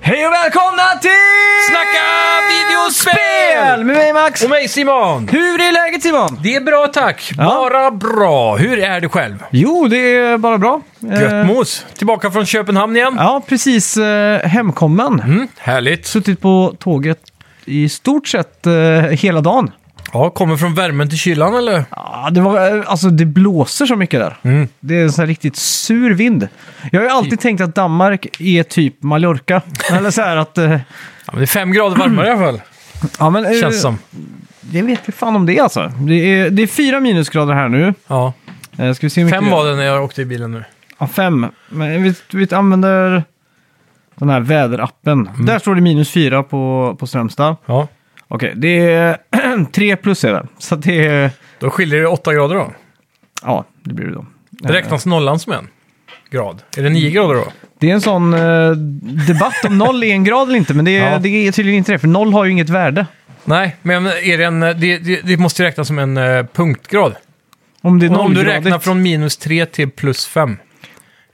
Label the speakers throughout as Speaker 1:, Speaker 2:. Speaker 1: Hej och välkomna till
Speaker 2: Snacka
Speaker 1: Spel
Speaker 2: videospel!
Speaker 1: med mig Max.
Speaker 2: Och mig Simon!
Speaker 1: Hur är läget Simon?
Speaker 2: Det är bra tack! Bara bra! Hur är det själv?
Speaker 1: Jo, det är bara bra. Eh,
Speaker 2: Gött mos! Tillbaka från Köpenhamn igen.
Speaker 1: Ja, precis eh, hemkommen.
Speaker 2: Mm, härligt!
Speaker 1: Suttit på tåget i stort sett eh, hela dagen.
Speaker 2: Ja, kommer från värmen till kylan eller?
Speaker 1: Ja, det, var, eh, alltså, det blåser så mycket där.
Speaker 2: Mm.
Speaker 1: Det är en sån här riktigt sur vind. Jag har ju alltid tänkt att Danmark är typ Mallorca. Eller så här att... eh,
Speaker 2: Ja, men det är fem grader varmare i alla fall,
Speaker 1: Ja, men, eh,
Speaker 2: känns som.
Speaker 1: Det vet vi fan om det alltså. Det är, det är fyra minusgrader här nu.
Speaker 2: Ja.
Speaker 1: Eh, Ska vi se hur mycket
Speaker 2: Fem var det när jag åkte i bilen nu.
Speaker 1: Ja, fem. Men vi, vi använder den här väderappen.
Speaker 2: Mm.
Speaker 1: Där står det minus fyra på, på Strömstad.
Speaker 2: Ja.
Speaker 1: Okej, det är tre plus är det. Så att det är...
Speaker 2: Då skiljer det åtta grader då.
Speaker 1: Ja, det blir det då. Eh,
Speaker 2: Det räknas nollan som en grad. Är det nio grader då?
Speaker 1: Det är en sån eh, debatt om noll är en grad eller inte, men det är,
Speaker 2: Ja.
Speaker 1: det är tydligen inte det. För noll har ju inget värde.
Speaker 2: Nej, men är det, en, det, det, det måste ju räknas som en eh, punktgrad.
Speaker 1: Om det är
Speaker 2: Om du
Speaker 1: nollgradigt.
Speaker 2: räknar från minus tre till plus fem,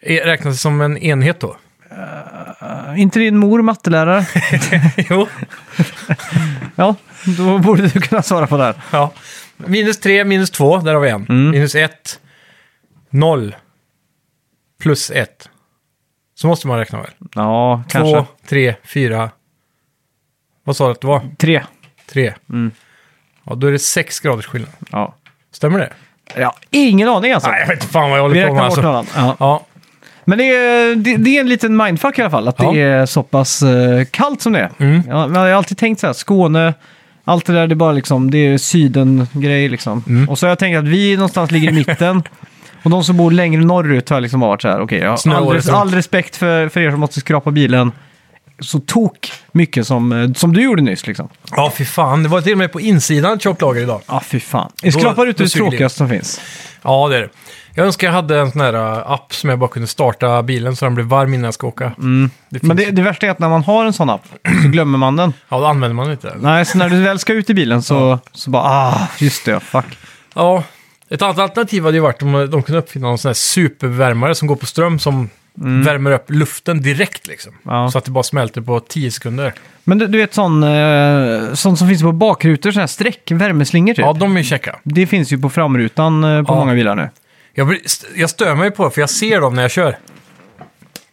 Speaker 2: är- räknas det som en enhet då?
Speaker 1: Äh, inte din mor mattelärare?
Speaker 2: jo.
Speaker 1: ja, då borde du kunna svara på det här.
Speaker 2: Ja. Minus 3, minus 2, där har vi en.
Speaker 1: Mm.
Speaker 2: Minus 1, 0, plus 1. Så måste man räkna väl?
Speaker 1: Ja, kanske.
Speaker 2: 2, 3, 4. Vad sa du att det var?
Speaker 1: Tre.
Speaker 2: 3.
Speaker 1: Mm.
Speaker 2: Ja, då är det 6 graders skillnad.
Speaker 1: Ja.
Speaker 2: Stämmer det?
Speaker 1: ja, ingen aning alltså.
Speaker 2: Nej, jag vet inte fan vad jag
Speaker 1: Vi
Speaker 2: håller på
Speaker 1: räknar
Speaker 2: med
Speaker 1: bort
Speaker 2: alltså.
Speaker 1: nollan. Ja.
Speaker 2: Ja,
Speaker 1: Men det är, det, det är en liten mindfuck i alla fall, att
Speaker 2: Ja.
Speaker 1: det är så pass eh, kallt som det är.
Speaker 2: Mm.
Speaker 1: Ja, men jag har alltid tänkt så här, Skåne, allt det där, det är bara liksom, det är syden-grej liksom.
Speaker 2: Mm.
Speaker 1: Och så har jag tänkt att vi någonstans ligger i mitten. Och de som bor längre norrut har liksom varit så här, okej, jag
Speaker 2: Snö
Speaker 1: har all,
Speaker 2: året
Speaker 1: res- all respekt för, för er som måste skrapa bilen så tok mycket som, eh, som du gjorde nyss liksom.
Speaker 2: ja fy fan. Det var till och med på insidan ett tjockt lager idag.
Speaker 1: Ja, ah, fy fan. Skrapar ut
Speaker 2: då
Speaker 1: det
Speaker 2: suger det.
Speaker 1: tråkigaste som finns.
Speaker 2: Ja, det är det. Jag önskar jag hade en sån här äh, app som jag bara kunde starta bilen så den blev varm innan jag ska åka. Det finns.
Speaker 1: Mm. Men det, det värsta är att när man har en sån app så glömmer man den.
Speaker 2: Ja, då använder man inte.
Speaker 1: Nej, så när du väl ska ut i bilen så, så bara ah, just det, fuck.
Speaker 2: Ja, ett annat alternativ hade ju varit om de kunde uppfinna någon sån här supervärmare som går på ström som värmer upp luften direkt liksom.
Speaker 1: Mm. Ja.
Speaker 2: Så att det bara smälter på 10 sekunder.
Speaker 1: Men du, du vet sån, eh, sånt som finns på bakrutor, sådana här streck, värmeslingor typ.
Speaker 2: Ja, de är ju käcka.
Speaker 1: Det finns ju på framrutan eh, på
Speaker 2: Ja.
Speaker 1: många bilar nu.
Speaker 2: Jag, blir- st- jag stör mig på det, för jag ser dem när jag kör.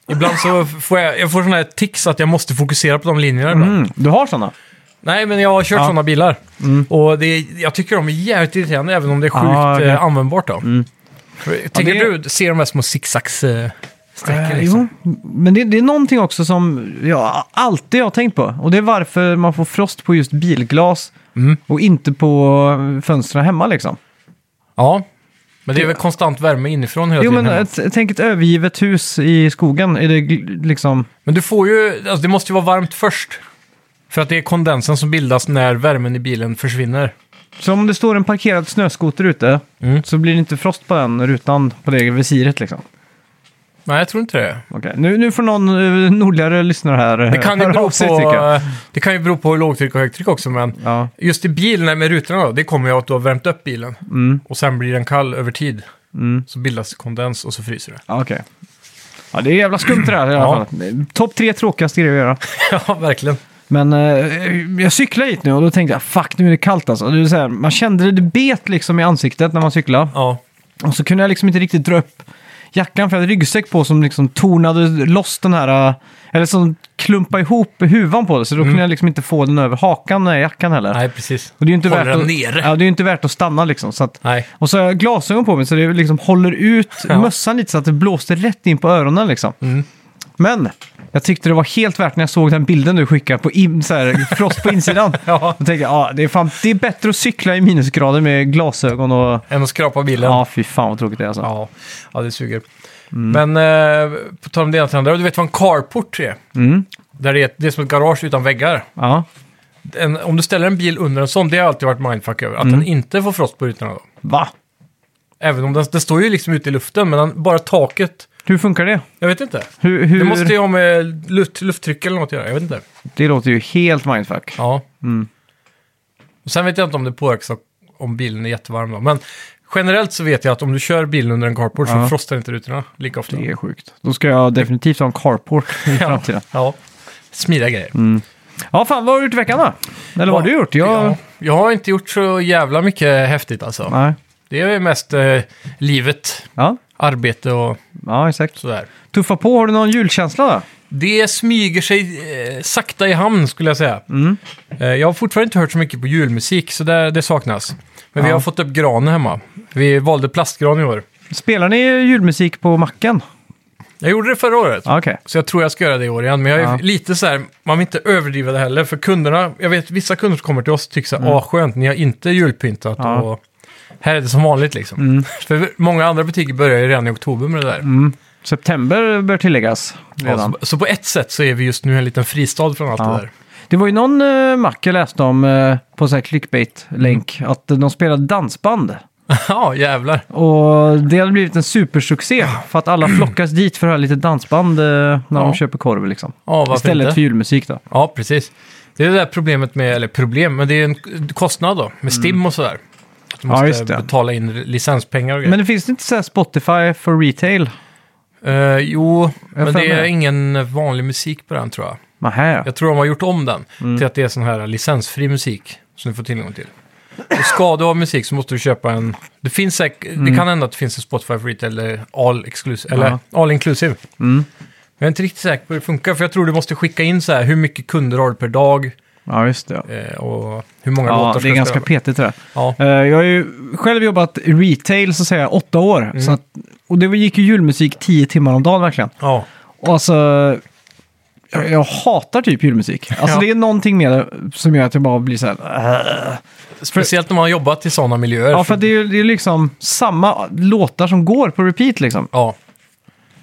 Speaker 2: Ibland så får jag, jag får sån här tics att jag måste fokusera på de linjerna ibland.
Speaker 1: Mm. Du har sådana?
Speaker 2: Nej, men jag har kört
Speaker 1: Ja. Mm.
Speaker 2: sådana bilar. Och det, är- jag tycker de är jävligt irriterande, även om det är sjukt
Speaker 1: Ja, okej. Mm.
Speaker 2: eh, användbart då. För- Tycker
Speaker 1: det-
Speaker 2: du, ser de här små zigzags-strecken?
Speaker 1: Eh,
Speaker 2: liksom?
Speaker 1: Jo, men det, det är någonting också som jag alltid har tänkt på. Och det är varför man får frost på just bilglas
Speaker 2: Mm.
Speaker 1: och inte på fönstren hemma liksom.
Speaker 2: Ja, men det eh, är väl konstant värme inifrån hela
Speaker 1: Jo,
Speaker 2: tiden.
Speaker 1: men
Speaker 2: hemma.
Speaker 1: ett, tänk ett övergivet hus i skogen. Är det gl- liksom...
Speaker 2: Men du får ju, alltså det måste ju vara varmt först. För att det är kondensen som bildas när värmen i bilen försvinner.
Speaker 1: Så om det står en parkerad snöskoter ute
Speaker 2: Mm.
Speaker 1: så blir det inte frost på den rutan på det visiret liksom.
Speaker 2: Nej, jag tror inte det.
Speaker 1: Okej, Nu, nu får någon eh, nordligare lyssnare här eh,
Speaker 2: Det kan, ju
Speaker 1: höra
Speaker 2: bero
Speaker 1: av sig, tycker jag.
Speaker 2: på, eh, det kan ju bero på lågtryck och högtryck också, men
Speaker 1: Ja.
Speaker 2: just i bilen med rutorna då, det kommer ju att du har värmt upp bilen. Och sen blir den kall över tid. Så bildas kondens och så fryser det.
Speaker 1: Ja, okej. Ja, det är jävla skumt det där i alla
Speaker 2: Ja.
Speaker 1: fall. Topp tre tråkigaste grejer att göra.
Speaker 2: ja, verkligen.
Speaker 1: Men eh, jag cyklade hit nu och då tänkte jag fuck nu är det kallt alltså. Det är så här, man kände det, det bet liksom i ansiktet när man cyklade.
Speaker 2: Ja.
Speaker 1: Och så kunde jag liksom inte riktigt dra upp jackan för jag hade ryggsäck på som liksom tornade loss den här, eh, eller som klumpade ihop huvan på det. Så då kunde jag liksom inte få den över hakan, den här jackan heller.
Speaker 2: Mm. Nej, precis.
Speaker 1: Och det är ju inte,
Speaker 2: Håller
Speaker 1: värt
Speaker 2: den
Speaker 1: att,
Speaker 2: nere.
Speaker 1: ja, det är ju inte värt att stanna liksom. Så att,
Speaker 2: Nej.
Speaker 1: och så har jag glasögon på mig så det liksom håller ut mössan lite så att det blåste rätt in på öronen liksom.
Speaker 2: Mm.
Speaker 1: Men jag tyckte det var helt värt när jag såg den bilden du skickade på in, så här, frost på insidan.
Speaker 2: Ja.
Speaker 1: Då tänkte jag, ja, det, är fan, det är bättre att cykla i minusgrader med glasögon och...
Speaker 2: Än att skrapa bilen.
Speaker 1: Ja, fy fan vad tråkigt det är alltså.
Speaker 2: Ja, ja det suger. Men eh, på tal om det ena till det andra, du vet vad en carport är?
Speaker 1: Mm.
Speaker 2: Där det, är det är som ett garage utan väggar.
Speaker 1: Ja.
Speaker 2: En, om du ställer en bil under en sån, det har jag alltid varit mindfuck över,
Speaker 1: Mm.
Speaker 2: att den inte får frost på rutorna då.
Speaker 1: Va?
Speaker 2: Även om den, den står ju liksom ute i luften, men den, bara taket,
Speaker 1: Hur funkar det?
Speaker 2: jag vet inte.
Speaker 1: Hur, hur...
Speaker 2: Det måste ju ha med luft, lufttryck eller något att göra, jag vet inte.
Speaker 1: det låter ju helt mindfuck.
Speaker 2: Ja.
Speaker 1: Mm.
Speaker 2: Och sen vet jag inte om det påverkas av om bilen är jättevarm då, men generellt så vet jag att om du kör bilen under en carport
Speaker 1: Ja.
Speaker 2: så frostar inte rutorna lika ofta.
Speaker 1: Det är sjukt. Då ska jag definitivt ha en carport i framtiden.
Speaker 2: Ja, Smidiga grejer.
Speaker 1: Ja, fan vad har du gjort i veckan då? Eller vad har du gjort? Jag...
Speaker 2: Ja, jag har inte gjort så jävla mycket häftigt alltså.
Speaker 1: Nej.
Speaker 2: Det är mest eh, livet,
Speaker 1: Ja.
Speaker 2: arbete och
Speaker 1: ja, exakt.
Speaker 2: sådär.
Speaker 1: Tuffa på, har du någon julkänsla då?
Speaker 2: Det smyger sig eh, sakta i hamn skulle jag säga.
Speaker 1: Mm.
Speaker 2: Eh, jag har fortfarande inte hört så mycket på julmusik, så där, det saknas. Men vi
Speaker 1: Ja.
Speaker 2: har fått upp granen hemma. Vi valde plastgran i år.
Speaker 1: Spelar ni julmusik på macken?
Speaker 2: Jag gjorde det förra året.
Speaker 1: Ja, Okej.
Speaker 2: Så jag tror jag ska göra det i år igen. Men jag är
Speaker 1: Ja.
Speaker 2: lite så här, man vill inte överdriva det heller. För kunderna, jag vet vissa kunder som kommer till oss tycker så här, ah skönt, ni har inte julpyntat
Speaker 1: Mm. Ja. Mm.
Speaker 2: och här är det som vanligt liksom. För många andra butiker börjar ju redan i oktober med det där.
Speaker 1: September bör tilläggas Mm, redan.
Speaker 2: så, så på ett sätt så är vi just nu en liten fristad från allt
Speaker 1: Ja.
Speaker 2: det där.
Speaker 1: Det var ju någon eh, mack jag läste om eh, på en clickbait-länk att eh, de spelade dansband.
Speaker 2: ja, jävlar.
Speaker 1: Och det hade blivit en supersuccé för att alla flockas dit för att höra lite dansband eh, när de
Speaker 2: Ja.
Speaker 1: köper korv liksom.
Speaker 2: Ja, varför
Speaker 1: Istället
Speaker 2: inte?
Speaker 1: för julmusik då.
Speaker 2: Ja, precis. Det är det där problemet med, eller problem, men det är en k- kostnad då, med STIM och sådär. Att Du
Speaker 1: Mm. Ja,
Speaker 2: måste
Speaker 1: just det.
Speaker 2: betala in licenspengar och grejer.
Speaker 1: Men det finns inte så här Spotify for retail?
Speaker 2: Eh, jo,
Speaker 1: Jag
Speaker 2: men
Speaker 1: för
Speaker 2: det är
Speaker 1: mig.
Speaker 2: ingen vanlig musik på den tror jag.
Speaker 1: Nähä.
Speaker 2: Jag tror de har gjort om den
Speaker 1: Mm.
Speaker 2: till att det är sån här licensfri musik som du får tillgång till. Och ska du ha musik så måste du köpa en... Det, finns, säk-
Speaker 1: Mm.
Speaker 2: det kan hända att det finns en Spotify for retail eller all, exclusive, eller all inclusive.
Speaker 1: Mm.
Speaker 2: Jag är inte riktigt säker på hur det funkar, för jag tror du måste skicka in så här hur mycket kunder har du per dag
Speaker 1: Ja, just det.
Speaker 2: eh, och hur många
Speaker 1: Ja,
Speaker 2: låtar
Speaker 1: det är
Speaker 2: du
Speaker 1: ganska
Speaker 2: spela.
Speaker 1: petigt det där.
Speaker 2: Ja,
Speaker 1: Eh, Jag har ju själv jobbat i retail så att säga åtta år.
Speaker 2: Mm.
Speaker 1: Så att, och det gick ju julmusik tio timmar om dagen verkligen.
Speaker 2: ja.
Speaker 1: Och alltså, jag, jag hatar typ julmusik. Alltså
Speaker 2: Ja.
Speaker 1: det är någonting med det som gör att jag bara blir så här... "Äh."
Speaker 2: Speciellt när man har jobbat i sådana miljöer.
Speaker 1: Ja, för att det är ju det är liksom samma låtar som går på repeat liksom.
Speaker 2: Ja.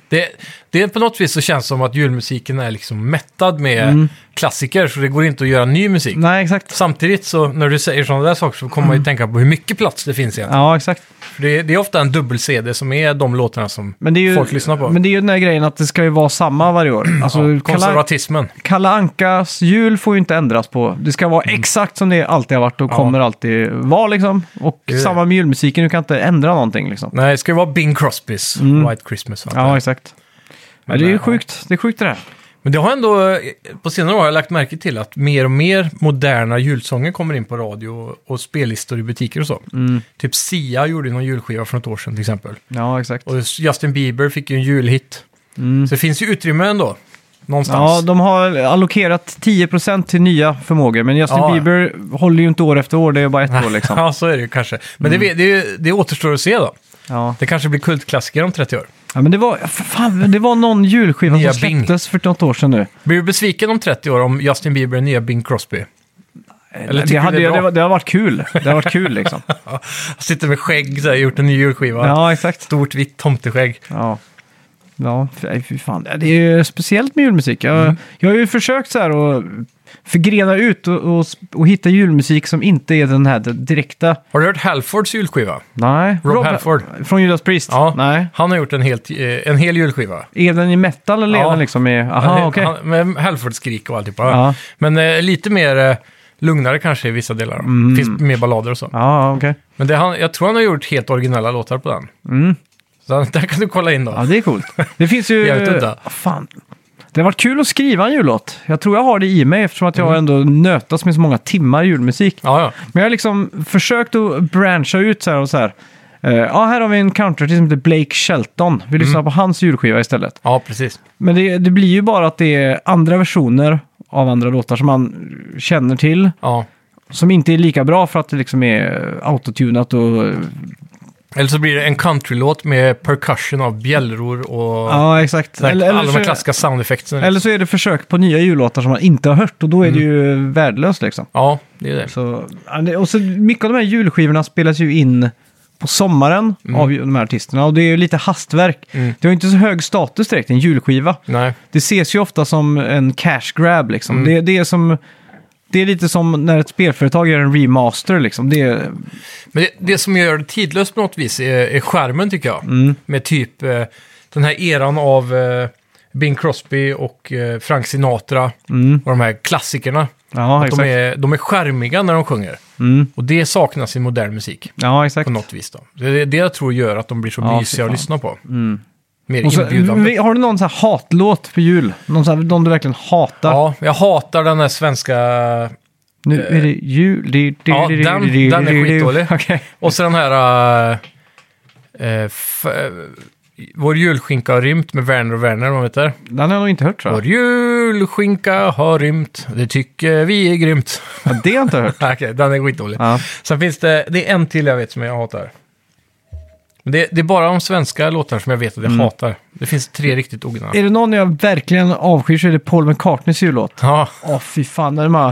Speaker 2: Det, det är på något vis så känns det som att julmusiken är liksom mättad med
Speaker 1: Mm.
Speaker 2: klassiker, så det går inte att göra ny musik.
Speaker 1: Nej, exakt.
Speaker 2: Samtidigt så när du säger sådana där saker så kommer man ju tänka på hur mycket plats det finns egentligen.
Speaker 1: Mm. Ja, exakt.
Speaker 2: För det, det är ofta en dubbel-CD som är de låtarna som
Speaker 1: Men det, är ju,
Speaker 2: folk lyssnar på.
Speaker 1: men det är ju den där grejen att det ska ju vara samma varje år. Alltså,
Speaker 2: ja,
Speaker 1: Kalle,
Speaker 2: konservatismen.
Speaker 1: Kalle Ankas jul får ju inte ändras på. Det ska vara exakt som det alltid har varit och
Speaker 2: Mm. Ja.
Speaker 1: kommer alltid vara liksom. Och
Speaker 2: Det är det.
Speaker 1: samma med julmusiken, du kan inte ändra någonting liksom.
Speaker 2: Nej, det ska ju vara Bing Crosbys White Christmas. och allt det
Speaker 1: Mm. Ja,
Speaker 2: här.
Speaker 1: exakt. Men det är ju
Speaker 2: eh, ja.
Speaker 1: sjukt. Det är sjukt det där.
Speaker 2: Men det har ändå, eh, på senare år har jag lagt märke till att mer och mer moderna julsånger kommer in på radio och, och spellistor i butiker och så.
Speaker 1: Mm.
Speaker 2: Typ Sia gjorde ju någon julskiva för något år sedan till exempel.
Speaker 1: Ja, exakt.
Speaker 2: Och Justin Bieber fick ju en julhit. Så det finns ju utrymme ändå. Någonstans.
Speaker 1: Mm. Ja, de har allokerat 10% till nya förmågor, men Justin
Speaker 2: Ja.
Speaker 1: Bieber håller ju inte år efter år, det är bara ett år liksom.
Speaker 2: ja, så är det ju kanske. Men
Speaker 1: Mm.
Speaker 2: det, det, är ju- det återstår att se då.
Speaker 1: Ja.
Speaker 2: Det kanske blir kultklassiker om 30 år.
Speaker 1: ja, men det var, fan, det var någon julskiva
Speaker 2: Nya
Speaker 1: som
Speaker 2: Bing.
Speaker 1: släpptes för något år sedan nu.
Speaker 2: Blir du besviken om 30 år om Justin Bieber är nya Bing Crosby? Eller
Speaker 1: det,
Speaker 2: tycker
Speaker 1: hade,
Speaker 2: du det är
Speaker 1: det,
Speaker 2: bra?
Speaker 1: var- det har varit kul. Det har varit kul liksom.
Speaker 2: Han Sitter med skägg så här, gjort en ny julskiva.
Speaker 1: ja, exakt.
Speaker 2: Stort vitt tomteskägg.
Speaker 1: Ja. Ja, fy- fy fan. Mm. Det är ju speciellt med julmusik. Jag, jag har ju försökt så här att förgrena ut och, och, och hitta julmusik som inte är den här direkta.
Speaker 2: Har du hört Halfords julskiva?
Speaker 1: Nej.
Speaker 2: Rob Halford.
Speaker 1: Från Judas Priest?
Speaker 2: Ja.
Speaker 1: Nej.
Speaker 2: Han har gjort en, helt, eh, en hel julskiva.
Speaker 1: Är den i metal eller är
Speaker 2: Ja.
Speaker 1: den liksom i...
Speaker 2: Han-
Speaker 1: Aha, okej.
Speaker 2: han- Med Halford-skrik och alltihopa.
Speaker 1: Ja.
Speaker 2: Men eh, lite mer eh, lugnare kanske i vissa delar. Mm. Finns mer ballader och så.
Speaker 1: Ja, okej.
Speaker 2: Men det, han, jag tror han har gjort helt originella låtar på den. Så där kan du kolla in då.
Speaker 1: Mm. Ja, det är coolt. Det finns ju...
Speaker 2: Jävligt udda.
Speaker 1: Fan. Det har varit kul att skriva en jullåt. Jag tror jag har det i mig eftersom att jag
Speaker 2: Mm.
Speaker 1: ändå nötas med så många timmar julmusik.
Speaker 2: Ja, ja.
Speaker 1: Men jag har liksom försökt att branscha ut så här och så här. Eh, Ja, här har vi en countryartist som heter Blake Shelton. Vi lyssnar på hans julskiva istället.
Speaker 2: ja, precis.
Speaker 1: Men det, det blir ju bara att det är andra versioner av andra låtar som man känner till.
Speaker 2: Ja.
Speaker 1: Som inte är lika bra för att det liksom är autotunat och...
Speaker 2: Eller så blir det en countrylåt med percussion av bjällror och
Speaker 1: Ja, exakt.
Speaker 2: eller, alla de här
Speaker 1: så-
Speaker 2: klassiska soundeffekterna.
Speaker 1: Eller så är det försök på nya jullåtar som man inte har hört och då är det ju värdelöst liksom.
Speaker 2: Ja, det är det.
Speaker 1: Så, ja, det- och så mycket av de här julskivorna spelas ju in på sommaren av ju- de här artisterna och det är ju lite hastverk.
Speaker 2: Mm.
Speaker 1: Det har ju inte så hög status direkt, en julskiva.
Speaker 2: Nej.
Speaker 1: Det ses ju ofta som en cash grab liksom.
Speaker 2: Mm.
Speaker 1: Det, det är som... Det är lite som när ett spelföretag gör en remaster liksom. Det är,
Speaker 2: Men det, det som gör det tidlöst på något vis är, är skärmen tycker jag.
Speaker 1: Mm.
Speaker 2: Med typ eh, den här eran av eh, Bing Crosby och eh, Frank Sinatra och de här klassikerna.
Speaker 1: mm. ja,
Speaker 2: Att de,
Speaker 1: exakt. Mm.
Speaker 2: är, de är skärmiga när de sjunger. Och det saknas i modern musik.
Speaker 1: ja, exakt.
Speaker 2: på något vis. Då. Det är det jag tror gör att de blir så
Speaker 1: Ja, fy
Speaker 2: mysiga
Speaker 1: fan.
Speaker 2: att
Speaker 1: Mm.
Speaker 2: lyssna på. Mer
Speaker 1: Och så,
Speaker 2: inbjudande.
Speaker 1: vi- har du någon sån här hatlåt för jul? Någon, sån här, någon du verkligen hatar?
Speaker 2: Ja, jag hatar den här svenska...
Speaker 1: Nu är det jul. Du, du,
Speaker 2: eh, Ja,
Speaker 1: du, du,
Speaker 2: den-
Speaker 1: du, du,
Speaker 2: den är
Speaker 1: du, du.
Speaker 2: skitdålig.
Speaker 1: Okej.
Speaker 2: Och så den här... eh, eh, f- eh, vår julskinka har rymt med Werner och Werner, vad heter
Speaker 1: Den har jag nog inte hört tror
Speaker 2: Vår
Speaker 1: jag.
Speaker 2: julskinka har rymt, det tycker vi är grymt.
Speaker 1: Ja, det har jag inte hört.
Speaker 2: Okej, den är skitdålig.
Speaker 1: Ja.
Speaker 2: Sen finns det, det är en till jag vet som jag hatar. Men Det, det är bara de svenska låtar som jag vet att jag hatar. Det finns tre riktigt ogna.
Speaker 1: Är det någon jag verkligen avskyr så är det Paul McCartneys jullåt.
Speaker 2: Ja,
Speaker 1: Åh fy fan, när de bara...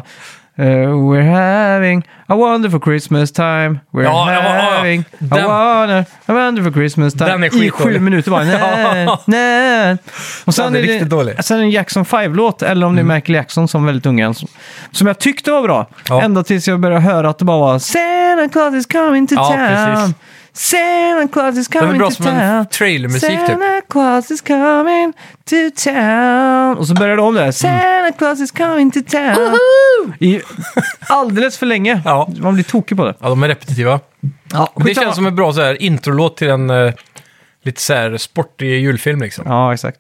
Speaker 1: eh, we're having a wonderful Christmas time. We're
Speaker 2: Ja, ja, ja, ja.
Speaker 1: having
Speaker 2: Den-
Speaker 1: a, wonder, a wonderful Christmas time.
Speaker 2: Den är
Speaker 1: I sju
Speaker 2: skitdålig.
Speaker 1: minuter bara. Nej,
Speaker 2: Ja.
Speaker 1: nej. Och sen
Speaker 2: Den är
Speaker 1: är,
Speaker 2: riktigt
Speaker 1: det,
Speaker 2: dålig. Mm.
Speaker 1: sen är det en Jackson 5-låt, eller om det är Michael Jackson som är väldigt unga. Som, som jag tyckte var bra.
Speaker 2: Ja.
Speaker 1: Ända tills jag började höra att det bara var Santa Claus is coming to
Speaker 2: Ja,
Speaker 1: town.
Speaker 2: precis.
Speaker 1: Santa Claus is
Speaker 2: den är
Speaker 1: coming
Speaker 2: bra
Speaker 1: to
Speaker 2: som en
Speaker 1: town.
Speaker 2: trailermusik typ.
Speaker 1: Santa Claus is coming to town. Och så börjar de om där. Santa Claus is coming to town. I alldeles för länge.
Speaker 2: Ja.
Speaker 1: Man blir tokig på det.
Speaker 2: Ja, de är repetitiva.
Speaker 1: Ja,
Speaker 2: Det känns som en bra så här, introlåt till en eh, lite så här sportig julfilm liksom. Ja,
Speaker 1: Ja, exakt.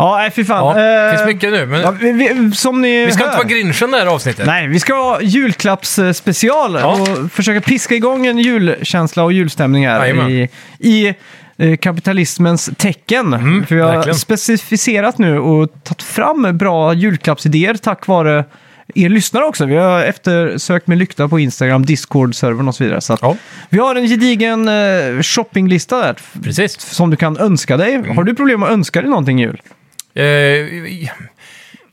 Speaker 1: Ja, nej fy fan.
Speaker 2: det
Speaker 1: Eh,
Speaker 2: finns mycket nu, men
Speaker 1: ja, vi, vi, som ni
Speaker 2: vi ska
Speaker 1: hör.
Speaker 2: inte vara grinchen det här avsnittet.
Speaker 1: Nej, vi ska ha julklappsspecial
Speaker 2: Ja.
Speaker 1: och försöka piska igång en julkänsla och julstämning här
Speaker 2: Jajamän.
Speaker 1: i, i eh, kapitalismens tecken. För vi har
Speaker 2: verkligen.
Speaker 1: specificerat nu och tagit fram bra julklappsidéer tack vare er lyssnare också. Vi har eftersökt med lykta på Instagram, Discord-servern och så vidare. Så att
Speaker 2: Ja,
Speaker 1: Vi har en gedigen eh, shoppinglista där f-
Speaker 2: precis.
Speaker 1: som du kan önska dig. Har du problem att önska dig någonting i jul?
Speaker 2: Eh, i-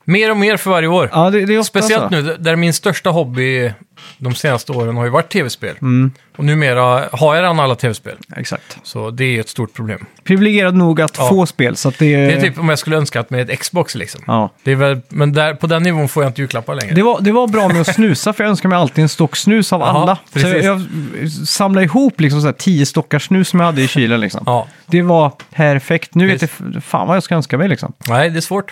Speaker 2: mer och mer för varje år.
Speaker 1: Ja, det, det är ofta
Speaker 2: Speciellt
Speaker 1: så.
Speaker 2: nu, där min största hobby de senaste åren har ju varit tv-spel.
Speaker 1: Mm.
Speaker 2: Och numera har jag redan alla tv-spel.
Speaker 1: Exakt.
Speaker 2: Så det är ett stort problem.
Speaker 1: Privilegierad nog att
Speaker 2: Ja.
Speaker 1: få spel, så att det
Speaker 2: Det är typ om jag skulle önska att med ett Xbox liksom.
Speaker 1: Eh. Ja.
Speaker 2: Det är väl, men där, på den nivån får jag inte julklappar längre.
Speaker 1: Det var, det var bra med att snusa, för jag önskar mig alltid en stock snus av
Speaker 2: Jaha,
Speaker 1: alla. Så jag,
Speaker 2: precis.
Speaker 1: jag samlade ihop liksom så här tio stockar snus som jag hade i kylen. Liksom.
Speaker 2: Ja,
Speaker 1: Det var perfekt. Nu vet jag
Speaker 2: Precis.
Speaker 1: f- fan vad jag ska önska mig. Liksom.
Speaker 2: nej det är svårt.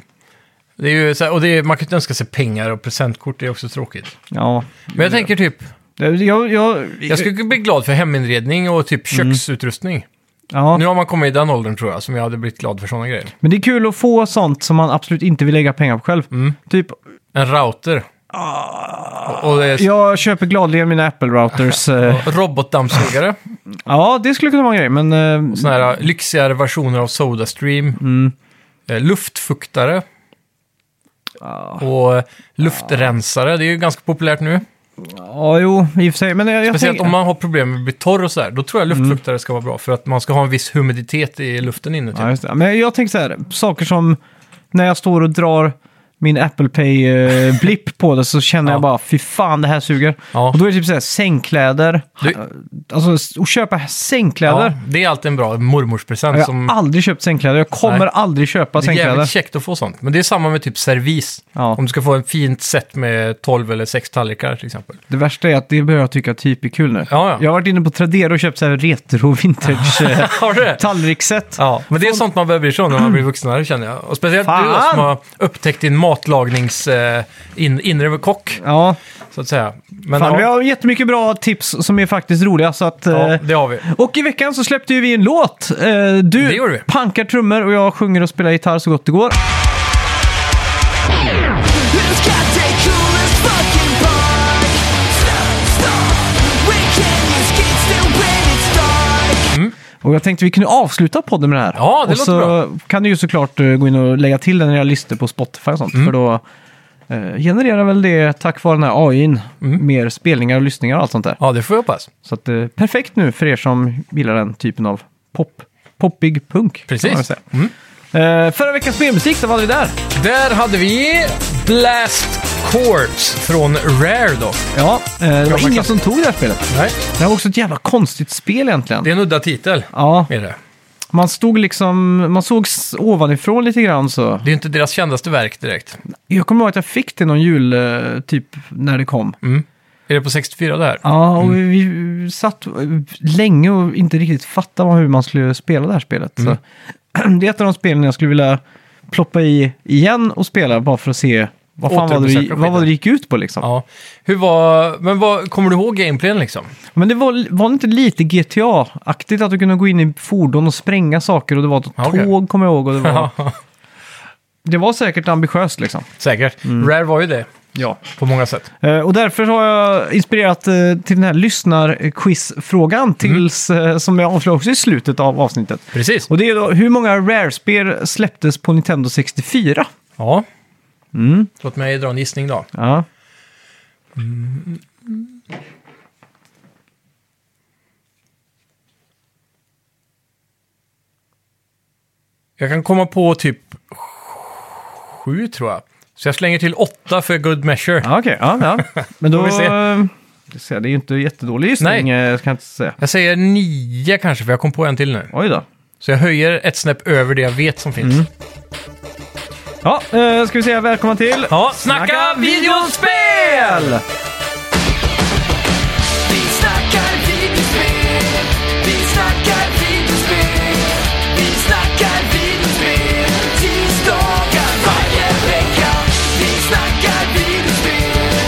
Speaker 2: Det är ju så här, och det är, man kan ju inte önska sig pengar och presentkort, det är också tråkigt.
Speaker 1: Ja.
Speaker 2: Men jag tänker typ,
Speaker 1: Jag, jag, jag,
Speaker 2: jag skulle bli glad för heminredning och typ köksutrustning.
Speaker 1: Mm. ja.
Speaker 2: Nu har man kommit i den åldern tror jag, som jag hade blivit glad för sådana grejer.
Speaker 1: Men det är kul att få sånt som man absolut inte vill lägga pengar på själv.
Speaker 2: Mm.
Speaker 1: Typ,
Speaker 2: En router.
Speaker 1: Ah.
Speaker 2: Och, och det är,
Speaker 1: jag köper gladeligen mina Apple-routers. eh.
Speaker 2: och robotdammsugare.
Speaker 1: ja, det skulle kunna vara en grej, men... eh,
Speaker 2: Såna här äh, lyxigare versioner av Sodastream.
Speaker 1: Mm.
Speaker 2: Eh, luftfuktare.
Speaker 1: Ah.
Speaker 2: Och eh, luftrensare, det är ju ganska populärt nu.
Speaker 1: Ja, jo, i och för sig. Men jag, jag
Speaker 2: Speciellt
Speaker 1: tänker- Mm.
Speaker 2: om man har problem med att bli torr och sådär. Då tror jag luftfuktare ska vara bra. För att man ska ha en viss humiditet i luften typ. inuti.
Speaker 1: Ja, just det. Men jag tänker så här, saker som när jag står och drar min Apple Pay-blipp på det så känner jag
Speaker 2: Ja.
Speaker 1: bara fy fan det här suger.
Speaker 2: Ja.
Speaker 1: Och då är det typ så här sängkläder.
Speaker 2: Du-
Speaker 1: Alltså att köpa
Speaker 2: Ja,
Speaker 1: sängkläder.
Speaker 2: det är alltid en bra mormorspresent.
Speaker 1: Jag
Speaker 2: som...
Speaker 1: har aldrig köpt sängkläder. Jag kommer
Speaker 2: Nej.
Speaker 1: aldrig köpa
Speaker 2: Det är
Speaker 1: sängkläder.
Speaker 2: jävligt käckt att få sånt. Men det är samma med typ servis.
Speaker 1: Ja.
Speaker 2: Om du ska få en fint set med 12 eller 6 tallrikar till exempel.
Speaker 1: Det värsta är att det börjar jag tycka typ är kul nu.
Speaker 2: Ja, ja.
Speaker 1: Jag har varit inne på Tradera och köpt så här retro vintage eh,
Speaker 2: Har du det?
Speaker 1: tallriksset.
Speaker 2: Ja, men det är sånt man börjar bry sig om när man blir vuxnare känner jag. Och speciellt du då,
Speaker 1: Fan!
Speaker 2: som har upptäckt din matlagnings eh, in, inre kock,
Speaker 1: Ja,
Speaker 2: så att säga. Men
Speaker 1: fan, vi
Speaker 2: ja,
Speaker 1: har jättemycket bra tips som är faktiskt roliga. Så att, eh,
Speaker 2: ja, det har vi.
Speaker 1: Och i veckan så släppte ju vi en låt. Eh, Du
Speaker 2: Det gjorde vi.
Speaker 1: pankar trummor och jag sjunger och spelar gitarr så gott det går.
Speaker 3: It's got to cool as fucking park. Stop, stop. We can't use kids still when it's dark.
Speaker 1: Och jag tänkte vi kunde avsluta podden med det här.
Speaker 2: Ja, det
Speaker 1: och
Speaker 2: låter
Speaker 1: så kan du ju såklart eh, gå in och lägga till den i era listor på Spotify och
Speaker 2: Mm.
Speaker 1: sånt. För då eh, genererar väl det, tack vare den här AIn,
Speaker 2: Mm.
Speaker 1: mer spelningar och lyssningar och allt sånt där.
Speaker 2: Ja, det får jag hoppas.
Speaker 1: Så att, eh, perfekt nu för er som gillar den typen av pop. Poppig punk. kan man väl
Speaker 2: Precis.
Speaker 1: säga.
Speaker 2: Mm.
Speaker 1: Eh, förra veckans spelmusik, så var vi där.
Speaker 2: Där hade vi Blast Corps från Rare då.
Speaker 1: Ja, eh, det var ingen
Speaker 2: klassiker.
Speaker 1: som tog det här spelet.
Speaker 2: Nej.
Speaker 1: Det här var också ett jävla konstigt spel egentligen.
Speaker 2: Det är en udda titel.
Speaker 1: Ja,
Speaker 2: Är det.
Speaker 1: Man stod liksom, man såg s- ovanifrån lite grann så.
Speaker 2: det är ju inte deras kändaste verk direkt.
Speaker 1: Jag kommer ihåg att jag fick det någon jul, eh, typ när det kom.
Speaker 2: Mm. Är det på 64 det här?
Speaker 1: Ja, och
Speaker 2: Mm.
Speaker 1: vi vi satt eh, länge och inte riktigt fattade hur man skulle spela det här spelet. Så.
Speaker 2: Mm.
Speaker 1: Det är ett av de spelen jag skulle vilja ploppa i igen och spela bara för att se Vad fan var det, vi-
Speaker 2: Återuppsätta
Speaker 1: vad var det
Speaker 2: skiten.
Speaker 1: det gick ut på liksom?
Speaker 2: Ja. Hur var... Men vad... Kommer du ihåg gameplayen liksom?
Speaker 1: Men det var, var det inte lite GTA-aktigt att du kunde gå in i fordon och spränga saker och det var ett
Speaker 2: Ja, okej.
Speaker 1: tåg kommer jag ihåg och det var... det var säkert ambitiöst liksom.
Speaker 2: Säkert. Rare var ju det
Speaker 1: Ja.
Speaker 2: på många sätt.
Speaker 1: Eh, Och därför har jag inspirerat eh, till den här
Speaker 2: Mm.
Speaker 1: lyssnarquizfrågan tills, eh, som jag avslöjar också i slutet av avsnittet.
Speaker 2: Precis.
Speaker 1: Och det är då, hur många Rare-spel släpptes på Nintendo 64?
Speaker 2: Ja. Låt mig dra en gissning då.
Speaker 1: Ja.
Speaker 2: Jag kan komma på typ sju tror jag. Så jag slänger till åtta för good measure.
Speaker 1: Ja, okej. Ja, ja. Men då...
Speaker 2: Får vi se.
Speaker 1: eh, det ser jag, Det är ju inte jättedålig gissning,
Speaker 2: Nej.
Speaker 1: Nej. kan jag inte säga.
Speaker 2: Jag säger nio kanske, för jag kom på en till nu.
Speaker 1: Oj då.
Speaker 2: Så jag höjer ett snäpp över det jag vet som finns.
Speaker 1: Ja, eh, ska vi säga välkomna till...
Speaker 2: Ja, snacka, videospel!
Speaker 3: Vi snackar videospel, vi snackar videospel, vi snackar videospel, tisdagar varje vecka. Vi snackar videospel,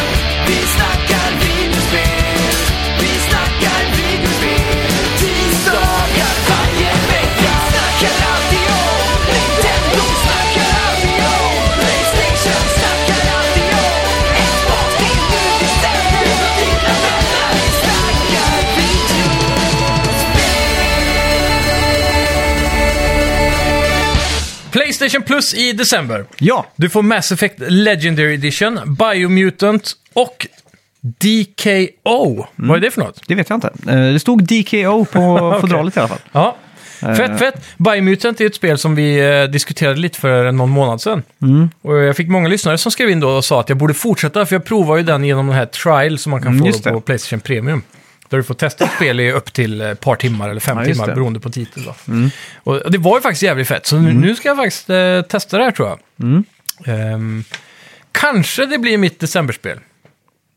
Speaker 3: vi snackar videospel, vi snackar videospel, tisdagar varje vecka. Snackar alltid om Nintendo, snackar alltid om Playstation, snackar alltid om Xbox, det är nu vi sänder och dina vänner. Vi snackar videospel.
Speaker 2: Playstation Plus i december.
Speaker 1: Ja,
Speaker 2: Du får Mass Effect Legendary Edition, Biomutant och DKO. Vad är det för något?
Speaker 1: det vet jag inte. Eh, det stod DKO på fodralet i alla fall.
Speaker 2: Ja.
Speaker 1: Eh.
Speaker 2: Fett, fett! Biomutant är ett spel som vi eh, diskuterade lite för någon månad sedan.
Speaker 1: Mm.
Speaker 2: Och jag fick många lyssnare som skrev in då och sa att jag borde fortsätta, för jag provar ju den genom den här trial som man kan
Speaker 1: Mm,
Speaker 2: få
Speaker 1: just
Speaker 2: då
Speaker 1: det.
Speaker 2: på Playstation Premium. Där du får testa ett spel i upp till eh, ett par timmar eller fem
Speaker 1: Ja, just
Speaker 2: timmar,
Speaker 1: det. Mm.
Speaker 2: beroende på titel. Då. Och det var ju faktiskt jävligt fett, så nu- nu ska jag faktiskt eh, testa det här tror jag.
Speaker 1: Mm.
Speaker 2: Ehm, kanske det blir mitt decemberspel.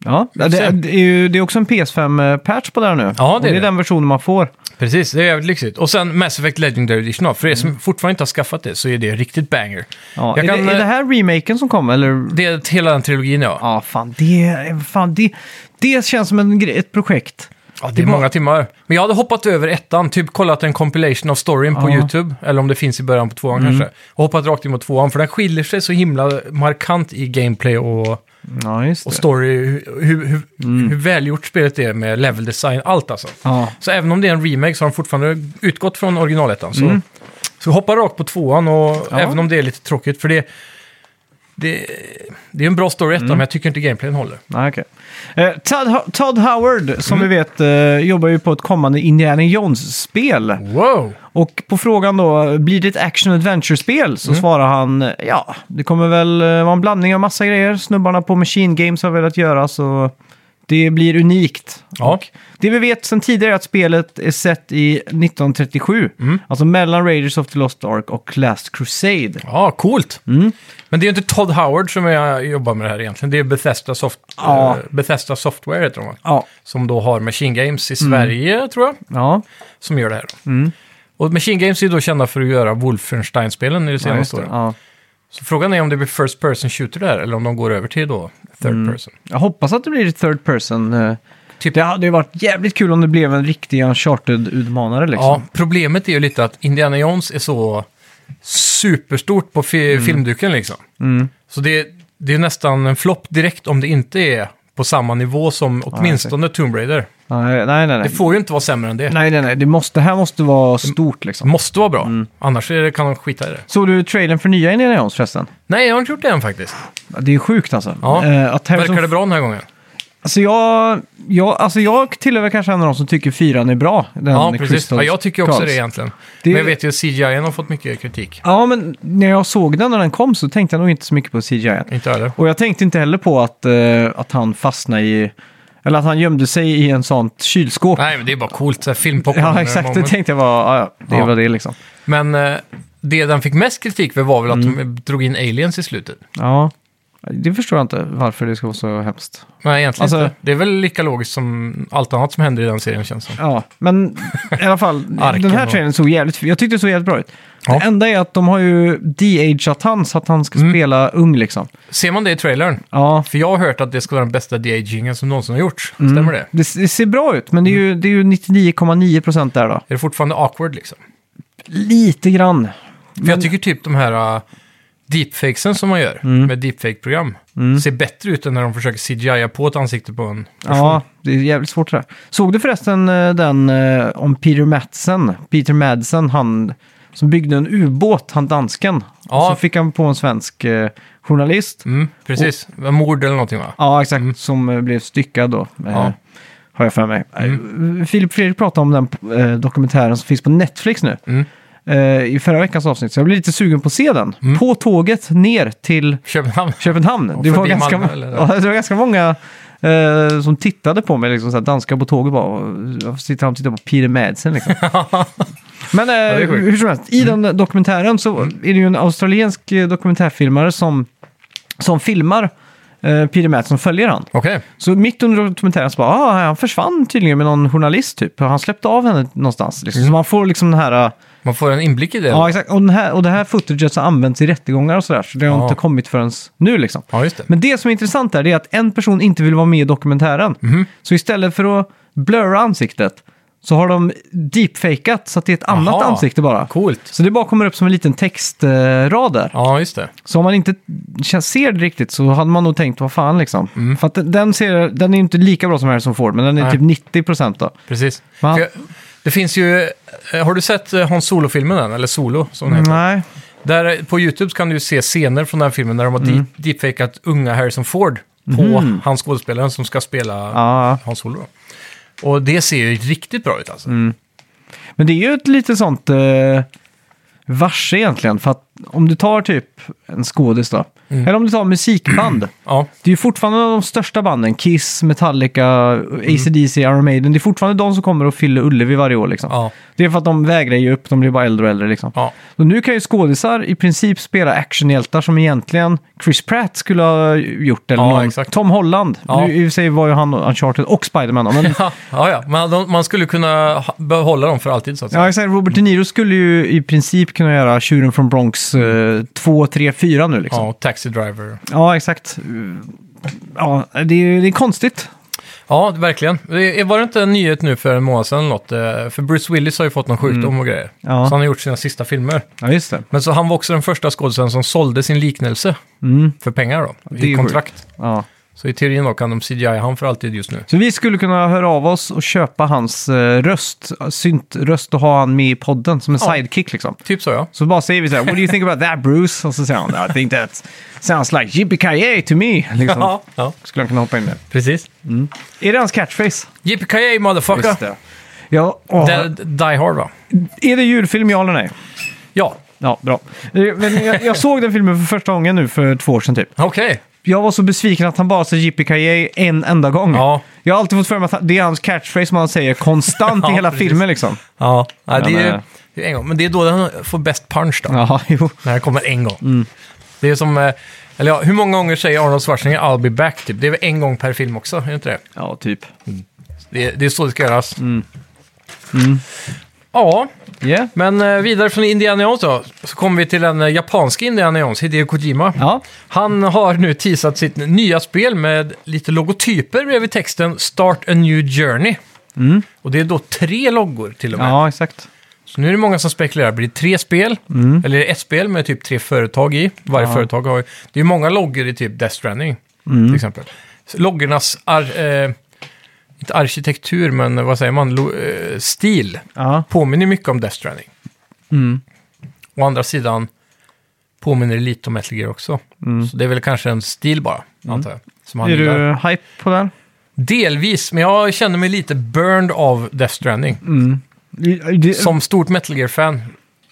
Speaker 1: Ja, det, det, är ju, det är också en PS5-patch på det här nu.
Speaker 2: Ja, det är
Speaker 1: Och det är
Speaker 2: det.
Speaker 1: den versionen man får.
Speaker 2: Precis, det är jävligt lyxigt. Och sen Mass Effect Legendary Edition då. För er som fortfarande inte har skaffat det så är det riktigt banger.
Speaker 1: Mm. Ja,
Speaker 2: Jag
Speaker 1: är,
Speaker 2: kan, eh,
Speaker 1: det, är det här remaken som kommer? Eller?
Speaker 2: Det är hela den trilogin ja.
Speaker 1: Ja, fan, det, är- fan det, det känns som en grej, ett projekt.
Speaker 2: Ja, det är många timmar. Men jag hade hoppat över ettan, typ kollat en compilation av storyn på
Speaker 1: Ja.
Speaker 2: YouTube, eller om det finns i början på tvåan kanske. Och hoppat rakt in mot tvåan, för den skiljer sig så himla markant i gameplay och,
Speaker 1: Ja, just det.
Speaker 2: och story, hur, hur, hur, hur välgjort spelet är med level design, allt alltså.
Speaker 1: Ja.
Speaker 2: Så även om det är en remake så har de fortfarande utgått från originalettan. Så, så hoppa rakt på tvåan, och
Speaker 1: Ja.
Speaker 2: även om det är lite tråkigt, för det, det, det är en bra story i ettan, men jag tycker inte gameplayen håller.
Speaker 1: Nej, okej. Eh, Todd, Ho- Todd Howard, som
Speaker 2: Mm.
Speaker 1: vi vet, eh, jobbar ju på ett kommande Indiana Jones-spel.
Speaker 2: Wow!
Speaker 1: Och på frågan då, blir det ett action adventure-spel?
Speaker 2: Mm.
Speaker 1: Så svarar han, ja, det kommer väl eh, vara en blandning av massa grejer. Snubbarna på Machine Games har velat göra, så det blir unikt.
Speaker 2: Ja.
Speaker 1: Och det vi vet sedan tidigare är att spelet är sett i 1937.
Speaker 2: Mm.
Speaker 1: Alltså mellan Raiders of the Lost Ark och Last Crusade.
Speaker 2: Ja, coolt.
Speaker 1: Mm.
Speaker 2: Men det är ju inte Todd Howard som jag jobbar med det här egentligen. Det är Bethesda, Soft
Speaker 1: Ja.
Speaker 2: eh, Bethesda Software, heter de, va?
Speaker 1: Ja.
Speaker 2: som då har Machine Games i
Speaker 1: Mm.
Speaker 2: Sverige, tror jag,
Speaker 1: Ja,
Speaker 2: som gör det här.
Speaker 1: Mm.
Speaker 2: Och Machine Games är ju då kända för att göra Wolfenstein-spelen i det
Speaker 1: ja, just
Speaker 2: senaste
Speaker 1: det.
Speaker 2: året.
Speaker 1: Ja.
Speaker 2: Så frågan är om det blir First Person Shooter där, eller om de går över till då Third
Speaker 1: Mm.
Speaker 2: Person.
Speaker 1: Jag hoppas att det blir ett third person. eh.
Speaker 2: Typ-
Speaker 1: Det hade ju varit jävligt kul om det blev en riktig uncharted-utmanare liksom.
Speaker 2: Ja, problemet är ju lite att Indiana Jones är så superstort på fi-
Speaker 1: Mm.
Speaker 2: filmduken liksom. Så det, det är nästan en flopp direkt om det inte är på samma nivå som åtminstone Tomb Raider.
Speaker 1: Nej, nej, nej.
Speaker 2: Det
Speaker 1: nej.
Speaker 2: får ju inte vara sämre än det.
Speaker 1: Nej, nej, nej. Det, måste, det här måste
Speaker 2: Mm.
Speaker 1: vara stort
Speaker 2: Det
Speaker 1: liksom.
Speaker 2: måste vara bra, annars är det, kan de skita i det.
Speaker 1: Såg du trailern för nya Indiana Jones förresten?
Speaker 2: Nej, jag har inte gjort det än faktiskt.
Speaker 1: Ja, Det är sjukt alltså.
Speaker 2: Ja.
Speaker 1: Eh, att Harrison...
Speaker 2: Verkar det bra den här gången?
Speaker 1: alltså, jag, jag, alltså jag tillhör väl kanske en av de som tycker fyran är bra. Den
Speaker 2: Ja,
Speaker 1: med
Speaker 2: precis.
Speaker 1: Crystal
Speaker 2: Ja, jag tycker också
Speaker 1: Skulls.
Speaker 2: det egentligen.
Speaker 1: Det-
Speaker 2: Men jag vet ju att CGI har fått mycket kritik.
Speaker 1: Ja, men när jag såg den när den kom så tänkte jag nog inte så mycket på CGI.
Speaker 2: Inte jag heller.
Speaker 1: Och jag tänkte inte heller på att, eh, att han fastnade i... Eller att han gömde sig i en sånt kylskåp.
Speaker 2: Nej, men det är bara coolt. så här Filmpopcorn.
Speaker 1: ja, exakt. Det
Speaker 2: moment.
Speaker 1: tänkte jag var... Ja, ja, det
Speaker 2: Ja.
Speaker 1: var det liksom.
Speaker 2: Men eh, det den fick mest kritik för var väl
Speaker 1: Mm.
Speaker 2: att de drog in aliens i slutet.
Speaker 1: Ja. Det förstår jag inte varför det ska vara så hemskt.
Speaker 2: Nej, egentligen
Speaker 1: Alltså-
Speaker 2: inte. Det är väl lika logiskt som allt annat som händer i den serien känns som.
Speaker 1: Ja, men i alla fall. den
Speaker 2: Arken
Speaker 1: här
Speaker 2: och-
Speaker 1: trailern såg jävligt... Jag tyckte det såg jävligt bra ut.
Speaker 2: Ja. Mm.
Speaker 1: Det enda är att de har ju de-ageat han så att han ska spela ung liksom.
Speaker 2: Ser man det i trailern?
Speaker 1: Ja,
Speaker 2: För jag har hört att det ska vara den bästa de-agingen som någonsin har gjorts.
Speaker 1: Mm.
Speaker 2: Stämmer det?
Speaker 1: det, det ser bra ut, men det är ju,
Speaker 2: Mm.
Speaker 1: det är ju 99,9% där då.
Speaker 2: Är det fortfarande awkward liksom?
Speaker 1: Lite grann.
Speaker 2: För jag tycker typ de här uh, deepfakesen som man gör
Speaker 1: Mm.
Speaker 2: med deepfake-program ser bättre ut än när de försöker CGI på ett ansikte på en
Speaker 1: Ja, det är jävligt svårt det där. Såg du förresten eh, den eh, om Peter Madsen? Peter Madsen, han som byggde en ubåt, han dansken.
Speaker 2: Ja.
Speaker 1: Och så fick han på en svensk eh, journalist.
Speaker 2: Mm, precis. Mord eller någonting va?
Speaker 1: Ja, exakt. Som eh, blev styckad då. eh,
Speaker 2: Mm. Ja. Mm.
Speaker 1: Har jag för mig. Eh, Filip Fredrik pratade om den eh, dokumentären som finns på Netflix nu.
Speaker 2: Mm.
Speaker 1: eh, I förra veckans avsnitt, så jag blev lite sugen på att se den.
Speaker 2: Mm.
Speaker 1: På tåget ner till
Speaker 2: Köpenhamn.
Speaker 1: Köpenhamn.
Speaker 2: Och
Speaker 1: Det var,
Speaker 2: förbi
Speaker 1: ganska,
Speaker 2: Malmö, eller?
Speaker 1: ja, det var ganska många eh, som tittade på mig, liksom, så här, danskar på tåget bara. Varför sitter han och tittar på Peter Madsen liksom? Men eh,
Speaker 2: är sjukt.
Speaker 1: hur som helst, i den dokumentären så är det ju en australiensk eh, dokumentärfilmare som, som filmar eh, Peter Madsen och följer han.
Speaker 2: Okej.
Speaker 1: Så mitt under dokumentären så bara, ah, han försvann tydligen med någon journalist typ. Han släppte av henne någonstans. Liksom. Så man får liksom den här... eh,
Speaker 2: Man får en inblick i det.
Speaker 1: Ja, exakt. Och, den här, och det här footaget har använts i rättegångar och sådär. Så det har
Speaker 2: Ja.
Speaker 1: inte kommit förrän nu liksom.
Speaker 2: Ja, just det.
Speaker 1: Men det som är intressant där det är att en person inte vill vara med i dokumentären.
Speaker 2: Mhm.
Speaker 1: Så istället för att blurra ansiktet så har de deepfakat så att det är ett annat
Speaker 2: Aha.
Speaker 1: ansikte bara.
Speaker 2: Coolt.
Speaker 1: Så det bara kommer upp som en liten textrad där.
Speaker 2: Ja, just det.
Speaker 1: Så om man inte k- ser det riktigt så hade man nog tänkt, vad fan liksom. För att den- den, ser, den är ju inte lika bra som Harrison Ford, men den är
Speaker 2: Mm. Nej.
Speaker 1: typ 90 procent då.
Speaker 2: Precis.
Speaker 1: Va?
Speaker 2: För jag, det finns ju... eh, Har du sett eh, Hans Solo-filmen än? Eller Solo, som den heter.
Speaker 1: Nej.
Speaker 2: Där, eh, på YouTube så kan du ju se scener från den här filmen där de har
Speaker 1: Mm.
Speaker 2: deep, deepfakat unga Harrison Ford på han skådespelaren som ska spela
Speaker 1: Ja.
Speaker 2: Hans Solo. Och det ser ju riktigt bra ut alltså.
Speaker 1: Mm. Men det är ju ett lite sånt eh, varse egentligen. För att om du tar typ en skådis då,
Speaker 2: Mm.
Speaker 1: eller om du tar musikband.
Speaker 2: Ja,
Speaker 1: Det är ju fortfarande de största banden, Kiss, Metallica,
Speaker 2: Mm.
Speaker 1: AC/DC, Iron Maiden. Det är fortfarande de som kommer och fyller Ullevi varje år. Liksom.
Speaker 2: ja,
Speaker 1: Det är för att de vägrar ge upp, de blir bara äldre och äldre. Liksom.
Speaker 2: ja.
Speaker 1: Så nu kan ju skådisar i princip spela actionhjältar som egentligen Chris Pratt skulle ha gjort. Eller
Speaker 2: Ja,
Speaker 1: någon.
Speaker 2: exakt.
Speaker 1: Tom Holland.
Speaker 2: Ja.
Speaker 1: Nu i och för sig var ju han Uncharted och Spiderman. då, Men
Speaker 2: Ja, ja. Man, de, man skulle kunna ha- behålla dem för alltid så att säga.
Speaker 1: Ja, exakt. Robert De Niro skulle ju i princip kunna göra Tjuren från Bronx eh, 2, 3, 4 nu liksom. Ja,
Speaker 2: Ja, Taxi Driver.
Speaker 1: exakt. Uh, Ja, det är, ju- det är konstigt.
Speaker 2: Ja, verkligen. Det- Var det inte en nyhet nu för en månad sedan eller något? Eh, För Bruce Willis har ju fått någon sjukdom och grejer.
Speaker 1: Mm. Ja.
Speaker 2: Så han har gjort sina sista filmer.
Speaker 1: Ja, just det.
Speaker 2: Men så han var också den första skådespelaren som sålde sin liknelse för pengar då,
Speaker 1: Mm. Det är
Speaker 2: i
Speaker 1: sjukt.
Speaker 2: kontrakt.
Speaker 1: Ja.
Speaker 2: Så i teorin då kan de CGI han för alltid just nu.
Speaker 1: Så vi skulle kunna höra av oss och köpa hans eh, röst, eh, syntröst och ha han med i podden som en
Speaker 2: Ja.
Speaker 1: sidekick liksom.
Speaker 2: Typ så ja.
Speaker 1: Så bara säger vi så här, what do you think about that Bruce? Och så säger han, I think that sounds like yippee to me. Liksom.
Speaker 2: ja.
Speaker 1: Skulle han kunna hoppa in där.
Speaker 2: precis.
Speaker 1: Är det hans catchphrase?
Speaker 2: Yippee motherfucker!
Speaker 1: Just det. Ja, åh.
Speaker 2: Det- Die Hard va?
Speaker 1: Är det julfilm, ja eller nej?
Speaker 2: Ja,
Speaker 1: Ja, bra. Eh, Men jag, jag såg den filmen för första gången nu för två år sedan typ.
Speaker 2: okej.
Speaker 1: Jag var så besviken att han bara sa Yippee en enda gång.
Speaker 2: Ja.
Speaker 1: Jag har alltid fått för mig att han- det är hans catchphrase som han säger konstant i
Speaker 2: Ja,
Speaker 1: hela
Speaker 2: precis.
Speaker 1: filmen liksom.
Speaker 2: Ja, nej, det är
Speaker 1: men- eh,
Speaker 2: ju det är en gång. Men det är då den får bäst punch då.
Speaker 1: Ja, Mm. jo.
Speaker 2: När den kommer en gång. Det är som, eh, eller ja, hur många gånger säger Arnold Schwarzenegger I'll be back typ? Det är väl en gång per film också, är det inte det?
Speaker 1: Ja, typ.
Speaker 2: Det är, det är så det ska göras.
Speaker 1: Mm.
Speaker 2: Ja,
Speaker 1: Yeah.
Speaker 2: men eh, vidare från Indiana Jones då, så kommer vi till den eh, japanska Indiana Jones, Hideo Kojima.
Speaker 1: Ja.
Speaker 2: Han har nu teasat sitt nya spel med lite logotyper bredvid texten Start a new journey. Och det är då tre loggor till och med.
Speaker 1: Mm. ja, exakt.
Speaker 2: Så nu är det många som spekulerar, blir det tre spel?
Speaker 1: Mm.
Speaker 2: Eller är det ett spel med typ tre företag i? Varje företag har ju... Det är ju många loggor i typ Death Stranding,
Speaker 1: Mm.
Speaker 2: till exempel. Så Loggornas, ar, eh, inte arkitektur, men vad säger man, lo, eh, stil
Speaker 1: Ja.
Speaker 2: påminner mycket om Death Stranding.
Speaker 1: Mm.
Speaker 2: Å andra sidan påminner det lite om Metal Gear också. Så det är väl kanske en stil bara, antar jag. Som han
Speaker 1: Är
Speaker 2: gillar.
Speaker 1: du hype på den?
Speaker 2: Delvis, men jag känner mig lite burned av Death Stranding.
Speaker 1: Det-
Speaker 2: Som stort Metal Gear-fan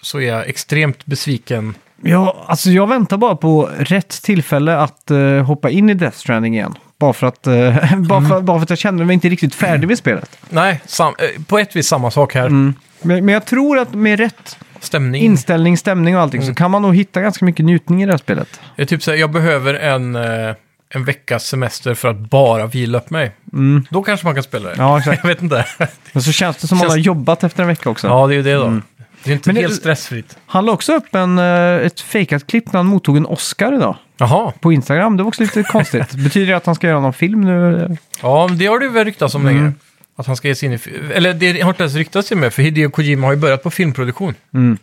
Speaker 2: så är jag extremt besviken.
Speaker 1: Ja, alltså jag väntar bara på rätt tillfälle att eh, hoppa in i Death Stranding igen. Bara för, att, eh, bara, för, bara för att jag känner mig inte riktigt färdig med spelet.
Speaker 2: Nej, sam- eh, på ett vis samma sak här.
Speaker 1: Men, men jag tror att med rätt
Speaker 2: Stämning.
Speaker 1: inställning, stämning och allting så kan man nog hitta ganska mycket njutning i det här spelet.
Speaker 2: jag, är typ så här, jag behöver en, eh, en veckas semester för att bara vila upp mig. Då kanske man kan spela det.
Speaker 1: Ja, exakt.
Speaker 2: jag vet inte.
Speaker 1: Men så känns det som att man
Speaker 2: Känns-
Speaker 1: har jobbat efter en vecka också.
Speaker 2: ja, Mm. det är ju det då. Det är inte
Speaker 1: Men det-
Speaker 2: helt stressfritt.
Speaker 1: Han la också upp en, eh, ett fejkat klipp när han mottog en Oscar idag.
Speaker 2: Jaha.
Speaker 1: På Instagram, det var också lite konstigt. Betyder det att han ska göra någon film nu?
Speaker 2: Ja, men det har det väl ryktats om länge.
Speaker 1: Mm.
Speaker 2: Att han ska ge sig in i... fi- Eller det har inte ens ryktats till med, för Hideo Kojima har ju börjat på filmproduktion.
Speaker 1: Mm.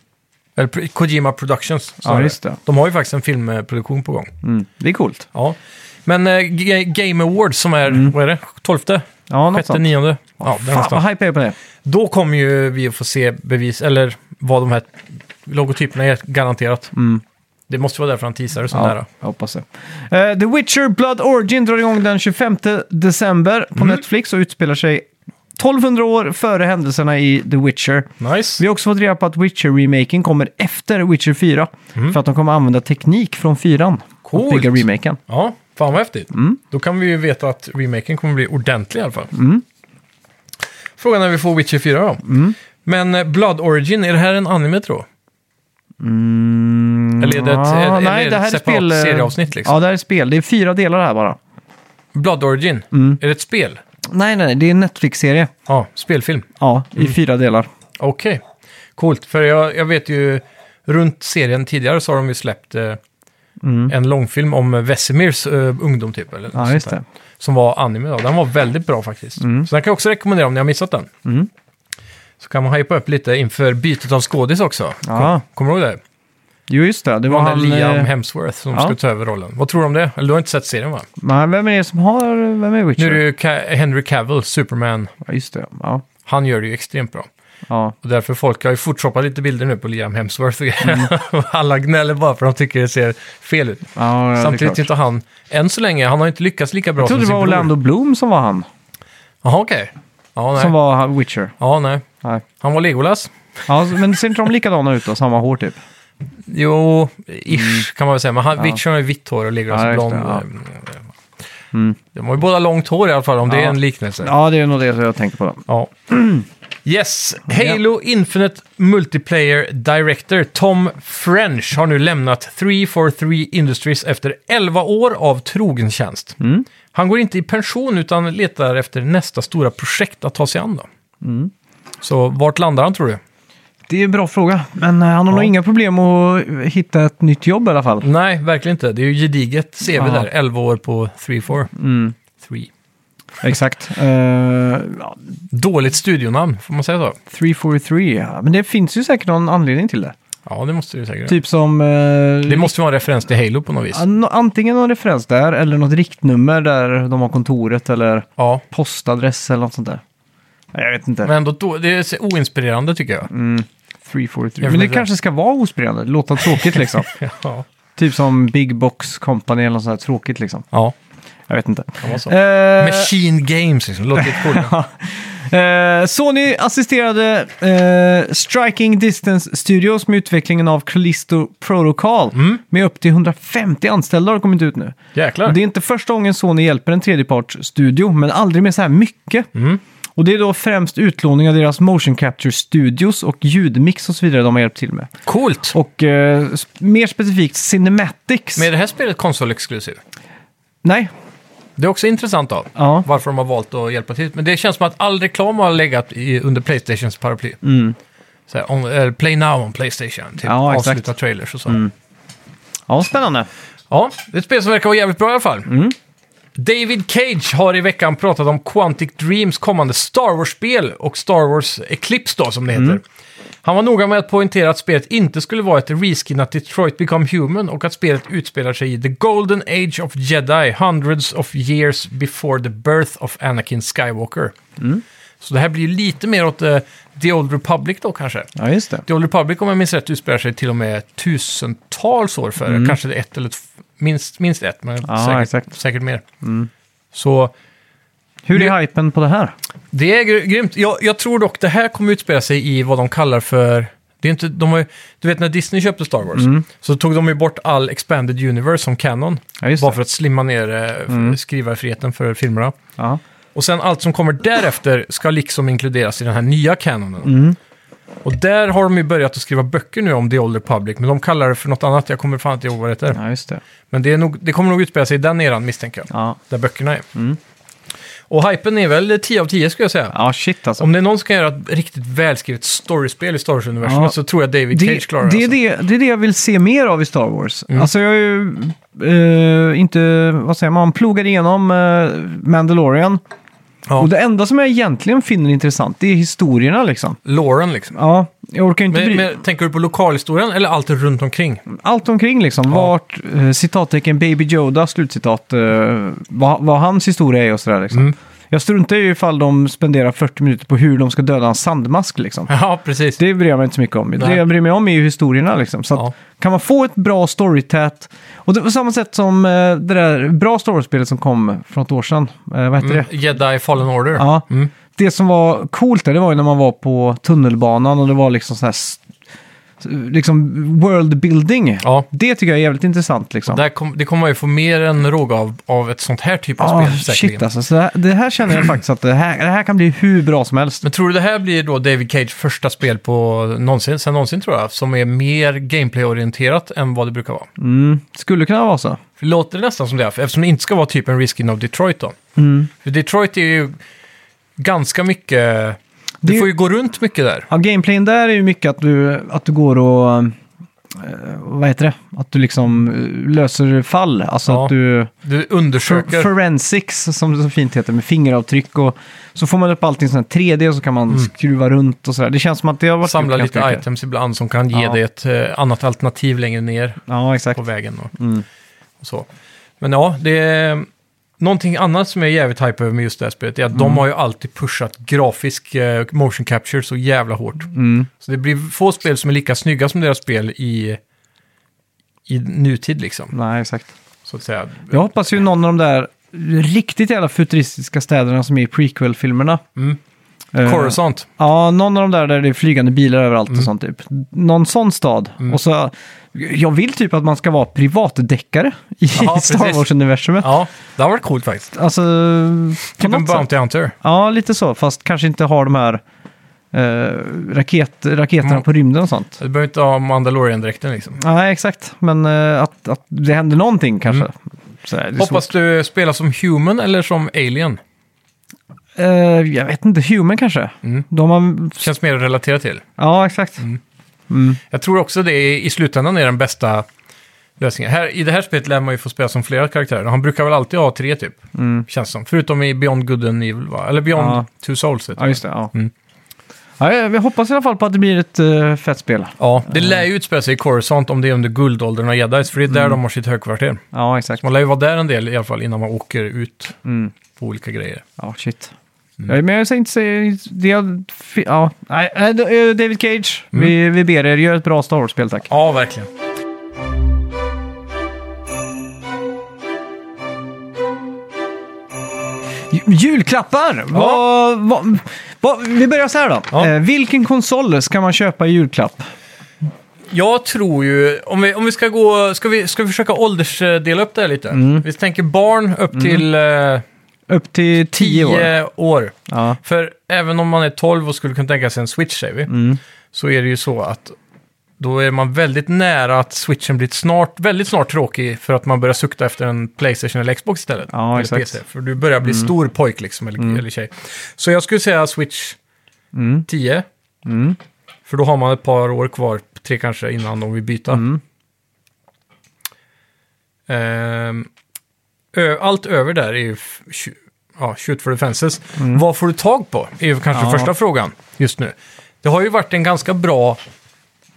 Speaker 2: Eller pro- Kojima Productions.
Speaker 1: Ja,
Speaker 2: snarare.
Speaker 1: just det.
Speaker 2: De har ju faktiskt en filmproduktion på gång.
Speaker 1: Mm. Det är coolt.
Speaker 2: Ja. Men eh, G- Game Awards som är, vad är det? 12?
Speaker 1: Mm. Ja, något
Speaker 2: 6?
Speaker 1: sånt.
Speaker 2: 9? Ja, där
Speaker 1: Fan
Speaker 2: någonstans.
Speaker 1: vad hype jag är på det.
Speaker 2: Då kommer ju vi att få se bevis, eller vad de här logotyperna är, garanterat.
Speaker 1: Mm.
Speaker 2: Det måste vara därför han teasar och sånt
Speaker 1: Ja,
Speaker 2: där.
Speaker 1: jag hoppas det. Eh, The Witcher Blood Origin drar igång den 25 december
Speaker 2: Mm.
Speaker 1: på Netflix och utspelar sig 1200 år före händelserna i The Witcher.
Speaker 2: Nice.
Speaker 1: Vi har också fått reda på att Witcher-remaken kommer efter Witcher 4. För att de kommer använda teknik från 4 och
Speaker 2: Mm. Coolt.
Speaker 1: bygga remaken.
Speaker 2: Ja, fan vad häftigt.
Speaker 1: Mm.
Speaker 2: Då kan vi ju veta att remaken kommer bli ordentlig i alla fall.
Speaker 1: Mm.
Speaker 2: Frågan är när vi får Witcher 4 då. Men eh, Blood Origin, är det här en anime tror
Speaker 1: Mm,
Speaker 2: Eller är det ett-
Speaker 1: ja,
Speaker 2: eller är
Speaker 1: nej,
Speaker 2: det
Speaker 1: det
Speaker 2: ett
Speaker 1: här är
Speaker 2: separat
Speaker 1: spel, eh,
Speaker 2: serieavsnitt, liksom?
Speaker 1: Ja, det här är spel. Det är fyra delar här bara.
Speaker 2: Blood Origin,
Speaker 1: Mm.
Speaker 2: är det ett spel?
Speaker 1: Nej, nej, nej, det är en Netflix-serie.
Speaker 2: Ja, spelfilm.
Speaker 1: Ja, i
Speaker 2: Mm.
Speaker 1: fyra delar.
Speaker 2: Okej, coolt. För jag, jag vet ju, runt serien tidigare så har de ju släppt eh, en långfilm om eh, Vesemirs eh, ungdom typ. Eller något
Speaker 1: Mm. Ja,
Speaker 2: sånt
Speaker 1: just
Speaker 2: där.
Speaker 1: det.
Speaker 2: Som var anime då. Den var väldigt bra faktiskt. Så den kan jag också rekommendera om ni har missat den.
Speaker 1: Mm.
Speaker 2: Så kan man hypa upp lite inför bytet av skådis också.
Speaker 1: Ja.
Speaker 2: Kom, kommer du ihåg det?
Speaker 1: Jo, just det. Det
Speaker 2: Det
Speaker 1: var
Speaker 2: var den
Speaker 1: han...
Speaker 2: där Liam
Speaker 1: eh,
Speaker 2: Hemsworth som
Speaker 1: ja.
Speaker 2: skulle ta över rollen. Vad tror du om det? Eller du har inte sett serien va?
Speaker 1: nej, vem är det som har... Vem är
Speaker 2: Nu
Speaker 1: Witcher?
Speaker 2: är det ju Ca- Henry Cavill, Superman.
Speaker 1: Ja, just det. Ja.
Speaker 2: Han gör det ju extremt bra.
Speaker 1: ja.
Speaker 2: Och därför folk har ju fortshoppat lite bilder nu på Liam Hemsworth. och Alla gnäller bara för de tycker det ser fel ut.
Speaker 1: Mm. ja, ja
Speaker 2: Samtidigt
Speaker 1: Samtidigt...
Speaker 2: är inte han, än så länge, han har inte lyckats lika bra
Speaker 1: Jag
Speaker 2: som
Speaker 1: trodde
Speaker 2: sin
Speaker 1: det var
Speaker 2: bror.
Speaker 1: Orlando Bloom som var han.
Speaker 2: Jaha, okej. Ja, nej.
Speaker 1: Som var han- Witcher.
Speaker 2: Ja, nej.
Speaker 1: Nej.
Speaker 2: Han var Legolas.
Speaker 1: Ja, men ser inte de likadana ut då? Samma hår typ?
Speaker 2: Jo, ish kan man väl säga. Men han, Witcher har ju vitt hår och Legolas
Speaker 1: Mm. Ja,
Speaker 2: är
Speaker 1: just
Speaker 2: blond.
Speaker 1: det, ja. Mm.
Speaker 2: Mm. De har ju båda långt hår i alla fall, om det
Speaker 1: Ja.
Speaker 2: är en liknelse.
Speaker 1: Ja, det är nog det jag tänker på. Då.
Speaker 2: Ja. Yes, Halo Infinite Multiplayer Director Tom French har nu lämnat 343 Industries efter 11 år av trogen tjänst.
Speaker 1: Mm.
Speaker 2: Han går inte i pension utan letar efter nästa stora projekt att ta sig an. Då.
Speaker 1: Mm.
Speaker 2: Så vart landar han tror du?
Speaker 1: Det är en bra fråga, men eh, han har nog inga problem att hitta ett nytt jobb i alla fall.
Speaker 2: Nej, verkligen inte. Det är ju gediget CV
Speaker 1: Ja. Mm.
Speaker 2: där, 11 år på 34. Three.
Speaker 1: Exakt. Eh, ja,
Speaker 2: Dåligt studionamn, får man säga så?
Speaker 1: 343, ja. men det finns ju säkert någon anledning till det.
Speaker 2: Ja, det måste du säkert.
Speaker 1: Typ som... eh,
Speaker 2: Det måste vara en referens till Halo på något vis.
Speaker 1: an- antingen någon referens där, eller något riktnummer där de har kontoret, eller
Speaker 2: Ja,
Speaker 1: postadress eller något sånt där. Nej, Jag vet inte.
Speaker 2: men ändå då, det är så oinspirerande tycker jag.
Speaker 1: Mm. 343. Men det kanske ska vara ospelande, låta tråkigt liksom.
Speaker 2: Ja.
Speaker 1: typ som Big Box Company eller något sånt där tråkigt liksom.
Speaker 2: Ja,
Speaker 1: Jag vet inte.
Speaker 2: kan vara så.
Speaker 1: Eh,
Speaker 2: Machine Games, liksom. låter lite coolt.
Speaker 1: Eh, Sony assisterade eh, Striking Distance Studios med utvecklingen av Callisto Protocol med upp till 150 anställda har det kommit ut nu.
Speaker 2: Jäklar.
Speaker 1: Och Det är inte första gången Sony hjälper en tredjepartsstudio, men aldrig med så här mycket.
Speaker 2: Mm.
Speaker 1: Och det är då främst utlåning av deras motion capture studios och ljudmix och så vidare de har hjälpt till med.
Speaker 2: Coolt!
Speaker 1: Och eh, s- mer specifikt Cinematics.
Speaker 2: Men är det här spelet konsolexklusiv?
Speaker 1: Nej,
Speaker 2: Det är också intressant då,
Speaker 1: Ja.
Speaker 2: varför de har valt att hjälpa till. Men det känns som att all reklam har legat i, under Playstations paraply. Så här, on, eh, play now on Playstation, typ.
Speaker 1: Mm. Ja, exakt. Mm.
Speaker 2: avsluta trailers och så.
Speaker 1: ja spännande.
Speaker 2: Ja, det är ett spel som verkar vara jävligt bra i alla fall. David Cage har i veckan pratat om Quantic Dreams kommande Star Wars-spel och Star Wars Eclipse då, som det heter. Han var noga med att poängtera att spelet inte skulle vara ett reskinat Detroit Become Human och att spelet utspelar sig i The Golden Age of Jedi, hundreds of years before the birth of Anakin Skywalker. Så det här blir ju lite mer åt eh, The Old Republic då kanske.
Speaker 1: Ja, just det.
Speaker 2: The Old Republic, om jag minns rätt, utspelar sig till och med tusentals år före. Kanske ett eller t- minst, minst ett, men
Speaker 1: Mm. Ja,
Speaker 2: säkert,
Speaker 1: exakt. Mm.
Speaker 2: säkert mer. Så
Speaker 1: Hur
Speaker 2: Nu-
Speaker 1: är hypen på det här?
Speaker 2: det är gr- grymt. Jag, jag tror dock det här kommer utspela sig i vad de kallar för... Det är inte, de har, ju- du vet när Disney köpte Star Wars
Speaker 1: Mm.
Speaker 2: så tog de ju bort all expanded universe som canon.
Speaker 1: Ja, just
Speaker 2: bara
Speaker 1: det. Mm.
Speaker 2: för att slimma ner eh, f- skrivarfriheten för filmerna.
Speaker 1: Ja.
Speaker 2: Och sen allt som kommer därefter ska liksom inkluderas i den här nya kanonen.
Speaker 1: Mm.
Speaker 2: Och där har de ju börjat att skriva böcker nu om The Old Republic, men de kallar det för något annat. Jag kommer fan inte ihåg vad det heter.
Speaker 1: ja, just det.
Speaker 2: Men det, är nog, det kommer nog utspela sig i den eran misstänker jag,
Speaker 1: Ja.
Speaker 2: där böckerna är. Och hypen är väl 10 av 10 skulle jag säga.
Speaker 1: Mm. Ja, shit alltså.
Speaker 2: Om det är någon som kan göra ett riktigt välskrivet storyspel i Star Wars-universumet
Speaker 1: Ja.
Speaker 2: så tror jag David
Speaker 1: Det,
Speaker 2: Cage klarar alltså.
Speaker 1: det, är det, det är det jag vill se mer av i Star Wars.
Speaker 2: Mm.
Speaker 1: Alltså jag är ju eh, inte, vad säger man, plogar igenom eh, Mandalorian.
Speaker 2: Ja.
Speaker 1: Och det enda som jag egentligen finner intressant det är historierna liksom.
Speaker 2: Lauren liksom.
Speaker 1: Ja, jag orkar inte bry
Speaker 2: Men, men, tänker du på lokalhistorien eller allt runt omkring?
Speaker 1: Allt omkring liksom. Vart, eh, citattecken Baby Yoda, slutcitat, eh, vad, vad hans historia är och sådär liksom.
Speaker 2: Mm.
Speaker 1: Jag struntar ju ifall de spenderar 40 minuter på hur de ska döda en sandmask liksom.
Speaker 2: Ja, precis.
Speaker 1: Det bryr jag mig inte så mycket om. Det
Speaker 2: Nej.
Speaker 1: jag bryr mig om är ju historierna liksom. Så att,
Speaker 2: Ja.
Speaker 1: kan man få ett bra storytät, och det var samma sätt som eh, det där bra Star Wars-spelet som kom för något år sedan, eh, vad heter
Speaker 2: Mm,
Speaker 1: det?
Speaker 2: Jedi Fallen Order.
Speaker 1: Ja.
Speaker 2: Mm.
Speaker 1: Det som var coolt där, det var ju när man var på tunnelbanan och det var liksom så här, s- liksom world building.
Speaker 2: Ja.
Speaker 1: Det tycker jag är jävligt intressant liksom.
Speaker 2: Där kom, det kommer man ju få mer än råga av, av ett sånt här typ av
Speaker 1: Ah,
Speaker 2: spel säkerligen.
Speaker 1: shit alltså, så det, här, det här känner jag faktiskt att det här, det här kan bli hur bra som helst.
Speaker 2: Men tror du det här blir då David Cage första spel på någonsin, sen någonsin tror jag, som är mer gameplay-orienterat än vad det brukar vara?
Speaker 1: Mm, skulle kunna vara så.
Speaker 2: För det låter nästan som det, här, eftersom det inte ska vara typ en riskin av Detroit då.
Speaker 1: Mm.
Speaker 2: För Detroit är ju ganska mycket... Du
Speaker 1: Det är-
Speaker 2: får ju gå runt mycket där.
Speaker 1: Ja, gameplayen där är ju mycket att du, att du går och... eh, vad heter det? Att du liksom eh, löser fall. Alltså
Speaker 2: Ja,
Speaker 1: att du...
Speaker 2: Du undersöker.
Speaker 1: Forensics, som det så fint heter, med fingeravtryck och... Så får man upp allting i sån här 3D och så kan man skruva runt och sådär. Det känns som att det har varit...
Speaker 2: Mm. samla
Speaker 1: gjort
Speaker 2: lite
Speaker 1: ganska mycket.
Speaker 2: items ibland som kan ge
Speaker 1: Ja.
Speaker 2: dig ett eh, annat alternativ längre ner
Speaker 1: Ja, exakt. Mm.
Speaker 2: på vägen. Och, och så. Men ja, det är någonting annat som jag är jävligt hype över med just det här spelet. är att
Speaker 1: Mm.
Speaker 2: de har ju alltid pushat grafisk eh, motion capture så jävla hårt.
Speaker 1: Mm.
Speaker 2: Så det blir få spel som är lika snygga som deras spel i, i nutid liksom.
Speaker 1: Nej, exakt.
Speaker 2: Så att säga.
Speaker 1: Jag hoppas ju någon av de där riktigt jävla futuristiska städerna som är i prequel-filmerna.
Speaker 2: Mm.
Speaker 1: Eh,
Speaker 2: Coruscant. Mm.
Speaker 1: Ja, någon av de där där det är flygande bilar överallt och sånt typ. Någon sån stad. Och så, jag vill typ att man ska vara privatdeckare i
Speaker 2: Ja,
Speaker 1: Star
Speaker 2: precis.
Speaker 1: Wars-universumet.
Speaker 2: Ja, det har varit coolt faktiskt.
Speaker 1: Alltså, på
Speaker 2: Typ en
Speaker 1: något sätt.
Speaker 2: Bounty Hunter.
Speaker 1: Ja, lite så. Fast kanske inte har de här eh, raket, raketerna
Speaker 2: Mm.
Speaker 1: på rymden och sånt.
Speaker 2: Du behöver inte ha Mandalorian-dräkten liksom.
Speaker 1: Nej, exakt. Men eh, att, att det händer någonting kanske. Så här, det är
Speaker 2: Mm. Hoppas
Speaker 1: svårt.
Speaker 2: du spelar som human eller som alien.
Speaker 1: Eh, jag vet inte, Human kanske?
Speaker 2: Mm.
Speaker 1: De har...
Speaker 2: Känns mer att relatera till.
Speaker 1: Ja, exakt. Mm.
Speaker 2: Jag tror också det är, i slutändan är den bästa lösningen. Här, I det här spelet lär man ju få spela som flera karaktärer. Han brukar väl alltid ha tre typ, känns som. Förutom i Beyond Good and Evil, va? Eller Beyond
Speaker 1: Mm. Ja.
Speaker 2: Two Souls. heter
Speaker 1: Ja, just det. Ja.
Speaker 2: Mm.
Speaker 1: Ja, jag, jag hoppas i alla fall på att det blir ett eh, fett spel.
Speaker 2: Ja, det
Speaker 1: Mm.
Speaker 2: lär ju utspela sig i Coruscant om det är under guldåldern och jedis, för det är
Speaker 1: Mm.
Speaker 2: där de har sitt högkvarter.
Speaker 1: Ja, exakt.
Speaker 2: Man lär ju vara där en del i alla fall innan man åker ut
Speaker 1: Mm.
Speaker 2: på olika grejer.
Speaker 1: Ja, shit.
Speaker 2: Mm.
Speaker 1: Ja, men jag säger inte säga... Det jag, ja. Nej, eh, eh, David Cage,
Speaker 2: Mm.
Speaker 1: vi, vi ber er, gör ett bra Star Wars-spel tack.
Speaker 2: Ja, verkligen.
Speaker 1: J- Julklappar! Vad- vad- vad- vi börjar så här då.
Speaker 2: Ja.
Speaker 1: Eh, vilken konsol ska man köpa i julklapp?
Speaker 2: Jag tror ju, om vi, om vi ska gå, ska vi, ska vi försöka åldersdela upp det här lite?
Speaker 1: Mm.
Speaker 2: Vi tänker barn upp till eh,
Speaker 1: Upp till 10 Mm. år.
Speaker 2: 10 år.
Speaker 1: Ja.
Speaker 2: För även om man är 12 och skulle kunna tänka sig en Switch, säger vi,
Speaker 1: Mm.
Speaker 2: så är det ju så att då är man väldigt nära att switchen blir snart, väldigt snart tråkig för att man börjar sukta efter en Playstation eller Xbox istället.
Speaker 1: Ja,
Speaker 2: eller
Speaker 1: exakt. Mm.
Speaker 2: för du börjar bli stor pojk liksom, eller, eller tjej. Så jag skulle säga Switch
Speaker 1: Mm.
Speaker 2: 10. För då har man ett par år kvar, tre kanske, innan de vill byta.
Speaker 1: Mm.
Speaker 2: Ehm, ö- allt över där är ju f- tju- ja, shoot for the fences. Vad får du tag på? Är ju kanske
Speaker 1: Mm. Ja.
Speaker 2: första frågan just nu. Det har ju varit en ganska bra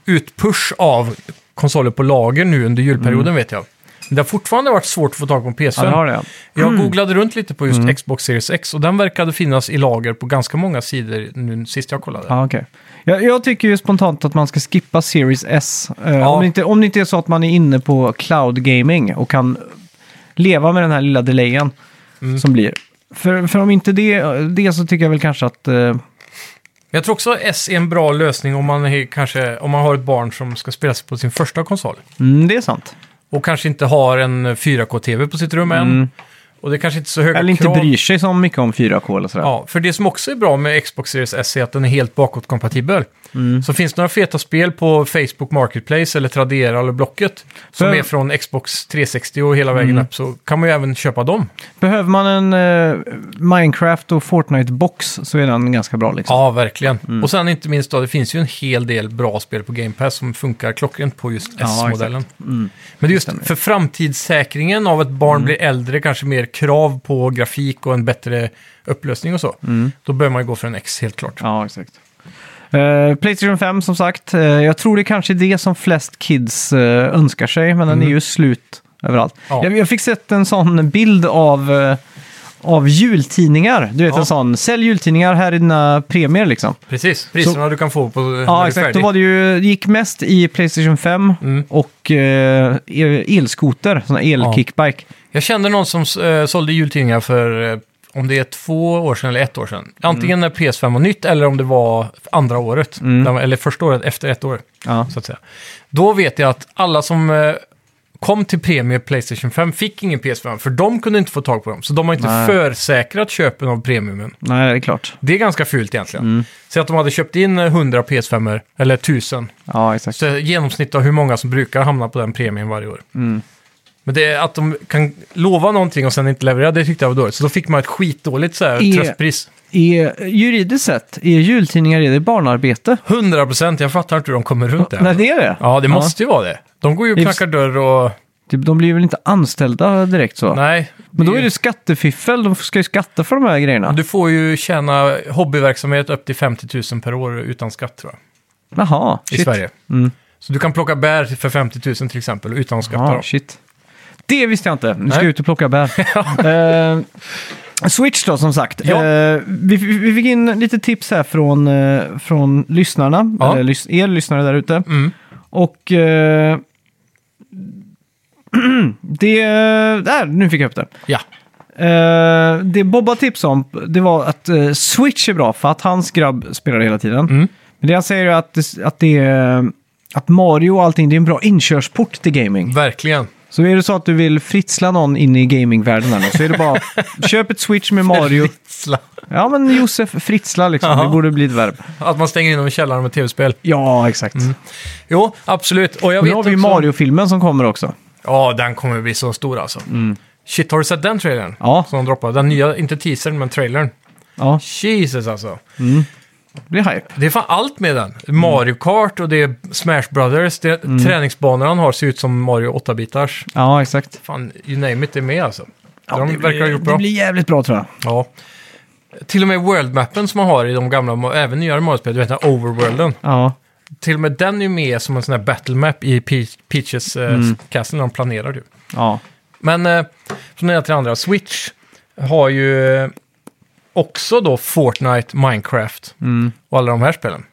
Speaker 2: utpush av konsoler på lager nu under julperioden vet jag. Men det har fortfarande varit svårt att få tag på en PS5.
Speaker 1: Mm. Ja, det Mm. har det.
Speaker 2: Jag googlade runt lite på just Xbox Series X och den verkade finnas i lager på ganska många sidor nu sist jag kollade.
Speaker 1: Ja, okay. jag, jag tycker ju spontant att man ska skippa Series S. Eh,
Speaker 2: Ja.
Speaker 1: om, det inte, om det inte är så att man är inne på cloud gaming och kan leva med den här lilla delayen
Speaker 2: Mm.
Speaker 1: som blir. För, för om inte det, det så tycker jag väl kanske att... eh,
Speaker 2: Men Jag tror också att S är en bra lösning om man, är, kanske, om man har ett barn som ska spela sig på sin första konsol.
Speaker 1: mm, det är sant.
Speaker 2: Och kanske inte har en 4K-TV på sitt rum än. Och det är kanske inte så höga
Speaker 1: Mm. Eller inte
Speaker 2: krav.
Speaker 1: bryr sig så mycket om 4K eller sådär.
Speaker 2: Ja, för det som också är bra med Xbox Series S är att den är helt bakåtkompatibel.
Speaker 1: Mm.
Speaker 2: Så finns det några feta spel på Facebook Marketplace eller Tradera eller Blocket som
Speaker 1: För- Mm.
Speaker 2: är från Xbox 360 och hela vägen upp så kan man ju även köpa dem.
Speaker 1: Behöver man en eh, Minecraft och Fortnite-box så är den ganska bra liksom.
Speaker 2: Ja, verkligen. Och sen inte minst då, det finns ju en hel del bra spel på Game Pass som funkar klockrent på just
Speaker 1: Ja, Mm.
Speaker 2: S-modellen. Men det är just för framtidssäkringen av att barn blir äldre, kanske mer krav på grafik och en bättre upplösning och så.
Speaker 1: Mm.
Speaker 2: Då bör man ju gå för en X helt klart.
Speaker 1: Ja, exakt. Eh, Playstation 5 som sagt. Eh, jag tror det kanske är det som flest kids eh, önskar sig, men den är ju slut överallt.
Speaker 2: Mm. Ja.
Speaker 1: Jag, jag fick sett en sån bild av, eh, av jultidningar. Du vet
Speaker 2: Ja.
Speaker 1: en sån, sälj jultidningar, här är dina premier liksom.
Speaker 2: Precis, priserna du kan få på när du
Speaker 1: Ja,
Speaker 2: är
Speaker 1: exakt.
Speaker 2: färdig.
Speaker 1: Då var det ju, det gick mest i Playstation 5
Speaker 2: Mm.
Speaker 1: och eh, el- elskoter, sån här elkickbike.
Speaker 2: Jag kände någon som eh, sålde jultidningar för, eh, om det är två år sedan eller ett år sedan.
Speaker 1: Mm.
Speaker 2: Antingen när PS5 var nytt eller om det var andra året. Där- Eller första året efter ett år,
Speaker 1: Ja.
Speaker 2: så att säga. Då vet jag att alla som eh, kom till premie Playstation 5 fick ingen PS5, för de kunde inte få tag på dem. Så de har inte
Speaker 1: Nej.
Speaker 2: försäkrat köpen av premiumen.
Speaker 1: Nej, det är klart.
Speaker 2: Det är ganska fult egentligen.
Speaker 1: Mm.
Speaker 2: Så att de hade köpt in eh, 100 PS5 eller 1000.
Speaker 1: Ja, exakt.
Speaker 2: Så genomsnitt av hur många som brukar hamna på den premien varje år.
Speaker 1: Mm.
Speaker 2: Men det är att de kan lova någonting och sen inte leverera, det tyckte jag var dåligt. Så då fick man ett skitdåligt så här,
Speaker 1: E-
Speaker 2: tröstpris.
Speaker 1: Är, juridiskt sett, är jultidningar är det barnarbete?
Speaker 2: 100 procent, jag fattar inte hur de kommer runt det.
Speaker 1: Nej, det är det.
Speaker 2: Ja, det måste ju vara det. De går ju och
Speaker 1: Ifs-
Speaker 2: knackar dörr och...
Speaker 1: Typ, de blir väl inte anställda direkt så?
Speaker 2: Nej.
Speaker 1: Men då är det skattefiffel, de ska ju skatta för de här grejerna.
Speaker 2: Du får ju tjäna hobbyverksamhet upp till 50 000 per år utan skatt, tror jag.
Speaker 1: Jaha,
Speaker 2: I
Speaker 1: shit.
Speaker 2: Sverige.
Speaker 1: Mm.
Speaker 2: Så du kan plocka bär för 50 000 till exempel, utan att skatta.
Speaker 1: Ja,
Speaker 2: då.
Speaker 1: shit. Det visste jag inte. Nu ska
Speaker 2: Nej.
Speaker 1: jag ut och plocka bär. Eh, Switch då, som sagt.
Speaker 2: Ja.
Speaker 1: Eh, vi, vi fick in lite tips här från, eh, från lyssnarna,
Speaker 2: Ja.
Speaker 1: eller lys- er lyssnare där ute.
Speaker 2: Mm.
Speaker 1: Och... eh, det... Där, nu fick jag upp det.
Speaker 2: Ja.
Speaker 1: Eh, det Bobba tipsade om det var att eh, Switch är bra för att hans grabb spelar hela tiden.
Speaker 2: Mm.
Speaker 1: Men det han säger är att, det- att, det är, att Mario och allting det är en bra inkörsport till gaming.
Speaker 2: Verkligen.
Speaker 1: Så är det så att du vill fritsla någon in i gamingvärlden här nu, så är det bara köp ett Switch med Mario.
Speaker 2: Sla-
Speaker 1: Ja men Josef Fritsla liksom,
Speaker 2: Jaha.
Speaker 1: det borde bli ett verb.
Speaker 2: Att man stänger in dem i källaren med tv-spel.
Speaker 1: Ja exakt.
Speaker 2: Jo, absolut. Och jag
Speaker 1: Nu
Speaker 2: vet
Speaker 1: har vi ju
Speaker 2: också-
Speaker 1: Mario-filmen som kommer också.
Speaker 2: Ja, den kommer bli så stor alltså. Shit, har du sett den trailern?
Speaker 1: Mm. Ja.
Speaker 2: Som de droppade. Den nya, inte teasern, men trailern.
Speaker 1: Ja,
Speaker 2: Jesus alltså.
Speaker 1: det blir hype.
Speaker 2: Det är fan allt med den. Mario Kart och det är Smash Brothers. Det,
Speaker 1: Mm.
Speaker 2: Träningsbanor han har ser ut som Mario 8-bitars.
Speaker 1: Ja exakt.
Speaker 2: Fan, you name it, det är med alltså.
Speaker 1: Ja,
Speaker 2: de
Speaker 1: det,
Speaker 2: verkar ha
Speaker 1: blir,
Speaker 2: gjort bra.
Speaker 1: det blir jävligt bra tror jag.
Speaker 2: Ja. Till och med worldmappen som man har i de gamla, även nyare Mario-spel, du vet den här overworlden.
Speaker 1: Ja.
Speaker 2: Till och med den är ju med som en sån här battlemap i Pe- Peaches eh,
Speaker 1: Mm.
Speaker 2: Castle när de planerar typ. ju.
Speaker 1: ja.
Speaker 2: Men eh, från det ena till det andra, Switch har ju eh, också då Fortnite, Minecraft och alla de här spelen.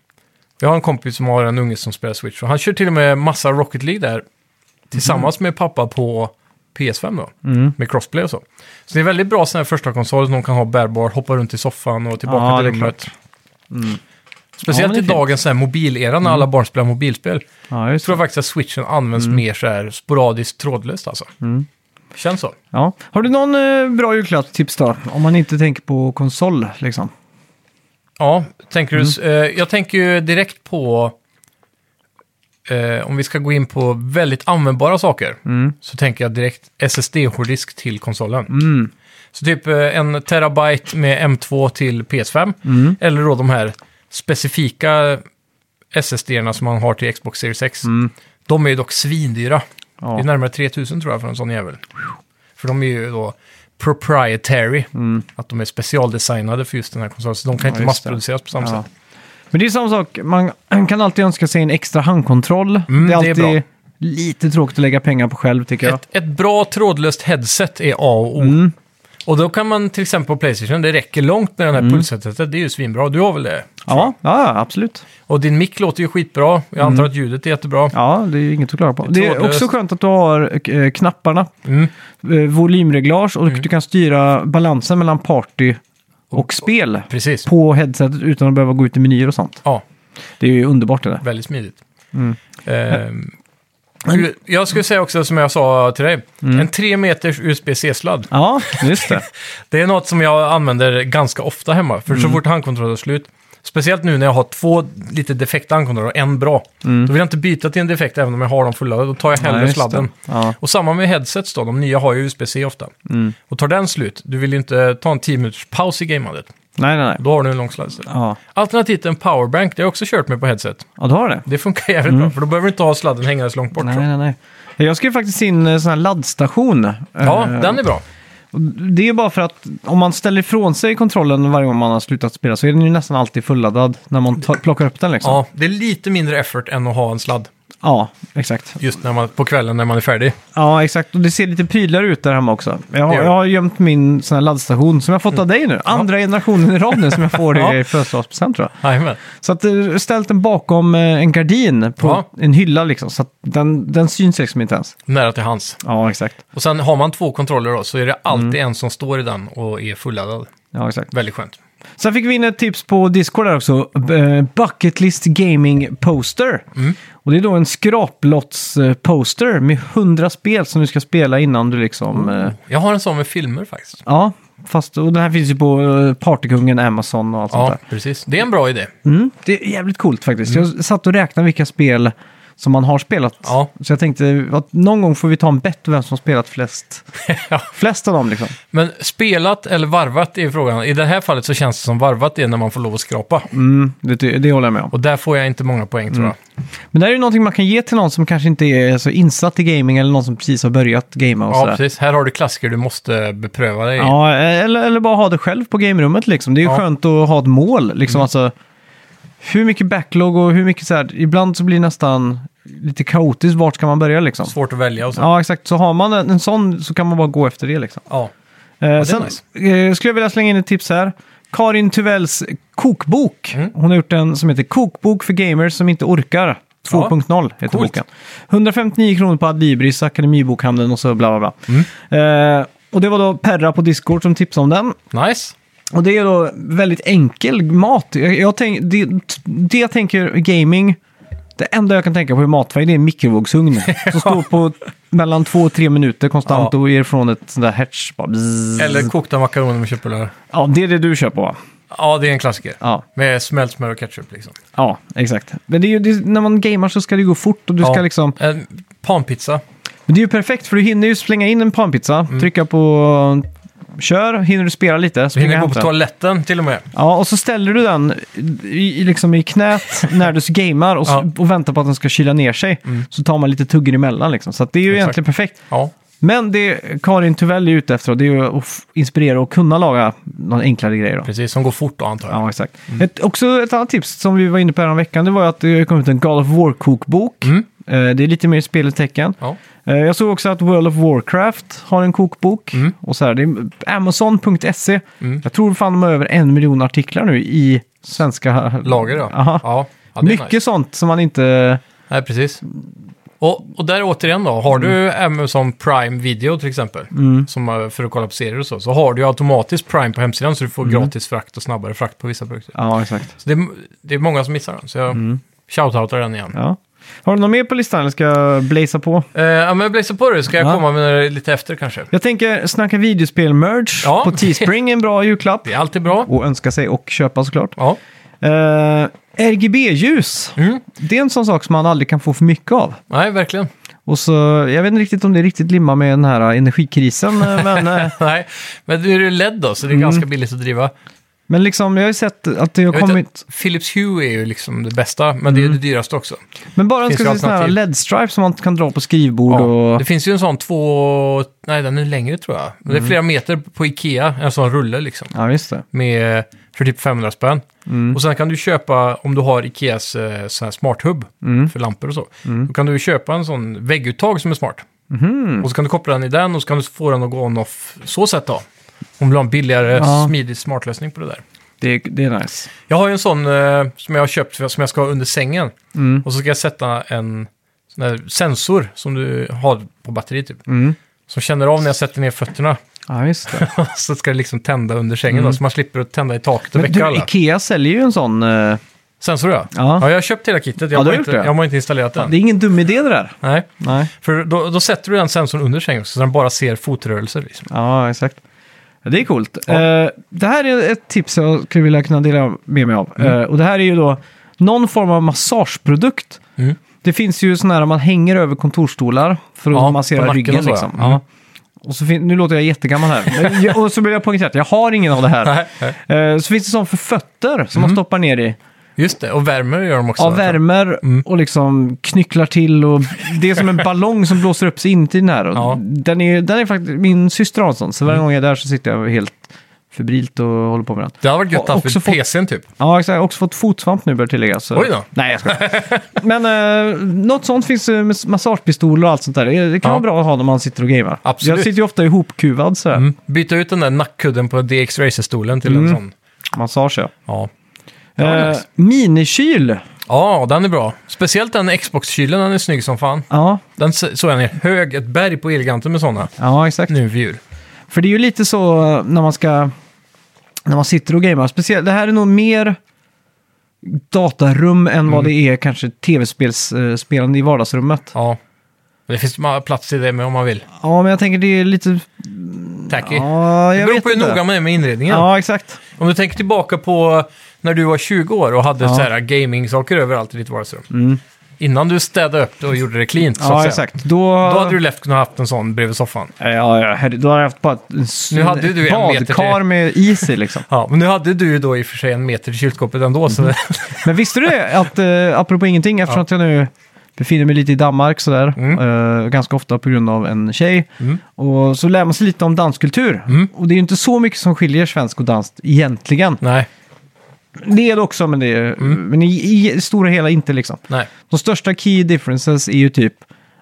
Speaker 2: Jag har en kompis som har en unge som spelar Switch och han kör till och med massa Rocket League där tillsammans med pappa på PS5 då, med Crossplay och så. Så det är väldigt bra sån här första konsol som de kan ha bärbar, hoppa runt i soffan och tillbaka
Speaker 1: Ja,
Speaker 2: till
Speaker 1: det är Mm.
Speaker 2: rummet.
Speaker 1: Ja,
Speaker 2: Speciellt
Speaker 1: men det
Speaker 2: i
Speaker 1: är fint. Mm.
Speaker 2: dagens så här mobilera när alla barn spelar mobilspel.
Speaker 1: Ja,
Speaker 2: Jag
Speaker 1: just
Speaker 2: tror
Speaker 1: det.
Speaker 2: faktiskt att switchen används mer så här sporadiskt trådlöst alltså. Känns så.
Speaker 1: Ja. Har du någon eh, bra julklappstips då? Om man inte tänker på konsol liksom.
Speaker 2: Ja, tänker du, eh, jag tänker ju direkt på, eh, om vi ska gå in på väldigt användbara saker,
Speaker 1: Mm.
Speaker 2: så tänker jag direkt SSD-hårddisk till konsolen.
Speaker 1: Mm.
Speaker 2: Så typ eh, en terabyte med M2 till PS5,
Speaker 1: Mm.
Speaker 2: eller då de här specifika SSD-erna som man har till Xbox Series X. De är ju dock svindyra.
Speaker 1: Mm. Ja.
Speaker 2: Det är närmare 3000 tror jag för en sån jävel. För de är ju då proprietary. Att de är specialdesignade för just den här konsolen. Så de
Speaker 1: Mm.
Speaker 2: kan
Speaker 1: Ja,
Speaker 2: inte
Speaker 1: just det.
Speaker 2: massproduceras på samma
Speaker 1: Ja.
Speaker 2: sätt.
Speaker 1: Men det är samma sak, man kan alltid önska sig en extra handkontroll.
Speaker 2: Mm,
Speaker 1: det är
Speaker 2: det är
Speaker 1: alltid
Speaker 2: bra.
Speaker 1: lite tråkigt att lägga pengar på själv tycker jag.
Speaker 2: Ett, ett bra trådlöst headset är A och O.
Speaker 1: Mm.
Speaker 2: Och då kan man till exempel på Playstation, det räcker långt med den här
Speaker 1: Mm.
Speaker 2: pulsheadsetet. Det är ju svinbra. Du har väl det?
Speaker 1: Ja, ja, absolut.
Speaker 2: Och din mick låter ju skitbra. Jag antar att ljudet är jättebra.
Speaker 1: Mm. Ja, det är inget att klaga på.
Speaker 2: Det
Speaker 1: Det
Speaker 2: är
Speaker 1: är,
Speaker 2: trådlöst.
Speaker 1: också skönt att du har eh, knapparna,
Speaker 2: Mm.
Speaker 1: eh, volymreglage och du kan styra balansen mellan party och spel
Speaker 2: Precis.
Speaker 1: på headsetet utan att behöva gå ut i menyer och sånt.
Speaker 2: Ja,
Speaker 1: Det är ju underbart det där.
Speaker 2: väldigt smidigt. Ehm, U- Jag skulle säga också som jag sa till dig,
Speaker 1: Mm.
Speaker 2: en 3 meters USB-C-sladd.
Speaker 1: Ja, just det.
Speaker 2: Det är något som jag använder ganska ofta hemma. För
Speaker 1: Mm.
Speaker 2: så fort handkontrollen är slut, speciellt nu när jag har två lite defekta handkontroller och en bra, då vill jag inte byta till en defekt även om jag har dem fulla. Då tar jag
Speaker 1: Ja,
Speaker 2: hellre
Speaker 1: Mm. just det.
Speaker 2: sladden.
Speaker 1: Ja.
Speaker 2: Och samma med headsets då, de nya har ju USB-C ofta.
Speaker 1: Mm.
Speaker 2: Och tar den slut, du vill ju inte ta en 10 minuters paus i gamandet.
Speaker 1: Nej, nej, nej.
Speaker 2: Då har du en lång sladd istället.
Speaker 1: Ja,
Speaker 2: Alternativt en powerbank, det har jag också kört med på headset.
Speaker 1: ja du har det.
Speaker 2: Det funkar jävligt bra, för då behöver du inte ha sladden hängandes långt bort.
Speaker 1: Mm. Nej,
Speaker 2: så.
Speaker 1: nej, nej. Jag skrev faktiskt in eh, sån här laddstation.
Speaker 2: Ja,
Speaker 1: Eh,
Speaker 2: den är bra.
Speaker 1: Det är ju bara för att om man ställer ifrån sig kontrollen varje gång man har slutat spela så är den ju nästan alltid fulladdad när man ta- plockar upp den liksom. Ja,
Speaker 2: Ja, det är lite mindre effort än att ha en sladd
Speaker 1: exakt.
Speaker 2: just när man, på kvällen när man är färdig.
Speaker 1: Ja, exakt. Och det ser lite prydligare ut där hemma också. Jag har,
Speaker 2: Det gör det.
Speaker 1: jag har gömt min sån här laddstation som jag fått av dig nu. Andra generationen i rad nu som jag får det
Speaker 2: Ja.
Speaker 1: i födelsedagspresent tror jag.
Speaker 2: Jajamän.
Speaker 1: Så att eh, ställt den bakom eh, en gardin på
Speaker 2: Ja.
Speaker 1: en hylla liksom. Så att den, den syns liksom inte ens.
Speaker 2: Nära till hans.
Speaker 1: Ja, exakt.
Speaker 2: Och sen har man två kontroller då, så är det alltid
Speaker 1: Mm.
Speaker 2: en som står i den och är fulladdad.
Speaker 1: Ja, exakt.
Speaker 2: Väldigt skönt.
Speaker 1: Sen fick vi in ett tips på Discord där också. Eh, Bucket List Gaming Poster.
Speaker 2: Mm.
Speaker 1: Och det är då en skraplotts-poster med hundra spel som du ska spela innan du liksom... eh,
Speaker 2: Jag har en sån med filmer faktiskt.
Speaker 1: Ja, fast och den här finns ju på eh, Partykungen, Amazon och allt sånt
Speaker 2: Ja,
Speaker 1: där.
Speaker 2: precis. Det är en bra idé.
Speaker 1: Mm, det är jävligt coolt faktiskt. Jag satt och räknade vilka spel som man har spelat.
Speaker 2: Mm. Ja.
Speaker 1: Så jag tänkte att någon gång får vi ta en bett vem som har spelat flest,
Speaker 2: Ja.
Speaker 1: flest av dem. Liksom.
Speaker 2: Men spelat eller varvat är frågan. I det här fallet så känns det som varvat är när man får lov att skrapa.
Speaker 1: Mm, det, det håller jag med om.
Speaker 2: Och där får jag inte många poäng tror jag.
Speaker 1: Men det här är ju någonting man kan ge till någon som kanske inte är så insatt i gaming eller någon som precis har börjat gamea och
Speaker 2: Ja,
Speaker 1: sådär.
Speaker 2: precis. Här har du klassiker du måste bepröva dig i.
Speaker 1: Ja, eller, eller bara ha det själv på gamerummet liksom. Det är ju
Speaker 2: Ja. Mm.
Speaker 1: skönt att ha ett mål liksom. Alltså, hur mycket backlog och hur mycket så här, ibland så blir det nästan lite kaotiskt, vart ska man börja liksom?
Speaker 2: Svårt att välja och så. Ja.
Speaker 1: Ja, exakt. Så har man en, en sån så kan man bara gå efter det liksom. Eh,
Speaker 2: är
Speaker 1: sen eh, skulle jag vilja slänga in ett tips här. Karin Tuvells kokbok.
Speaker 2: Mm.
Speaker 1: Hon har gjort en som heter Kokbok för gamers som inte orkar. 2.0 heter
Speaker 2: coolt.
Speaker 1: boken. 159 kronor på Adlibris, Akademibokhandeln och så bla bla bla.
Speaker 2: Mm.
Speaker 1: Eh, och det var då Perra på Discord som tipsade om den.
Speaker 2: Nice.
Speaker 1: Och det är då väldigt enkel mat. Jag, jag tänk, det, det jag tänker gaming, det enda jag kan tänka på i matväg det är en mikrovågsugn. Som står på mellan två och tre minuter konstant
Speaker 2: Ja.
Speaker 1: och ger från ett sånt där hertz. Bara bzzz.
Speaker 2: Eller kokta makaroner med köttbullar.
Speaker 1: Ja, det är det du kör på va?
Speaker 2: Ja, det är en klassiker.
Speaker 1: Ja,
Speaker 2: Med smält smör och ketchup liksom.
Speaker 1: ja exakt. Men det är ju, det, när man gamer så ska det gå fort och du
Speaker 2: Ja.
Speaker 1: ska liksom...
Speaker 2: En panpizza.
Speaker 1: Men det är ju perfekt för du hinner ju slänga in en panpizza, trycka på kör, hinner du spela lite,
Speaker 2: Mm. Du
Speaker 1: springa
Speaker 2: hinner
Speaker 1: och
Speaker 2: gå på
Speaker 1: hämta.
Speaker 2: toaletten till och med.
Speaker 1: Ja, och så ställer du den i, i- liksom i knät när du gamer och, s-
Speaker 2: Ja. Mm.
Speaker 1: och väntar på att den ska kyla ner sig. Så tar man lite tuggar emellan liksom. Så att det är ju
Speaker 2: Exakt.
Speaker 1: egentligen perfekt.
Speaker 2: Ja.
Speaker 1: Men det Karin Tuvell är ute efter och det är ju att f- inspirera och kunna laga några enklare grejer. Då.
Speaker 2: Precis, som går fort då antar jag.
Speaker 1: Ja, exakt. Ett, också ett annat tips som vi var inne på här om veckan, det var ju att det kom ut en God of War-kokbok.
Speaker 2: Mm.
Speaker 1: Eh, Det är lite mer spelets tecken.
Speaker 2: Ja.
Speaker 1: Eh, Jag såg också att World of Warcraft har en kokbok.
Speaker 2: Mm.
Speaker 1: Och så här, det är Amazon.se.
Speaker 2: Mm.
Speaker 1: E. Jag tror fan de har över en miljon artiklar nu i svenska...
Speaker 2: Lager ja.
Speaker 1: Aha.
Speaker 2: ja. ja det är
Speaker 1: Mycket
Speaker 2: Nice.
Speaker 1: sånt som man inte...
Speaker 2: Nej, precis. Och, och där återigen då, har du Amazon Prime Video till exempel,
Speaker 1: Mm.
Speaker 2: som, eh, för att kolla på serier och så, så har du ju automatiskt Prime på hemsidan så du får
Speaker 1: Mm.
Speaker 2: gratis frakt och snabbare frakt på vissa produkter.
Speaker 1: Ja, exakt.
Speaker 2: Så det, är- det är många som missar den, så jag shoutoutar den igen.
Speaker 1: Mm. Ja. Har du något mer på listan eller ska jag blaza på?
Speaker 2: Eh, Ja, men jag blazar på det, ska jag
Speaker 1: Ja.
Speaker 2: komma med det lite efter kanske.
Speaker 1: Jag tänker snacka videospel-merge
Speaker 2: Ja.
Speaker 1: på Teespring, är en bra julklapp.
Speaker 2: Det är alltid bra.
Speaker 1: Och önska sig och köpa såklart.
Speaker 2: Ja.
Speaker 1: Eh, RGB-ljus,
Speaker 2: Mm.
Speaker 1: det är en sån sak som man aldrig kan få för mycket av.
Speaker 2: Nej, verkligen.
Speaker 1: Och så, jag vet inte riktigt om det riktigt limmar med den här energikrisen, eh, men, eh,
Speaker 2: Nej, men du är ju LED då, så det är
Speaker 1: Mm.
Speaker 2: ganska billigt att driva.
Speaker 1: men liksom, jag har ju sett att det har
Speaker 2: Jag vet
Speaker 1: kommit...
Speaker 2: att Philips Hue är ju liksom det bästa, men
Speaker 1: Mm.
Speaker 2: det är det dyraste också.
Speaker 1: Men bara
Speaker 2: finns
Speaker 1: önska sig
Speaker 2: ju
Speaker 1: sån här
Speaker 2: alternativ.
Speaker 1: LED-stripe som man kan dra på skrivbord
Speaker 2: Ja.
Speaker 1: och...
Speaker 2: Det finns ju en sån två, nej den är längre tror jag. Men Det
Speaker 1: Mm.
Speaker 2: är flera meter på Ikea, en sån rulle liksom.
Speaker 1: Ja, just det.
Speaker 2: Med, för typ 500 spänn.
Speaker 1: Mm.
Speaker 2: Och sen kan du köpa, om du har Ikeas eh, sån här smart hub
Speaker 1: Mm.
Speaker 2: för lampor och så. Då kan du köpa en sån vägguttag som är smart.
Speaker 1: Mm-hmm.
Speaker 2: Och så kan du koppla den i den och så kan du få den att gå on-off så sätt då. Om du vill ha en billigare,
Speaker 1: Ja.
Speaker 2: smidig smartlösning på det där.
Speaker 1: det. Det är nice.
Speaker 2: Jag har ju en sån eh, som jag har köpt för, som jag ska ha under sängen.
Speaker 1: Mm.
Speaker 2: Och så ska jag sätta en sån här sensor som du har på batteri typ.
Speaker 1: Mm.
Speaker 2: Som känner av när jag sätter ner fötterna.
Speaker 1: Ja, just det.
Speaker 2: så ska det liksom tända under sängen då, så man slipper att tända i taket och
Speaker 1: Mm. Men
Speaker 2: väcka
Speaker 1: du,
Speaker 2: alla.
Speaker 1: Ikea säljer ju en sån... eh,
Speaker 2: sensorer ja.
Speaker 1: Ja.
Speaker 2: ja, jag har köpt hela kittet. Jag,
Speaker 1: Ja, du
Speaker 2: har
Speaker 1: har
Speaker 2: inte,
Speaker 1: gjort det.
Speaker 2: jag har inte installerat den.
Speaker 1: Det är ingen dum idé det där.
Speaker 2: Nej,
Speaker 1: Nej.
Speaker 2: för då, då sätter du den sensorn under sängen också, så den bara ser fotrörelser. Liksom.
Speaker 1: Ja, exakt. Det är coolt.
Speaker 2: Ja.
Speaker 1: Eh, det här är ett tips jag skulle vilja kunna dela med mig av.
Speaker 2: Mm.
Speaker 1: Eh, och det här är ju då någon form av massageprodukt.
Speaker 2: Mm.
Speaker 1: Det finns ju sådana här man hänger över kontorstolar för att
Speaker 2: Ja, på
Speaker 1: massera
Speaker 2: nacken
Speaker 1: ryggen.
Speaker 2: och så, ja.
Speaker 1: liksom.
Speaker 2: Ja.
Speaker 1: Mm. Och så fin- nu låter jag jättegammal här. Men, jag- och så vill jag poängtera att jag har ingen av det här.
Speaker 2: Nej, Mm. nej.
Speaker 1: Eh, så finns det sånt för fötter som man stoppar ner i.
Speaker 2: Just det, och värmer gör de också. Mm.
Speaker 1: Ja, värmer och liksom knycklar till och det är som en ballong som blåser upp sig inuti den här. Och
Speaker 2: Ja. Mm.
Speaker 1: Den är, den är faktiskt, min syster har en sån, så varje gång jag är där så sitter jag helt febrilt och håller på med den.
Speaker 2: Det har varit gött
Speaker 1: Och också
Speaker 2: att ha
Speaker 1: fått-
Speaker 2: PCn typ.
Speaker 1: Ja, exakt. Jag har också fått fotsvamp nu bör tilläggas. så-
Speaker 2: Oj då.
Speaker 1: Nej, jag skojar. Men eh, något sånt finns eh, med massagepistoler och allt sånt där. Det det kan
Speaker 2: Ja.
Speaker 1: vara bra att ha när man sitter och gamer.
Speaker 2: Absolut.
Speaker 1: Jag sitter ju ofta ihopkuvad sådär.
Speaker 2: Mm. Byta ut den där nackkudden på DX Racer-stolen till
Speaker 1: Mm.
Speaker 2: en sån.
Speaker 1: Massage, ja.
Speaker 2: Ja.
Speaker 1: Eh,
Speaker 2: nice.
Speaker 1: Minikyl.
Speaker 2: ja, den är bra. Speciellt den Xbox-kylen, den är snygg som fan.
Speaker 1: Ja,
Speaker 2: Den s- såg jag ner hög, ett berg på Elgiganten med sådana.
Speaker 1: ja exakt.
Speaker 2: Nu för djur.
Speaker 1: För det är ju lite så eh, när man ska... När man sitter och gamer. Speciellt, det här är nog mer datarum än vad det är kanske tv-spelande i vardagsrummet. Ja.
Speaker 2: Ja. Men Det finns ma- plats till det med om man vill.
Speaker 1: men jag tänker det är lite...
Speaker 2: Tacky.
Speaker 1: Ja,
Speaker 2: det
Speaker 1: jag
Speaker 2: beror
Speaker 1: vet
Speaker 2: på hur
Speaker 1: inte.
Speaker 2: noga man är med inredningen.
Speaker 1: Ja, exakt.
Speaker 2: Om du tänker tillbaka på när du var 20 år och hade
Speaker 1: Ja.
Speaker 2: så här gaming-saker överallt i ditt vardagsrum.
Speaker 1: Mm.
Speaker 2: Innan du städade upp det och gjorde det cleant, så att
Speaker 1: Ja,
Speaker 2: säga.
Speaker 1: exakt. Då, Eh,
Speaker 2: Då hade du lätt kunnat haft en sån bredvid soffan.
Speaker 1: Ja, ja, herre, då hade jag haft bara ett
Speaker 2: Nu hade du en meter
Speaker 1: badkar
Speaker 2: till.
Speaker 1: med is i liksom.
Speaker 2: Ja, men nu hade du ju då i och för sig en meter i kylskåpet ändå, så
Speaker 1: Mm. Men visste du det, att, eh, apropå ingenting, eftersom
Speaker 2: Ja.
Speaker 1: att jag nu befinner mig lite i Danmark sådär,
Speaker 2: Mm.
Speaker 1: eh, ganska ofta på grund av en tjej,
Speaker 2: Mm.
Speaker 1: och så lär man sig lite om danskultur.
Speaker 2: Mm.
Speaker 1: Och det är ju inte så mycket som skiljer svensk och danskt egentligen.
Speaker 2: nej,
Speaker 1: Det är det också, men, det är,
Speaker 2: Mm.
Speaker 1: men i, i det stora hela inte liksom.
Speaker 2: nej.
Speaker 1: De största key differences är ju typ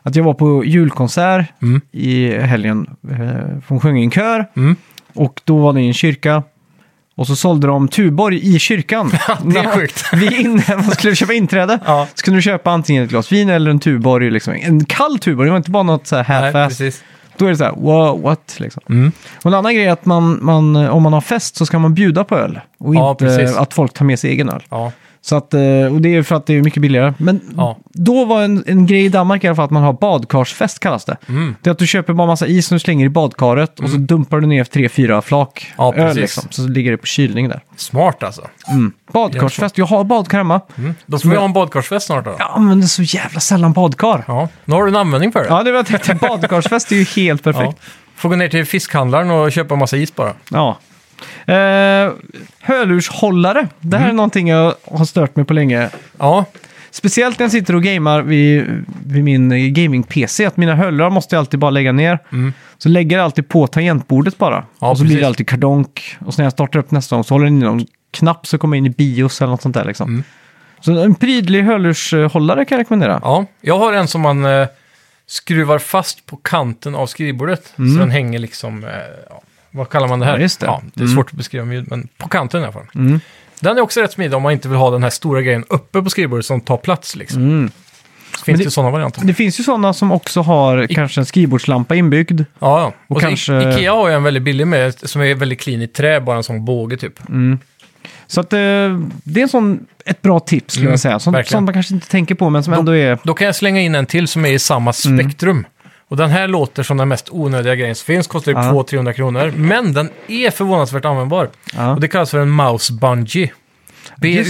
Speaker 1: att jag var på julkonsert
Speaker 2: Mm.
Speaker 1: i helgen, eh, från sjöng en kör,
Speaker 2: Mm.
Speaker 1: och då var det i en kyrka. Och så sålde de Tuborg i kyrkan.
Speaker 2: Det är sjukt.
Speaker 1: Vi in, man skulle köpa inträde.
Speaker 2: Ja.
Speaker 1: Så kunde du köpa antingen ett glas vin eller en Tuborg. Liksom. En kall Tuborg, det var inte bara något så här
Speaker 2: nej
Speaker 1: half-ass.
Speaker 2: precis.
Speaker 1: Då är det så här, wow, what? Liksom.
Speaker 2: Mm.
Speaker 1: Och en annan grej är att man, man, om man har fest så ska man bjuda på öl. Och
Speaker 2: Ja,
Speaker 1: inte
Speaker 2: precis.
Speaker 1: att folk tar med sig egen öl.
Speaker 2: Ja,
Speaker 1: Så att, eh, och det är ju för att det är mycket billigare. Men
Speaker 2: Ja.
Speaker 1: då var en, en grej i Danmark i alla fall att man har badkarsfest kallas det.
Speaker 2: Mm.
Speaker 1: Det är att du köper bara massa is som du slänger i badkaret och så dumpar du ner tre, fyra flak
Speaker 2: Ja,
Speaker 1: öl
Speaker 2: precis.
Speaker 1: liksom. Så ligger det på kylning där.
Speaker 2: smart alltså.
Speaker 1: Mm. Badkarsfest, jag har badkar hemma.
Speaker 2: Mm. Då får vi ha en badkarsfest snart då.
Speaker 1: Jag använder så jävla sällan badkar.
Speaker 2: Ja, nu har du en användning för det.
Speaker 1: Ja, det var jag tänkte. Badkarsfest är ju helt
Speaker 2: Ja.
Speaker 1: perfekt.
Speaker 2: Får gå ner till fiskhandlaren och köpa en massa is bara.
Speaker 1: Ja. Eh, hörlurshållare. Det
Speaker 2: Mm.
Speaker 1: här är någonting jag har stört mig på länge.
Speaker 2: Ja,
Speaker 1: Speciellt när jag sitter och gamer vid, vid min gaming-PC. Att mina hörlurar måste jag alltid bara lägga ner. Så lägger jag alltid på tangentbordet bara.
Speaker 2: Mm. Ja,
Speaker 1: och så blir
Speaker 2: precis.
Speaker 1: det alltid kardonk. Och så när jag startar upp nästa gång så håller den i någon knapp så kommer jag in i bios eller något sånt där liksom.
Speaker 2: Mm.
Speaker 1: Så en prydlig hörlurshållare kan jag rekommendera.
Speaker 2: ja. Jag har en som man eh, skruvar fast på kanten av skrivbordet. Så den hänger liksom, eh, ja, vad kallar man det här?
Speaker 1: Mm. Ja, just det. Mm.
Speaker 2: Ja, det är svårt att beskriva med ljud, men på kanten i alla fall. Den är också rätt smidig om man inte vill ha den här stora grejen uppe på skrivbordet som tar plats liksom. Så
Speaker 1: Mm. Men
Speaker 2: finns
Speaker 1: det-
Speaker 2: det, sådana varianter.
Speaker 1: Det finns ju sådana som också har kanske en skrivbordslampa inbyggd.
Speaker 2: Ja, ja. Och, så
Speaker 1: kanske-
Speaker 2: I- Ikea har ju en väldigt billig med, som är väldigt clean i trä, bara en sån båge typ.
Speaker 1: Så att, eh, det är en sån, ett bra tips skulle
Speaker 2: Mm,
Speaker 1: jag säga. Sånt,
Speaker 2: verkligen.
Speaker 1: sånt man kanske inte tänker på men som ändå är...
Speaker 2: Då kan jag slänga in en till som är i samma
Speaker 1: Mm.
Speaker 2: spektrum. Och den här låter som den mest onödiga grejen som finns, kostar ju
Speaker 1: Ja.
Speaker 2: 200-300 kronor. Men den är förvånansvärt användbar.
Speaker 1: Ja.
Speaker 2: Och det kallas för en mouse bungee.
Speaker 1: Just det. Mm.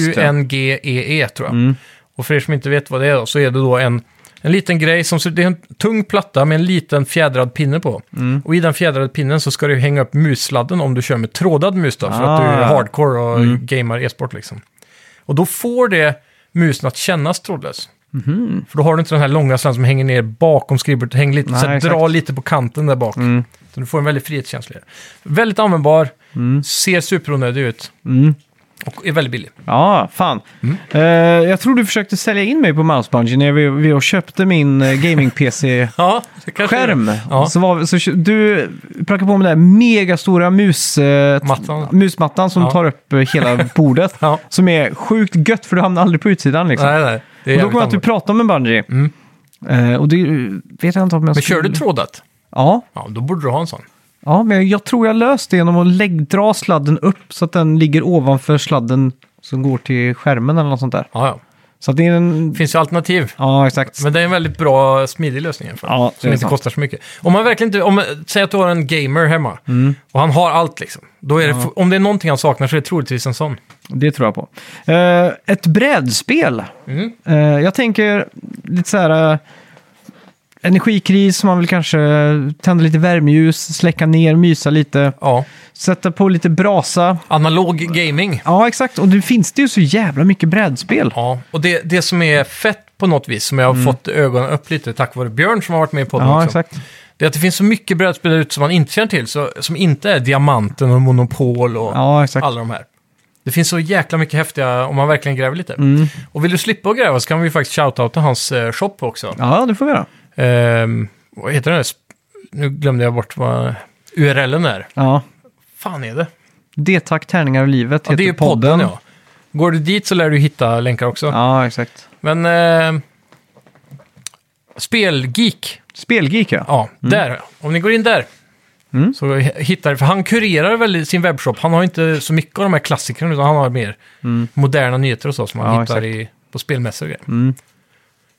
Speaker 2: B-U-N-G-E-E E tror jag. Och för er som inte vet vad det är då, så är det då en, en liten grej som ser- det är en tung platta med en liten fjädrad pinne på.
Speaker 1: Mm.
Speaker 2: Och i den fjädrade pinnen så ska du hänga upp mussladden om du kör med trådad mus då, för att du är
Speaker 1: Ah.
Speaker 2: hardcore och gamer e-sport liksom. Och då får det musen att kännas trådlös.
Speaker 1: Mhm.
Speaker 2: För då har du inte den här långa slangen som hänger ner bakom skrivbordet. Hänger lite,
Speaker 1: Nej,
Speaker 2: så här,
Speaker 1: exakt. Mm.
Speaker 2: dra lite på kanten där bak. Så du får en väldigt frihetskänsla. i det. Väldigt användbar, ser superonödig ut
Speaker 1: Mm.
Speaker 2: och är väldigt billig.
Speaker 1: Ja, fan.
Speaker 2: Mm.
Speaker 1: Eh, jag tror du försökte sälja in mig på Mousebungee när vi, vi köpte min eh, gaming-PC-skärm.
Speaker 2: Ja, Ja.
Speaker 1: Så var, vi- så, kö- du prackade på med den där megastora mus, eh, t-
Speaker 2: Mattan.
Speaker 1: musmattan som
Speaker 2: Ja.
Speaker 1: tar upp eh, hela bordet.
Speaker 2: Ja.
Speaker 1: Som är sjukt gött för du hamnar aldrig på utsidan liksom.
Speaker 2: Nej, nej. Det är
Speaker 1: Och då
Speaker 2: jävligt
Speaker 1: kommer jag att typ- du
Speaker 2: användbart.
Speaker 1: pratar om en bungee. Eh, och det vet jag inte om jag
Speaker 2: Men kör
Speaker 1: skulle-
Speaker 2: du trådat?
Speaker 1: Ja,
Speaker 2: Ja, då borde du ha en sån.
Speaker 1: Ja, men jag tror jag löst det genom att lägg, dra sladden upp så att den ligger ovanför sladden som går till skärmen eller något sånt där.
Speaker 2: Ja, ja.
Speaker 1: Så att det är en...
Speaker 2: Det finns ju alternativ.
Speaker 1: Ja, exakt.
Speaker 2: Men det är en väldigt bra, smidig lösning i alla fall.
Speaker 1: Ja, det
Speaker 2: som
Speaker 1: är
Speaker 2: inte
Speaker 1: sant.
Speaker 2: kostar så mycket. Om man verkligen inte, om, säg att du har en gamer hemma
Speaker 1: Mm.
Speaker 2: och han har allt liksom. Då är det, om det är någonting han saknar så är det troligtvis en sån.
Speaker 1: Det tror jag på. Eh, ett brädspel.
Speaker 2: Mm.
Speaker 1: Eh, jag tänker lite så här... eh, energikris, man vill kanske tända lite värmeljus, släcka ner, mysa lite,
Speaker 2: Ja.
Speaker 1: sätta på lite brasa.
Speaker 2: Analog gaming.
Speaker 1: Ja, exakt. Och nu finns det ju så jävla mycket brädspel.
Speaker 2: Ja, och det, det som är fett på något vis, som jag har fått ögonen upp lite tack vare Björn som har varit med i podden
Speaker 1: Mm. Ja,
Speaker 2: också,
Speaker 1: exakt.
Speaker 2: det är att det finns så mycket brädspel där ute som man inte känner till, så, som inte är Diamanten och Monopol och
Speaker 1: Ja, exakt.
Speaker 2: alla de här. Det finns så jäkla mycket häftiga, om man verkligen gräver lite.
Speaker 1: Mm.
Speaker 2: Och vill du slippa att gräva så kan vi faktiskt shoutouta hans eh, shop också.
Speaker 1: Ja, det får vi göra.
Speaker 2: Ehm, vad heter den? där sp- Nu glömde jag bort vad URLen är.
Speaker 1: Ja.
Speaker 2: fan är det?
Speaker 1: Det tack tärningar och livet
Speaker 2: Ja,
Speaker 1: heter
Speaker 2: det är ju podden, ja. Går du dit så lär du hitta länkar också.
Speaker 1: Ja, exakt.
Speaker 2: Men... Eh, Spelgeek.
Speaker 1: Spelgeek ja.
Speaker 2: Ja, där. Om ni går in där
Speaker 1: Mm.
Speaker 2: så hittar ni, för han kurerar väl sin webbshop. Han har inte så mycket av de här klassikerna, utan han har mer moderna nyheter och så som han
Speaker 1: Mm. Ja,
Speaker 2: hittar
Speaker 1: exakt.
Speaker 2: i, på spelmässor och grejer.
Speaker 1: Mm.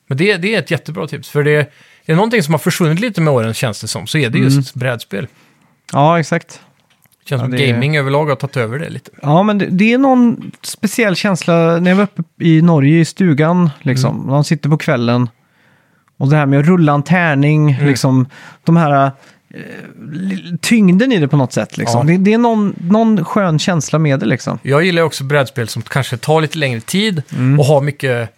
Speaker 2: Men det, det är ett jättebra tips, för det är det någonting som har försvunnit lite med åren känns det som, så är det just brädspel.
Speaker 1: Ja, exakt.
Speaker 2: Känns
Speaker 1: Mm. Ja,
Speaker 2: som
Speaker 1: det är-
Speaker 2: gaming överlag har tagit över det lite.
Speaker 1: Ja, men det, det är någon speciell känsla när jag var uppe i Norge i stugan, liksom. Man sitter på kvällen och det här med att rulla en tärning, liksom de här eh, li- tyngden i det på något sätt. Liksom.
Speaker 2: Ja.
Speaker 1: Det, det är någon, någon skön känsla med det liksom.
Speaker 2: Jag gillar också brädspel som kanske tar lite längre tid
Speaker 1: Mm.
Speaker 2: och har mycket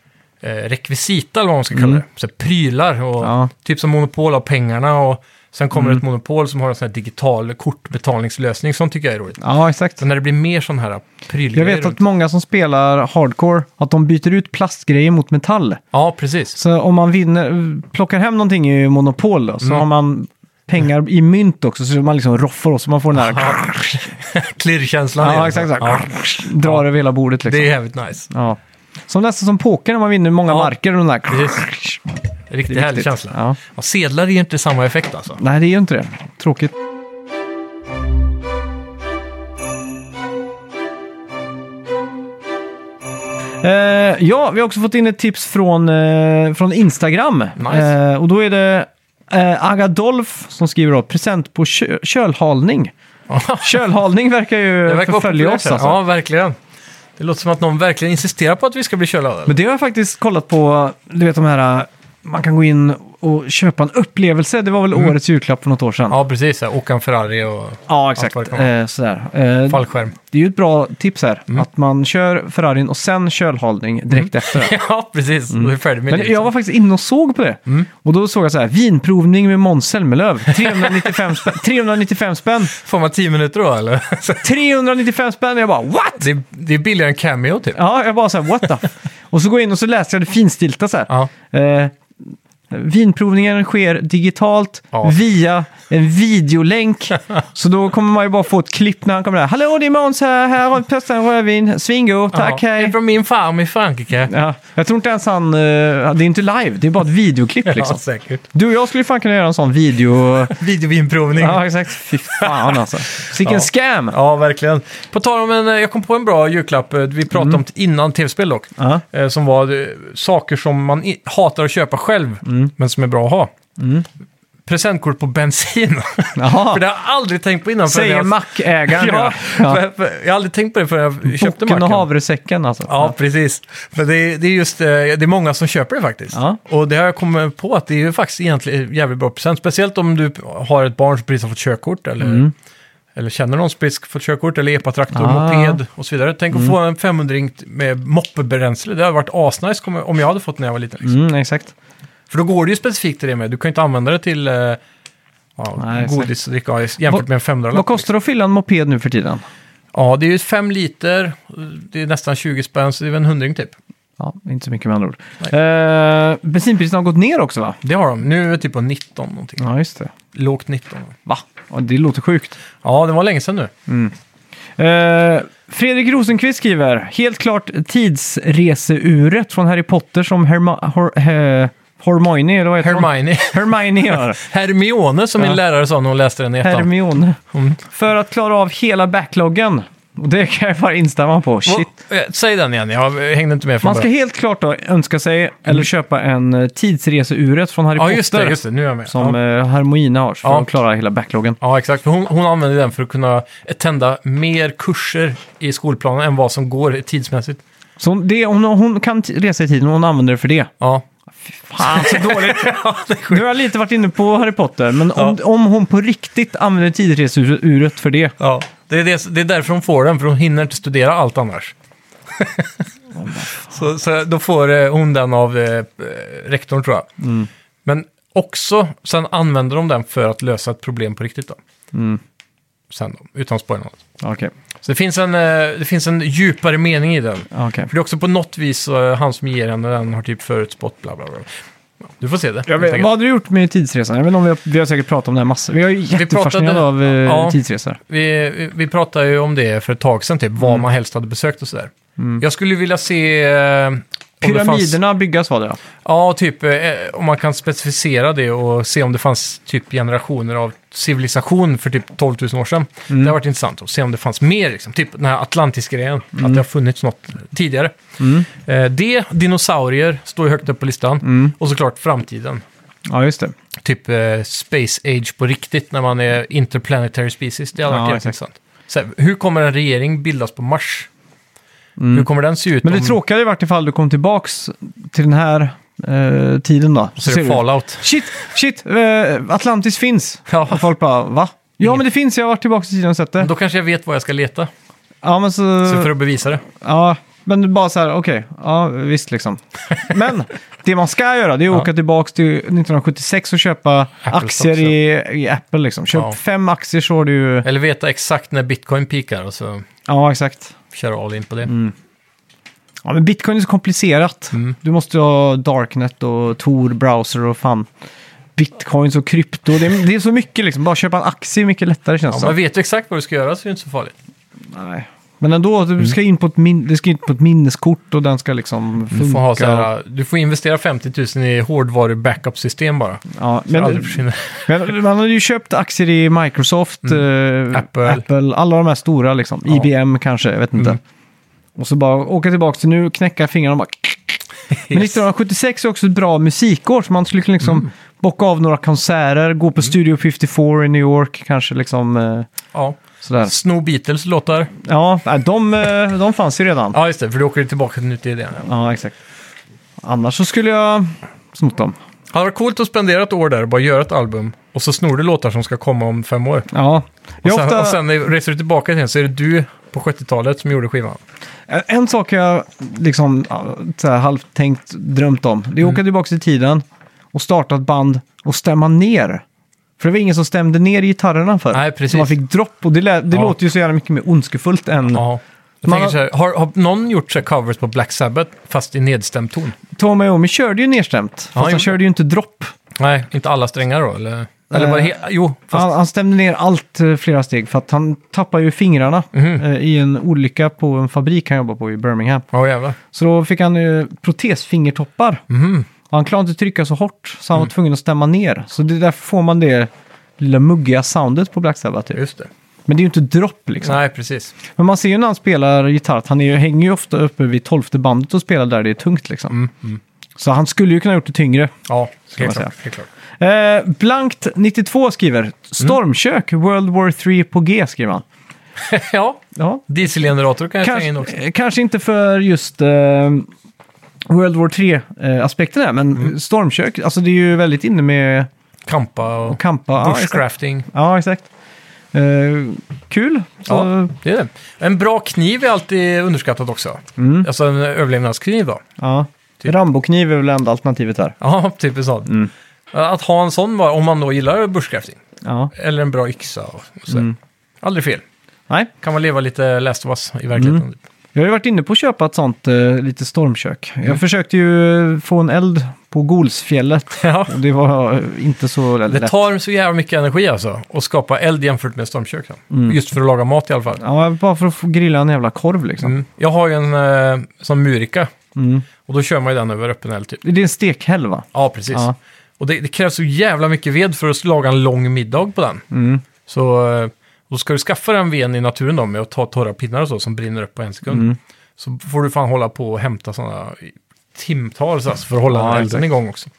Speaker 2: eh, rekvisita eller vad man ska kalla det. Så här prylar och
Speaker 1: Ja. Mm.
Speaker 2: typ som Monopol har pengarna och sen kommer ett Monopol som har en sån här digital kortbetalningslösning. Sånt tycker jag är roligt.
Speaker 1: Ja, exakt.
Speaker 2: Så när det blir mer sån här prylgrejer.
Speaker 1: Jag vet att
Speaker 2: runt-
Speaker 1: många som spelar hardcore, att de byter ut plastgrejer mot metall.
Speaker 2: Ja, precis.
Speaker 1: Så om man vinner, plockar hem någonting i Monopol då, så
Speaker 2: Mm.
Speaker 1: har man pengar i mynt också, så man liksom roffar och så man får den här...
Speaker 2: Ja. Klirrkänslan.
Speaker 1: Ja,
Speaker 2: igen.
Speaker 1: exakt. Så här,
Speaker 2: Ja,
Speaker 1: Drar över hela bordet liksom.
Speaker 2: det är jävligt nice.
Speaker 1: Ja. Som nästan som poker när man vinner många
Speaker 2: Ja.
Speaker 1: marker. Och den där...
Speaker 2: Precis. Riktigt
Speaker 1: Det är
Speaker 2: härlig
Speaker 1: viktigt.
Speaker 2: känsla.
Speaker 1: Ja.
Speaker 2: Ja, sedlar ger inte samma effekt alltså.
Speaker 1: Nej, det är ju inte det. Tråkigt. Eh, ja, vi har också fått in ett tips från, eh, från Instagram.
Speaker 2: Nice.
Speaker 1: Eh, och då är det eh, Agadolf som skriver då, present på kö- kölhalning. kölhalning verkar ju
Speaker 2: Det verkar vara
Speaker 1: förfölja
Speaker 2: populärt
Speaker 1: oss
Speaker 2: här.
Speaker 1: alltså.
Speaker 2: Ja, verkligen. Det låter som att någon verkligen insisterar på att vi ska bli kölade.
Speaker 1: Men det har jag faktiskt kollat på, du vet de här, eh, man kan gå in och köpa en upplevelse. Det var väl årets julklapp för något år sedan.
Speaker 2: Mm. Ja, precis. så här, Åka en Ferrari och
Speaker 1: Ja,
Speaker 2: Allt vad
Speaker 1: exakt.
Speaker 2: det kan vara.
Speaker 1: Eh, sådär. Eh,
Speaker 2: fallskärm.
Speaker 1: det är ju ett bra tips här,
Speaker 2: Mm.
Speaker 1: att man kör Ferrarin och sen kölhalning direkt efter det.
Speaker 2: ja, Mm. precis. Mm. Då är vi färdiga med det.
Speaker 1: Mm. Men jag var faktiskt inne och såg på det. Och då såg jag så här, vinprovning med Måns Zelmerlöw. 395 spänn. 395 spänn!
Speaker 2: Får man tio minuter då, eller?
Speaker 1: 395 spänn! Jag bara what?
Speaker 2: det, är, det är billigare än Cameo, typ.
Speaker 1: Ja, jag bara så här, what the? och så går jag in och så läser jag det finstilta så här.
Speaker 2: Ja.
Speaker 1: Eh, vinprovningen sker digitalt
Speaker 2: Ja.
Speaker 1: via en videolänk. så då kommer man ju bara få ett klipp när han kommer där. Hallå, det är Måns här. Här har vi testat en rödvin. Svingo, tack,
Speaker 2: ja. Det är
Speaker 1: hej.
Speaker 2: från min farm i Frankrike.
Speaker 1: Ja, jag tror inte ens han... eh, det är inte live, det är bara ett videoklipp liksom.
Speaker 2: Ja, säkert.
Speaker 1: Du och jag skulle fan kunna göra en sån video...
Speaker 2: Videovinprovning. Ja.
Speaker 1: ja, exakt. Fy fan alltså. Vilken
Speaker 2: Ja.
Speaker 1: scam!
Speaker 2: verkligen. På tal om en, eh, jag kom på en bra julklapp, eh, vi pratade om t- innan tv-spel dock.
Speaker 1: Mm. Ja.
Speaker 2: Eh, Som var eh, saker som man i- hatar att köpa själv,
Speaker 1: Mm.
Speaker 2: men som är bra att ha. Presentkort på bensin.
Speaker 1: Jaha.
Speaker 2: För det har jag aldrig tänkt på innan. förrän
Speaker 1: Säger
Speaker 2: jag-
Speaker 1: mackägaren.
Speaker 2: Ja,
Speaker 1: Ja.
Speaker 2: för- för- Jag har aldrig tänkt på det förrän jag köpte
Speaker 1: Boken och
Speaker 2: macken.
Speaker 1: havresäcken alltså.
Speaker 2: Ja, precis. Men det är, det är just eh, det är många som köper det faktiskt.
Speaker 1: Ja.
Speaker 2: Och det har jag kommit på att det är ju faktiskt egentligen jävligt bra present. Speciellt om du har ett barn som precis har fått körkort eller, eller känner någon som precis har fått körkort eller epatraktor,
Speaker 1: Mm. Ah. Mm.
Speaker 2: moped och så vidare. Tänk att få en 500 med moppebränsle. Det hade varit asnice kom- om jag hade fått när jag var liten. Liksom.
Speaker 1: Mm, exakt.
Speaker 2: För då går det ju specifikt till det med. Du kan ju inte använda det till eh, ja,
Speaker 1: Nej, exakt.
Speaker 2: godis och dricka jämfört
Speaker 1: Vad-
Speaker 2: med en 500
Speaker 1: Vad kostar det att fylla en moped nu för tiden?
Speaker 2: Ja, det är ju 5 liter. Det är nästan 20 spänn, så det är väl en hundring typ.
Speaker 1: Ja, inte så mycket med andra ord. Eh, bensinpriserna har gått ner också va?
Speaker 2: Det har de. Nu är det typ på 19 någonting.
Speaker 1: Ja, just det.
Speaker 2: Lågt 19.
Speaker 1: Va? Ja, det låter sjukt.
Speaker 2: Ja, det var länge sedan nu.
Speaker 1: Eh, Fredrik Rosenqvist skriver, helt klart tidsreseuret från Harry Potter som Herma- Hor- eh, Hermione, eller vad heter hon?
Speaker 2: Hermione.
Speaker 1: Hermione gör.
Speaker 2: Hermione, som
Speaker 1: Ja.
Speaker 2: min lärare sa när hon läste den i ettan.
Speaker 1: Hermione.
Speaker 2: Mm.
Speaker 1: För att klara av hela backloggen Och det kan jag bara instämma på. Shit.
Speaker 2: Och, eh, säg den igen, jag hängde inte med från
Speaker 1: Man ska
Speaker 2: början.
Speaker 1: helt klart då önska sig, eller köpa en eh, tidsreseuret från Harry
Speaker 2: Mm. Ja,
Speaker 1: Potter.
Speaker 2: just det, just det. Nu är jag med.
Speaker 1: Som
Speaker 2: ja.
Speaker 1: ja. Harmoina har, för
Speaker 2: Ja.
Speaker 1: att klara hela backloggen.
Speaker 2: ja, exakt. För Hon, hon använder den för att kunna tända mer kurser i skolplanen än vad som går tidsmässigt.
Speaker 1: Så hon- det, hon, hon kan t- resa i tiden och hon använder det för det.
Speaker 2: Ja,
Speaker 1: Fan, så dåligt! nu har jag lite varit inne på Harry Potter, men om, om hon på riktigt använder tidsreseuret för det.
Speaker 2: ja. Det, är det, det är därför hon får den, för hon hinner inte studera allt annars. så, så då får eh, hon den av eh, eh, rektorn, tror jag. Men också, sen använder de den för att lösa ett problem på riktigt. Då. Sen då, utan att spoila något.
Speaker 1: Okej,
Speaker 2: Så det finns, en, eh, det finns en djupare mening i den.
Speaker 1: okej.
Speaker 2: För det är också på något vis eh, han som ger henne den har typ förutspått bla bla bla. Ja, Du får se det. helt enkelt.
Speaker 1: Vad hade du gjort med tidsresan? Jag vet inte om vi har, vi har säkert pratat om det här massor. Vi är ju jättefascinerade
Speaker 2: pratade-
Speaker 1: av eh,
Speaker 2: ja.
Speaker 1: tidsresor.
Speaker 2: Vi, vi- vi pratade ju om det för ett tag sedan, typ, vad man helst hade besökt och sådär. Jag skulle vilja se... eh, om det Fanns,
Speaker 1: Pyramiderna byggas var det ja.
Speaker 2: ja, typ eh, om man kan specificera det och se om det fanns typ generationer av civilisation för typ 12 000 år sedan. Det har varit intressant att se om det fanns mer, liksom. typ den här Atlantis-grejen, att det har funnits något tidigare. Eh, det, dinosaurier, står ju högt upp på listan. Och såklart framtiden.
Speaker 1: Ja, just det.
Speaker 2: typ eh, Space Age på riktigt när man är interplanetary species. Det hade
Speaker 1: Ja,
Speaker 2: varit jävligt
Speaker 1: exakt.
Speaker 2: intressant. Så här, hur kommer en regering bildas på Mars? Hur kommer den se ut?
Speaker 1: Mm. Men det
Speaker 2: om-
Speaker 1: tråkiga hade ju varit ifall du kom tillbaks till den här eh, tiden då.
Speaker 2: Så är det
Speaker 1: du-
Speaker 2: Fallout.
Speaker 1: Shit, shit, eh, Atlantis finns.
Speaker 2: Ja.
Speaker 1: Och folk bara, va? Ja,
Speaker 2: Ingen-
Speaker 1: men det finns, jag har varit tillbaka i tiden och sett det.
Speaker 2: Då kanske jag vet vad jag ska leta.
Speaker 1: Ja, men så...
Speaker 2: Så för att bevisa det.
Speaker 1: Ja, men bara så här, okej, ja visst liksom. Men det man ska göra det är att
Speaker 2: Ja.
Speaker 1: åka tillbaka till 1976 och köpa aktier i, i Apple liksom. Köp
Speaker 2: Ja.
Speaker 1: fem aktier så har du ju...
Speaker 2: Eller veta exakt när bitcoin peakar och så
Speaker 1: Ja, exakt.
Speaker 2: köra all in på det.
Speaker 1: Mm, Ja, men bitcoin är så komplicerat.
Speaker 2: Mm.
Speaker 1: Du måste ha darknet och Tor browser och fan. Bitcoins och krypto. Det är, det är så mycket liksom. Bara köpa en aktie är mycket lättare känns
Speaker 2: Ja,
Speaker 1: det
Speaker 2: men
Speaker 1: som.
Speaker 2: vet du exakt vad du ska göra så är det inte så farligt.
Speaker 1: Nej. Men ändå,
Speaker 2: Mm.
Speaker 1: du ska in på ett, min- det ska in på ett minneskort och den ska liksom funka.
Speaker 2: Du får, ha så här, du får investera 50 000 i hårdvaru-backup-system bara. Så
Speaker 1: ja,
Speaker 2: det
Speaker 1: men,
Speaker 2: aldrig försvinner.
Speaker 1: Men man hade ju köpt aktier i Microsoft, eh,
Speaker 2: Mm. Apple.
Speaker 1: Apple. alla de här stora liksom.
Speaker 2: Ja.
Speaker 1: IBM kanske, jag vet inte.
Speaker 2: Mm.
Speaker 1: Och så bara åka tillbaka till nu, knäcka fingrarna och bara... Men 1976 är också ett bra musikår, så man skulle kunna liksom
Speaker 2: Mm.
Speaker 1: bocka av några konserter, gå på Studio 54 i New York, kanske liksom eh,
Speaker 2: ja.
Speaker 1: sådär.
Speaker 2: Sno Beatles låtar.
Speaker 1: Ja, nej, de, eh, de fanns ju redan. Ja.
Speaker 2: Ja, just det, för du åker tillbaka till nutiden. Ja.
Speaker 1: exakt. Annars så skulle jag snott dem.
Speaker 2: Hade varit coolt att spendera ett år där och bara göra ett album. Och så snor du låtar som ska komma om fem år.
Speaker 1: Ja.
Speaker 2: Och
Speaker 1: Jag
Speaker 2: sen,
Speaker 1: har ofta-
Speaker 2: och sen när- reser du tillbaka till den så är det du på 70-talet som gjorde skivan.
Speaker 1: En- En sak jag liksom ja, så här, halvt tänkt drömt om,
Speaker 2: Mm.
Speaker 1: det är att åka tillbaka i tiden och starta ett band och stämma ner. För det var ingen som stämde ner gitarrerna för.
Speaker 2: Nej, precis.
Speaker 1: Så man fick dropp och det, lä- det
Speaker 2: Ja.
Speaker 1: låter ju så jävla mycket mer ondskefullt än...
Speaker 2: Ja. Jag
Speaker 1: Man
Speaker 2: tänker så här, har, har någon gjort så här covers på Black Sabbath fast i nedstämd ton?
Speaker 1: Tom Iommi körde ju nerstämt, fast
Speaker 2: Ja, jo.
Speaker 1: han körde ju inte dropp.
Speaker 2: Nej, inte alla strängar då? Eller, eller
Speaker 1: Eh,
Speaker 2: var det he- Jo, fast...
Speaker 1: Han, han stämde ner allt eh, flera steg för att han tappade ju fingrarna
Speaker 2: Mhm.
Speaker 1: eh, i en olycka på en fabrik han jobbar på i Birmingham.
Speaker 2: Ja, oh, jävlar.
Speaker 1: Så då fick han eh, protesfingertoppar. Och han klarade inte trycka så hårt, så han var tvungen att stämma ner. Så det är därför får man det lilla muggiga soundet på Black Sabbath. Typ.
Speaker 2: Just det.
Speaker 1: Men det är ju inte dropp liksom.
Speaker 2: Nej, precis.
Speaker 1: Men man ser ju när han spelar gitarr att han är, ju- hänger ju ofta uppe vid tolfte bandet och spelar där det är tungt liksom. Så han skulle ju kunna gjort det tyngre.
Speaker 2: Ja, helt
Speaker 1: man
Speaker 2: klart, helt klart.
Speaker 1: Eh, Blankt 92 skriver Stormkök World War 3 på G skriver han.
Speaker 2: ja,
Speaker 1: Ja,
Speaker 2: dieselgenerator kan jag slänga in också.
Speaker 1: Kanske, eh, kanske inte för just eh, World War 3-aspekten där, men
Speaker 2: Mm.
Speaker 1: stormkök, alltså det är ju väldigt inne med
Speaker 2: Kampa och,
Speaker 1: att kampa. Ja, exakt.
Speaker 2: bushcrafting.
Speaker 1: Ja, exakt. Eh, kul. Så,
Speaker 2: Ja,
Speaker 1: ja.
Speaker 2: det är det. En bra kniv är alltid underskattat också. Alltså en överlevnadskniv då. Typ.
Speaker 1: Rambokniv är väl enda alternativet här.
Speaker 2: Ja, typ en sån.
Speaker 1: Mm.
Speaker 2: Att ha en sån, var, om man då gillar bushcrafting,
Speaker 1: Ja.
Speaker 2: eller en bra yxa och och så.
Speaker 1: Mm.
Speaker 2: Aldrig fel.
Speaker 1: Nej,
Speaker 2: Kan man leva lite last of us i verkligheten. typ.
Speaker 1: jag har ju varit inne på att köpa ett sånt eh, lite stormkök.
Speaker 2: Mm.
Speaker 1: Jag försökte ju få en eld på Golsfjället.
Speaker 2: Ja.
Speaker 1: Och det var eh, inte så lätt.
Speaker 2: Det tar så jävla mycket energi alltså, att skapa eld jämfört med stormkök. då. Just för att laga mat i alla fall.
Speaker 1: Mm. Ja, bara för att få grilla en jävla korv liksom.
Speaker 2: Mm. Jag har ju en eh, sån murika,
Speaker 1: Mm.
Speaker 2: och då kör man ju den över öppen eld typ.
Speaker 1: Det är en stekhäll va?
Speaker 2: Ja, precis.
Speaker 1: Ja.
Speaker 2: Och det, det krävs så jävla mycket ved för att laga en lång middag på den.
Speaker 1: Mm.
Speaker 2: Så eh, Då ska du skaffa den veden i naturen då med att ta torra pinnar och så som brinner upp på en sekund.
Speaker 1: Mm.
Speaker 2: Så får du fan hålla på och hämta sådana i timtals alltså, för att hålla
Speaker 1: Ja,
Speaker 2: den elden
Speaker 1: exakt. Mm.
Speaker 2: igång också.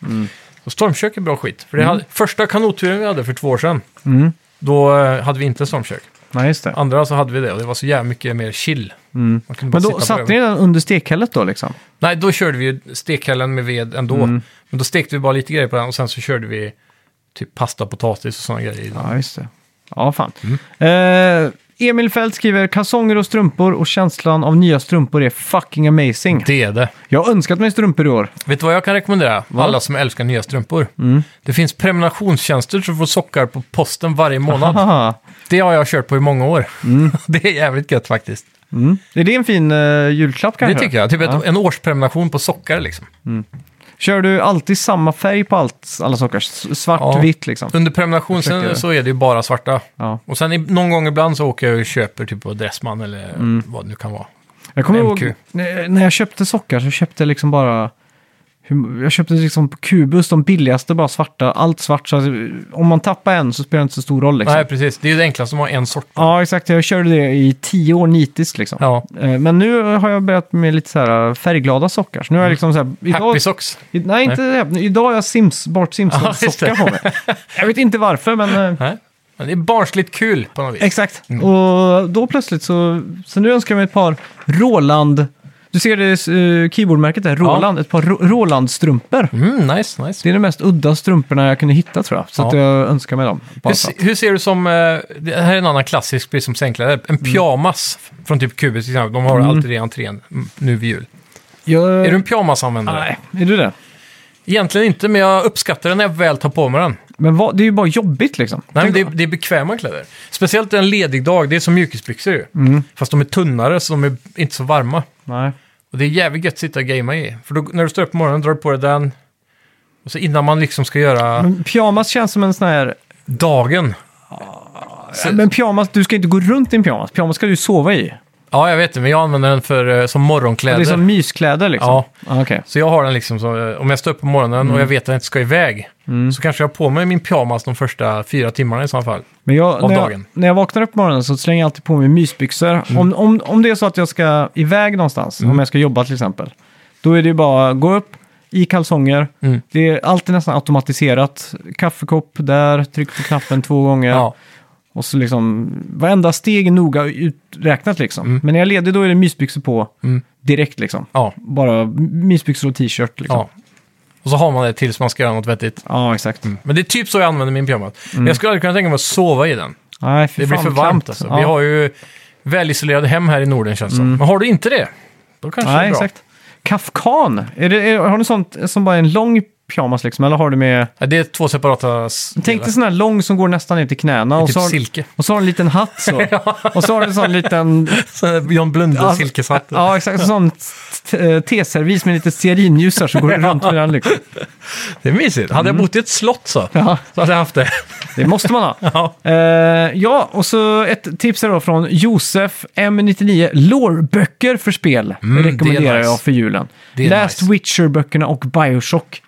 Speaker 2: Så stormkök är bra skit. För det hade, första kanotturen vi hade för två år sedan,
Speaker 1: Mm.
Speaker 2: då eh, hade vi inte stormkök.
Speaker 1: Nej, just det.
Speaker 2: Andra så hade vi det och det var så jävla mycket mer chill.
Speaker 1: Mm.
Speaker 2: Man kunde bara
Speaker 1: Men
Speaker 2: sitta
Speaker 1: då
Speaker 2: på
Speaker 1: satte
Speaker 2: ögonen.
Speaker 1: ni den under stekhället då liksom?
Speaker 2: Nej, då körde vi ju stekhällen med ved ändå.
Speaker 1: Mm.
Speaker 2: Men då stekte vi bara lite grejer på den och sen så körde vi typ pasta, potatis och sådana grejer i den.
Speaker 1: Ja, just det. Ja, fan. Eh, Emil Fält skriver kalsonger och strumpor och känslan av nya strumpor är fucking amazing.
Speaker 2: Det är det.
Speaker 1: Jag har önskat mig strumpor i år.
Speaker 2: Vet du vad jag kan rekommendera? Alla som älskar nya strumpor.
Speaker 1: Mm.
Speaker 2: Det finns prenumerationstjänster så du får sockar på posten varje månad.
Speaker 1: Haha.
Speaker 2: Det har jag kört på i många år. Det är jävligt gött faktiskt.
Speaker 1: Mm. Är det en fin eh, julklapp kanske?
Speaker 2: Det tycker jag. Typ ett,
Speaker 1: Ja.
Speaker 2: en årsprenumeration på sockar liksom.
Speaker 1: Kör du alltid samma färg på allt, alla sockar? S- Svart,
Speaker 2: Ja.
Speaker 1: vitt liksom?
Speaker 2: Under
Speaker 1: Försöker-
Speaker 2: prenumerationen så är det ju bara svarta.
Speaker 1: Ja.
Speaker 2: Och sen i, någon gång ibland så åker jag och köper typ på Dressman eller
Speaker 1: Mm.
Speaker 2: vad det nu kan vara.
Speaker 1: Jag kommer
Speaker 2: MQ.
Speaker 1: ihåg när- när jag köpte sockar så köpte jag liksom bara... hur- Jag köpte liksom på Kubus de billigaste, bara svarta. Allt svart. Så att, om man tappar en så spelar det inte så stor roll. Liksom.
Speaker 2: Nej, precis. Det är ju det enklaste att ha en sort.
Speaker 1: Ja, exakt. Jag körde det i tio år nitiskt liksom.
Speaker 2: Ja.
Speaker 1: Eh, Men nu har jag börjat med lite så här eh, färgglada sockar. Så nu har jag liksom så här...
Speaker 2: Mm. Happy socks.
Speaker 1: I- Nej, inte det. Idag har jag Sims, Bart
Speaker 2: Ja, just
Speaker 1: Simpson-socka
Speaker 2: det.
Speaker 1: på mig. Jag vet inte varför, men... eh,
Speaker 2: Nej. Men det är barnsligt kul på något vis.
Speaker 1: Exakt. Och då plötsligt så... Så nu önskar jag mig ett par Roland... Du ser det uh, keyboardmärket där, Roland. Ett par Ro- Roland-strumpor.
Speaker 2: Mm, nice, nice.
Speaker 1: Det är de mest udda strumporna jag kunde hitta tror jag. Så att
Speaker 2: Ja.
Speaker 1: jag önskar mig dem. Bara
Speaker 2: Hur,
Speaker 1: så.
Speaker 2: se- hur ser du som, eh, det här är en annan klassisk, precis som sänklare, en pyjamas från typ Kubus till exempel. De har alltid det i entrén mm, nu vid jul.
Speaker 1: Jag...
Speaker 2: Är du en pyjamasanvändare?
Speaker 1: Nej, är du det?
Speaker 2: Egentligen inte, men jag uppskattar den när jag väl tar på mig den.
Speaker 1: Men vad, det är ju bara jobbigt liksom.
Speaker 2: Nej, men
Speaker 1: Tänk-
Speaker 2: det, är, det är bekväma kläder. Speciellt en ledig dag, det är som mjukisbyxor ju. Fast de är tunnare, så de är inte så varma.
Speaker 1: Nej.
Speaker 2: Och det är jävligt gött att sitta och gamea i. För då, när du står upp på morgonen drar du på dig den. Och så innan man liksom ska göra
Speaker 1: Men pyjamas känns som en sån här...
Speaker 2: dagen. Så-
Speaker 1: Men pyjamas, du ska inte gå runt i en pyjamas. Pyjamas ska du ju sova i.
Speaker 2: Ja, jag vet det, men jag använder den för, eh, som morgonkläder.
Speaker 1: Det är som myskläder liksom.
Speaker 2: Ja.
Speaker 1: Ah, Okej.
Speaker 2: Så jag har den liksom, så, eh, om jag står upp på morgonen och
Speaker 1: Mm.
Speaker 2: jag vet att jag inte ska iväg, så kanske jag har på mig min pyjamas de första fyra timmarna i så fall.
Speaker 1: Men jag,
Speaker 2: Av
Speaker 1: när, jag,
Speaker 2: dagen. Mm.
Speaker 1: när jag vaknar upp på morgonen så slänger jag alltid på mig mysbyxor. Om, om, om det är så att jag ska iväg någonstans, om jag ska jobba till exempel, då är det ju bara att gå upp i kalsonger.
Speaker 2: Mm.
Speaker 1: Det är alltid nästan automatiserat. Kaffekopp där, tryck på knappen två gånger.
Speaker 2: Ja.
Speaker 1: Och så liksom, varenda steg är noga uträknat liksom. Men när jag är ledig då är det mysbyxor på
Speaker 2: Mm.
Speaker 1: direkt liksom.
Speaker 2: Ja.
Speaker 1: Bara mysbyxor och t-shirt liksom.
Speaker 2: ja. Och så har man det tills man ska göra något vettigt.
Speaker 1: Ja, exakt.
Speaker 2: Men det är typ så jag använder min pyjamas. Men jag skulle aldrig kunna tänka mig att sova i den.
Speaker 1: Nej, fy
Speaker 2: Det blir
Speaker 1: Mm. fan,
Speaker 2: för
Speaker 1: vad
Speaker 2: varmt
Speaker 1: klamt.
Speaker 2: alltså.
Speaker 1: Ja. Mm.
Speaker 2: Vi har ju välisolerade hem här i Norden känns det som. Men har du inte det, då kanske det
Speaker 1: Nej,
Speaker 2: är bra.
Speaker 1: exakt. Kafkan, är det, är, har du sånt som bara är en lång pyjamas liksom? Eller har du med...
Speaker 2: Ja, Det är två separata... s-
Speaker 1: Tänk dig sån här lång som går nästan ner till knäna. Och,
Speaker 2: typ
Speaker 1: så har,
Speaker 2: silke.
Speaker 1: och så har du en liten hatt så. Och så har du en sån liten...
Speaker 2: Så John Blunde
Speaker 1: Ja,
Speaker 2: silkeshatt.
Speaker 1: Ja, exakt. En sån t- eh, teservis med lite stearinljus här så går det runt med den liksom.
Speaker 2: Det är mysigt. Hade jag bott i ett slott så,
Speaker 1: Ja,
Speaker 2: så hade jag haft det.
Speaker 1: det måste man ha.
Speaker 2: Ja.
Speaker 1: Eh, ja, och så ett tips här då från Josef M99. Lårböcker för spel
Speaker 2: Mm, det är
Speaker 1: rekommenderar
Speaker 2: nice.
Speaker 1: jag för julen.
Speaker 2: Det är
Speaker 1: Läs
Speaker 2: nice. Mm.
Speaker 1: Witcher-böckerna och Bioshock.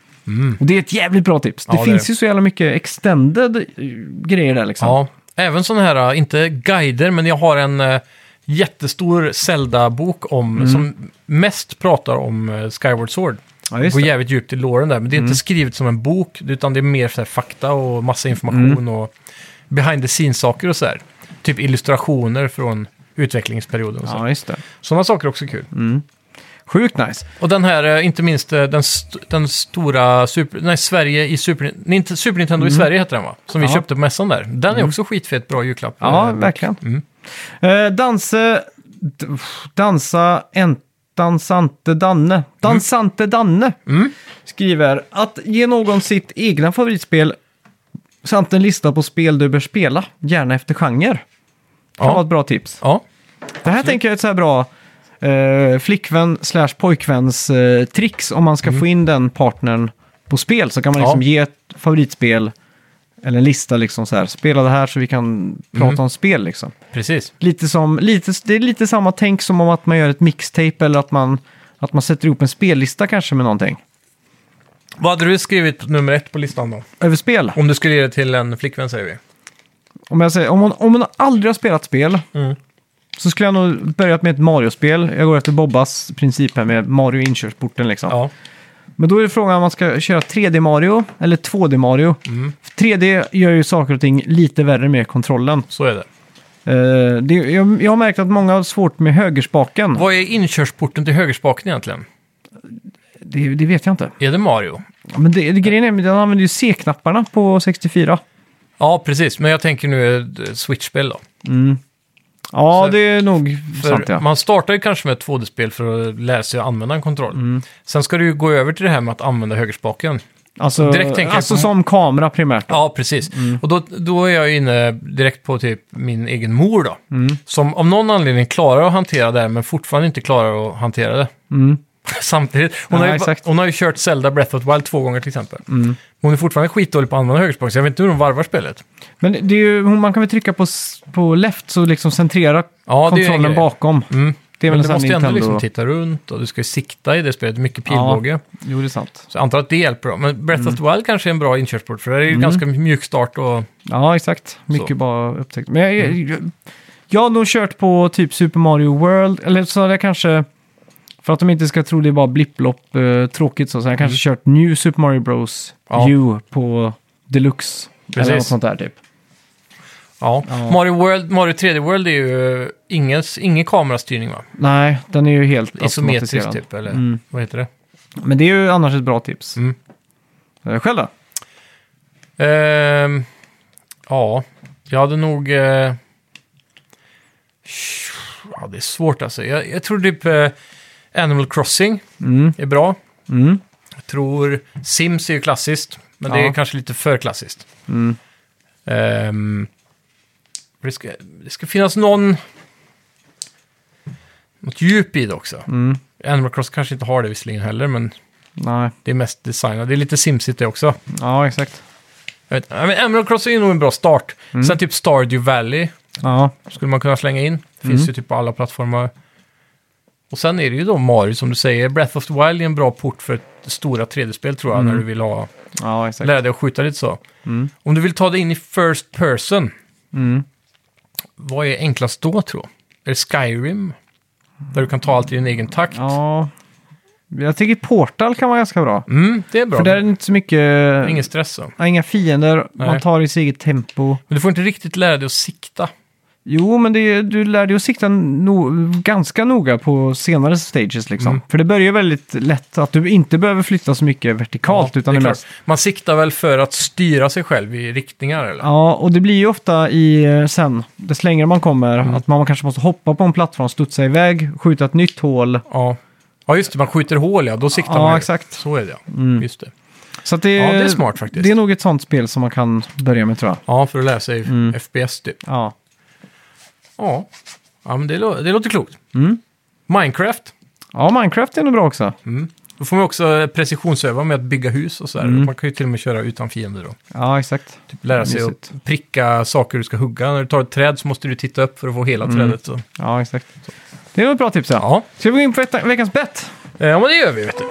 Speaker 1: Och det är ett jävligt bra tips.
Speaker 2: Ja,
Speaker 1: det
Speaker 2: det
Speaker 1: finns
Speaker 2: är det.
Speaker 1: ju så jävla mycket extended eh, grejer där liksom.
Speaker 2: Ja, även sådana här, äh, inte guider, men jag har en äh, jättestor Zelda-bok om,
Speaker 1: Mm.
Speaker 2: som mest pratar om äh, Skyward Sword.
Speaker 1: Ja,
Speaker 2: Det
Speaker 1: just
Speaker 2: går
Speaker 1: det. Mm.
Speaker 2: jävligt djupt i låren där, men det är inte skrivet som en bok, utan det är mer så här, fakta och massa information
Speaker 1: Mm.
Speaker 2: och behind the scenes-saker och så här. Typ illustrationer från utvecklingsperioden och så.
Speaker 1: Ja, Mm. just det.
Speaker 2: Sådana saker är också kul.
Speaker 1: Sjukt nice.
Speaker 2: Och den här, eh, inte minst eh, den, st- den stora Super, nej, Sverige i Super, nej, inte Super Nintendo i Sverige heter den va? Som vi
Speaker 1: Mm. Ja. Mm.
Speaker 2: köpte på mässan där. Den är också skitfet bra julklapp.
Speaker 1: Ja,
Speaker 2: Eh,
Speaker 1: verkligen. Eh, danse... d- Dansa... En, dansante Danne. Dansante Danne
Speaker 2: Mm.
Speaker 1: skriver att ge någon sitt egna favoritspel samt en lista på spel du bör spela, gärna efter genre. Kan
Speaker 2: Ja.
Speaker 1: vara ett bra tips.
Speaker 2: Ja,
Speaker 1: Det här tänker jag är ett så här bra eh, flickvän slash pojkväns eh, tricks. Om man ska få in den partnern på spel så kan man
Speaker 2: Mm. Ja.
Speaker 1: liksom ge ett favoritspel eller en lista liksom så här. Spela det här så vi kan prata
Speaker 2: Mm.
Speaker 1: om spel liksom.
Speaker 2: precis.
Speaker 1: Lite som, lite, det är lite samma tänk som om att man gör ett mixtape eller att man, att man sätter ihop en spellista kanske med någonting.
Speaker 2: Vad hade du skrivit nummer ett på listan då?
Speaker 1: Över spel?
Speaker 2: Om du skulle ge det till en flickvän säger vi.
Speaker 1: Om, jag säger, om, man, om man aldrig har spelat spel
Speaker 2: Mm.
Speaker 1: så skulle jag nog börjat med ett Mario-spel. Jag går efter Bobbas princip här med Mario inkörsporten liksom.
Speaker 2: Ja.
Speaker 1: Men då är det frågan om man ska köra 3D Mario eller 2D Mario.
Speaker 2: Mm.
Speaker 1: 3D gör ju saker och ting lite värre med kontrollen.
Speaker 2: så är det.
Speaker 1: Eh, det, jag, jag har märkt att många har svårt med högerspaken.
Speaker 2: Vad är inkörsporten till högerspaken egentligen?
Speaker 1: Det, det vet jag inte.
Speaker 2: Är det Mario?
Speaker 1: Men det, det, grejen är att jag använder ju C-knapparna på 64.
Speaker 2: Ja, precis. Men jag tänker nu ett Switch-spel då.
Speaker 1: Ja,
Speaker 2: Så-
Speaker 1: det är nog sant
Speaker 2: För
Speaker 1: ja.
Speaker 2: man startar ju kanske med ett 2D-spel för att lära sig att använda en kontroll. Sen ska du ju gå över till det här med att använda högerspaken.
Speaker 1: Alltså,
Speaker 2: direkt tänker jag
Speaker 1: alltså
Speaker 2: på-
Speaker 1: som kamera primärt.
Speaker 2: Ja, precis.
Speaker 1: Mm.
Speaker 2: Och då, då är jag ju inne direkt på typ min egen mor då.
Speaker 1: Mm.
Speaker 2: Som av någon anledning klarar att hantera det här, men fortfarande inte klarar att hantera det. Samtidigt. Hon,
Speaker 1: Mm. Ja,
Speaker 2: har ju,
Speaker 1: exakt. Mm.
Speaker 2: hon har ju kört Zelda Breath of the Wild två gånger till exempel. Hon är fortfarande skitdålig på att använda högerspaken, så jag vet inte hur hon varvar spelet.
Speaker 1: Men det är ju, man kan väl trycka på, s- på left så liksom centrera
Speaker 2: Ja, det är ju en
Speaker 1: kontrollen
Speaker 2: grej.
Speaker 1: bakom.
Speaker 2: Mm.
Speaker 1: Det är väl
Speaker 2: Men
Speaker 1: en
Speaker 2: du
Speaker 1: sån här
Speaker 2: måste ju ändå
Speaker 1: Nintendo...
Speaker 2: liksom titta runt och du ska ju sikta i det spelet, mycket pilbåge.
Speaker 1: Jo, det är sant.
Speaker 2: Så jag antar att det hjälper då. Men Breath
Speaker 1: Mm.
Speaker 2: of the Wild kanske är en bra inkörsport, för det är ju ganska mjuk start och...
Speaker 1: Ja, exakt. Mycket
Speaker 2: Så. Mm.
Speaker 1: bara upptäckt. Men jag, jag, jag har nog kört på typ Super Mario World, eller så hade jag kanske... För att de inte ska tro det är bara blipplopp eh, tråkigt så, så har jag kanske kört New Super Mario Bros
Speaker 2: Mm. Ja.
Speaker 1: U på Deluxe.
Speaker 2: Precis.
Speaker 1: Eller något sånt där typ.
Speaker 2: Ja.
Speaker 1: Ja.
Speaker 2: Mario, World, Mario 3D World är ju eh, ingen, ingen kamerastyrning va?
Speaker 1: Nej, den är ju helt
Speaker 2: Isometrisk
Speaker 1: automatiserad.
Speaker 2: typ, eller
Speaker 1: Mm.
Speaker 2: vad heter det?
Speaker 1: Men det är ju annars ett bra tips.
Speaker 2: Mm.
Speaker 1: Eh, Själv då?
Speaker 2: Ehm, ja, jag hade nog... eh, sh- ja, det är svårt alltså. Jag, jag tror typ eh, Animal Crossing
Speaker 1: Mm.
Speaker 2: är bra.
Speaker 1: Mm.
Speaker 2: Jag tror Sims är ju klassiskt, men det
Speaker 1: Ja.
Speaker 2: är kanske lite för klassiskt.
Speaker 1: Mm.
Speaker 2: Ehm, det, ska, det ska finnas någon... Något djup i det också.
Speaker 1: Mm.
Speaker 2: Animal Crossing kanske inte har det visserligen heller, men
Speaker 1: Nej,
Speaker 2: det är mest designat. Det är lite Simcity också.
Speaker 1: ja exakt.
Speaker 2: Jag vet, inte. Ja, men Animal Crossing är nog en bra start.
Speaker 1: Mm.
Speaker 2: Sen typ Stardew Valley
Speaker 1: Ja,
Speaker 2: skulle man kunna slänga in.
Speaker 1: Mm.
Speaker 2: Finns ju typ på alla plattformar. Och sen är det ju då Mario, som du säger. Breath of the Wild är en bra port för ett stora 3D-spel tror
Speaker 1: Mm.
Speaker 2: jag, när du vill ha,
Speaker 1: ja exakt.
Speaker 2: lära dig att skjuta lite så. Om du vill ta dig in i First Person,
Speaker 1: Mm.
Speaker 2: vad är enklast då tror jag? Är det Skyrim? Där du kan ta allt i din egen takt?
Speaker 1: Ja, jag tycker Portal kan vara ganska bra.
Speaker 2: Mm, det är bra.
Speaker 1: För där är det inte så mycket...
Speaker 2: Ingen stress så.
Speaker 1: Ja, inga fiender,
Speaker 2: Nej.
Speaker 1: man tar i sitt eget tempo.
Speaker 2: Men du får inte riktigt lära dig att sikta.
Speaker 1: Jo, men det, du lär dig att sikta no, ganska noga på senare stages liksom.
Speaker 2: Mm.
Speaker 1: För det börjar ju väldigt lätt att du inte behöver flytta så mycket vertikalt.
Speaker 2: Ja,
Speaker 1: utan
Speaker 2: det är
Speaker 1: det
Speaker 2: klart.
Speaker 1: mest,
Speaker 2: Man siktar väl för att styra sig själv i riktningar eller?
Speaker 1: ja, och det blir ju ofta i eh, sen, desto längre man kommer,
Speaker 2: Mm.
Speaker 1: att man kanske måste hoppa på en plattform, studsa iväg, skjuta ett nytt hål.
Speaker 2: Ja. Ja, just det. Man skjuter hål, ja. Då siktar
Speaker 1: Ja,
Speaker 2: man ju.
Speaker 1: exakt.
Speaker 2: Så är det, ja. Just det.
Speaker 1: Så att det,
Speaker 2: Ja, det är smart faktiskt.
Speaker 1: Det är nog ett sånt spel som man kan börja med tror jag.
Speaker 2: Ja, för att lära sig
Speaker 1: Mm.
Speaker 2: FPS typ.
Speaker 1: Ja.
Speaker 2: Ja, ja men det, lå- det låter klokt.
Speaker 1: Mm.
Speaker 2: Minecraft.
Speaker 1: ja, Minecraft är nog bra också.
Speaker 2: Mm. Då får man också precisionsöva med att bygga hus och sådär.
Speaker 1: Mm.
Speaker 2: Man kan ju till och med köra utan fiender då.
Speaker 1: Ja, exakt.
Speaker 2: Typ lära sig
Speaker 1: Mysigt.
Speaker 2: att pricka saker du ska hugga. När du tar ett träd så måste du titta upp för att få hela trädet. Så.
Speaker 1: Ja, exakt. Det är nog ett bra tips Mm. ja.
Speaker 2: Ja.
Speaker 1: Ska vi gå in på vecka- veckans bett?
Speaker 2: Eh, Ja, men det gör vi, vet du.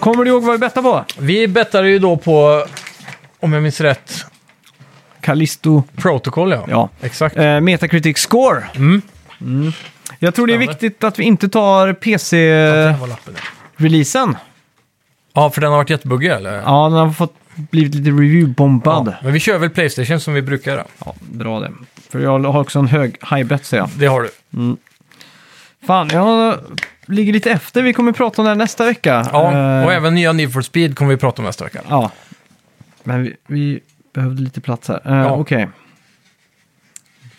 Speaker 1: Kommer du ihåg vad vi bettade på?
Speaker 2: Vi bettade ju då på, om jag minns rätt,
Speaker 1: Callisto.
Speaker 2: Protocol, ja.
Speaker 1: Ja.
Speaker 2: Exakt.
Speaker 1: Eh, Metacritic score. Mm. Jag tror det är
Speaker 2: Spännande.
Speaker 1: viktigt att vi inte tar
Speaker 2: Där
Speaker 1: PC-releasen.
Speaker 2: var lappen där. Ja, för den har varit jättebuggig, eller?
Speaker 1: Ja, den har fått blivit lite review-bombad.
Speaker 2: Men vi kör väl Playstation som vi brukar. Då.
Speaker 1: Ja, bra det. För jag har också en hög high bet säger jag.
Speaker 2: Det har du.
Speaker 1: Fan, jag ligger lite efter. Vi kommer prata om det här nästa vecka.
Speaker 2: Ja, och
Speaker 1: Eh,
Speaker 2: även nya Need for Speed kommer vi prata om nästa vecka.
Speaker 1: Ja. Men vi, vi behövde lite plats här. Eh,
Speaker 2: Ja.
Speaker 1: Okej.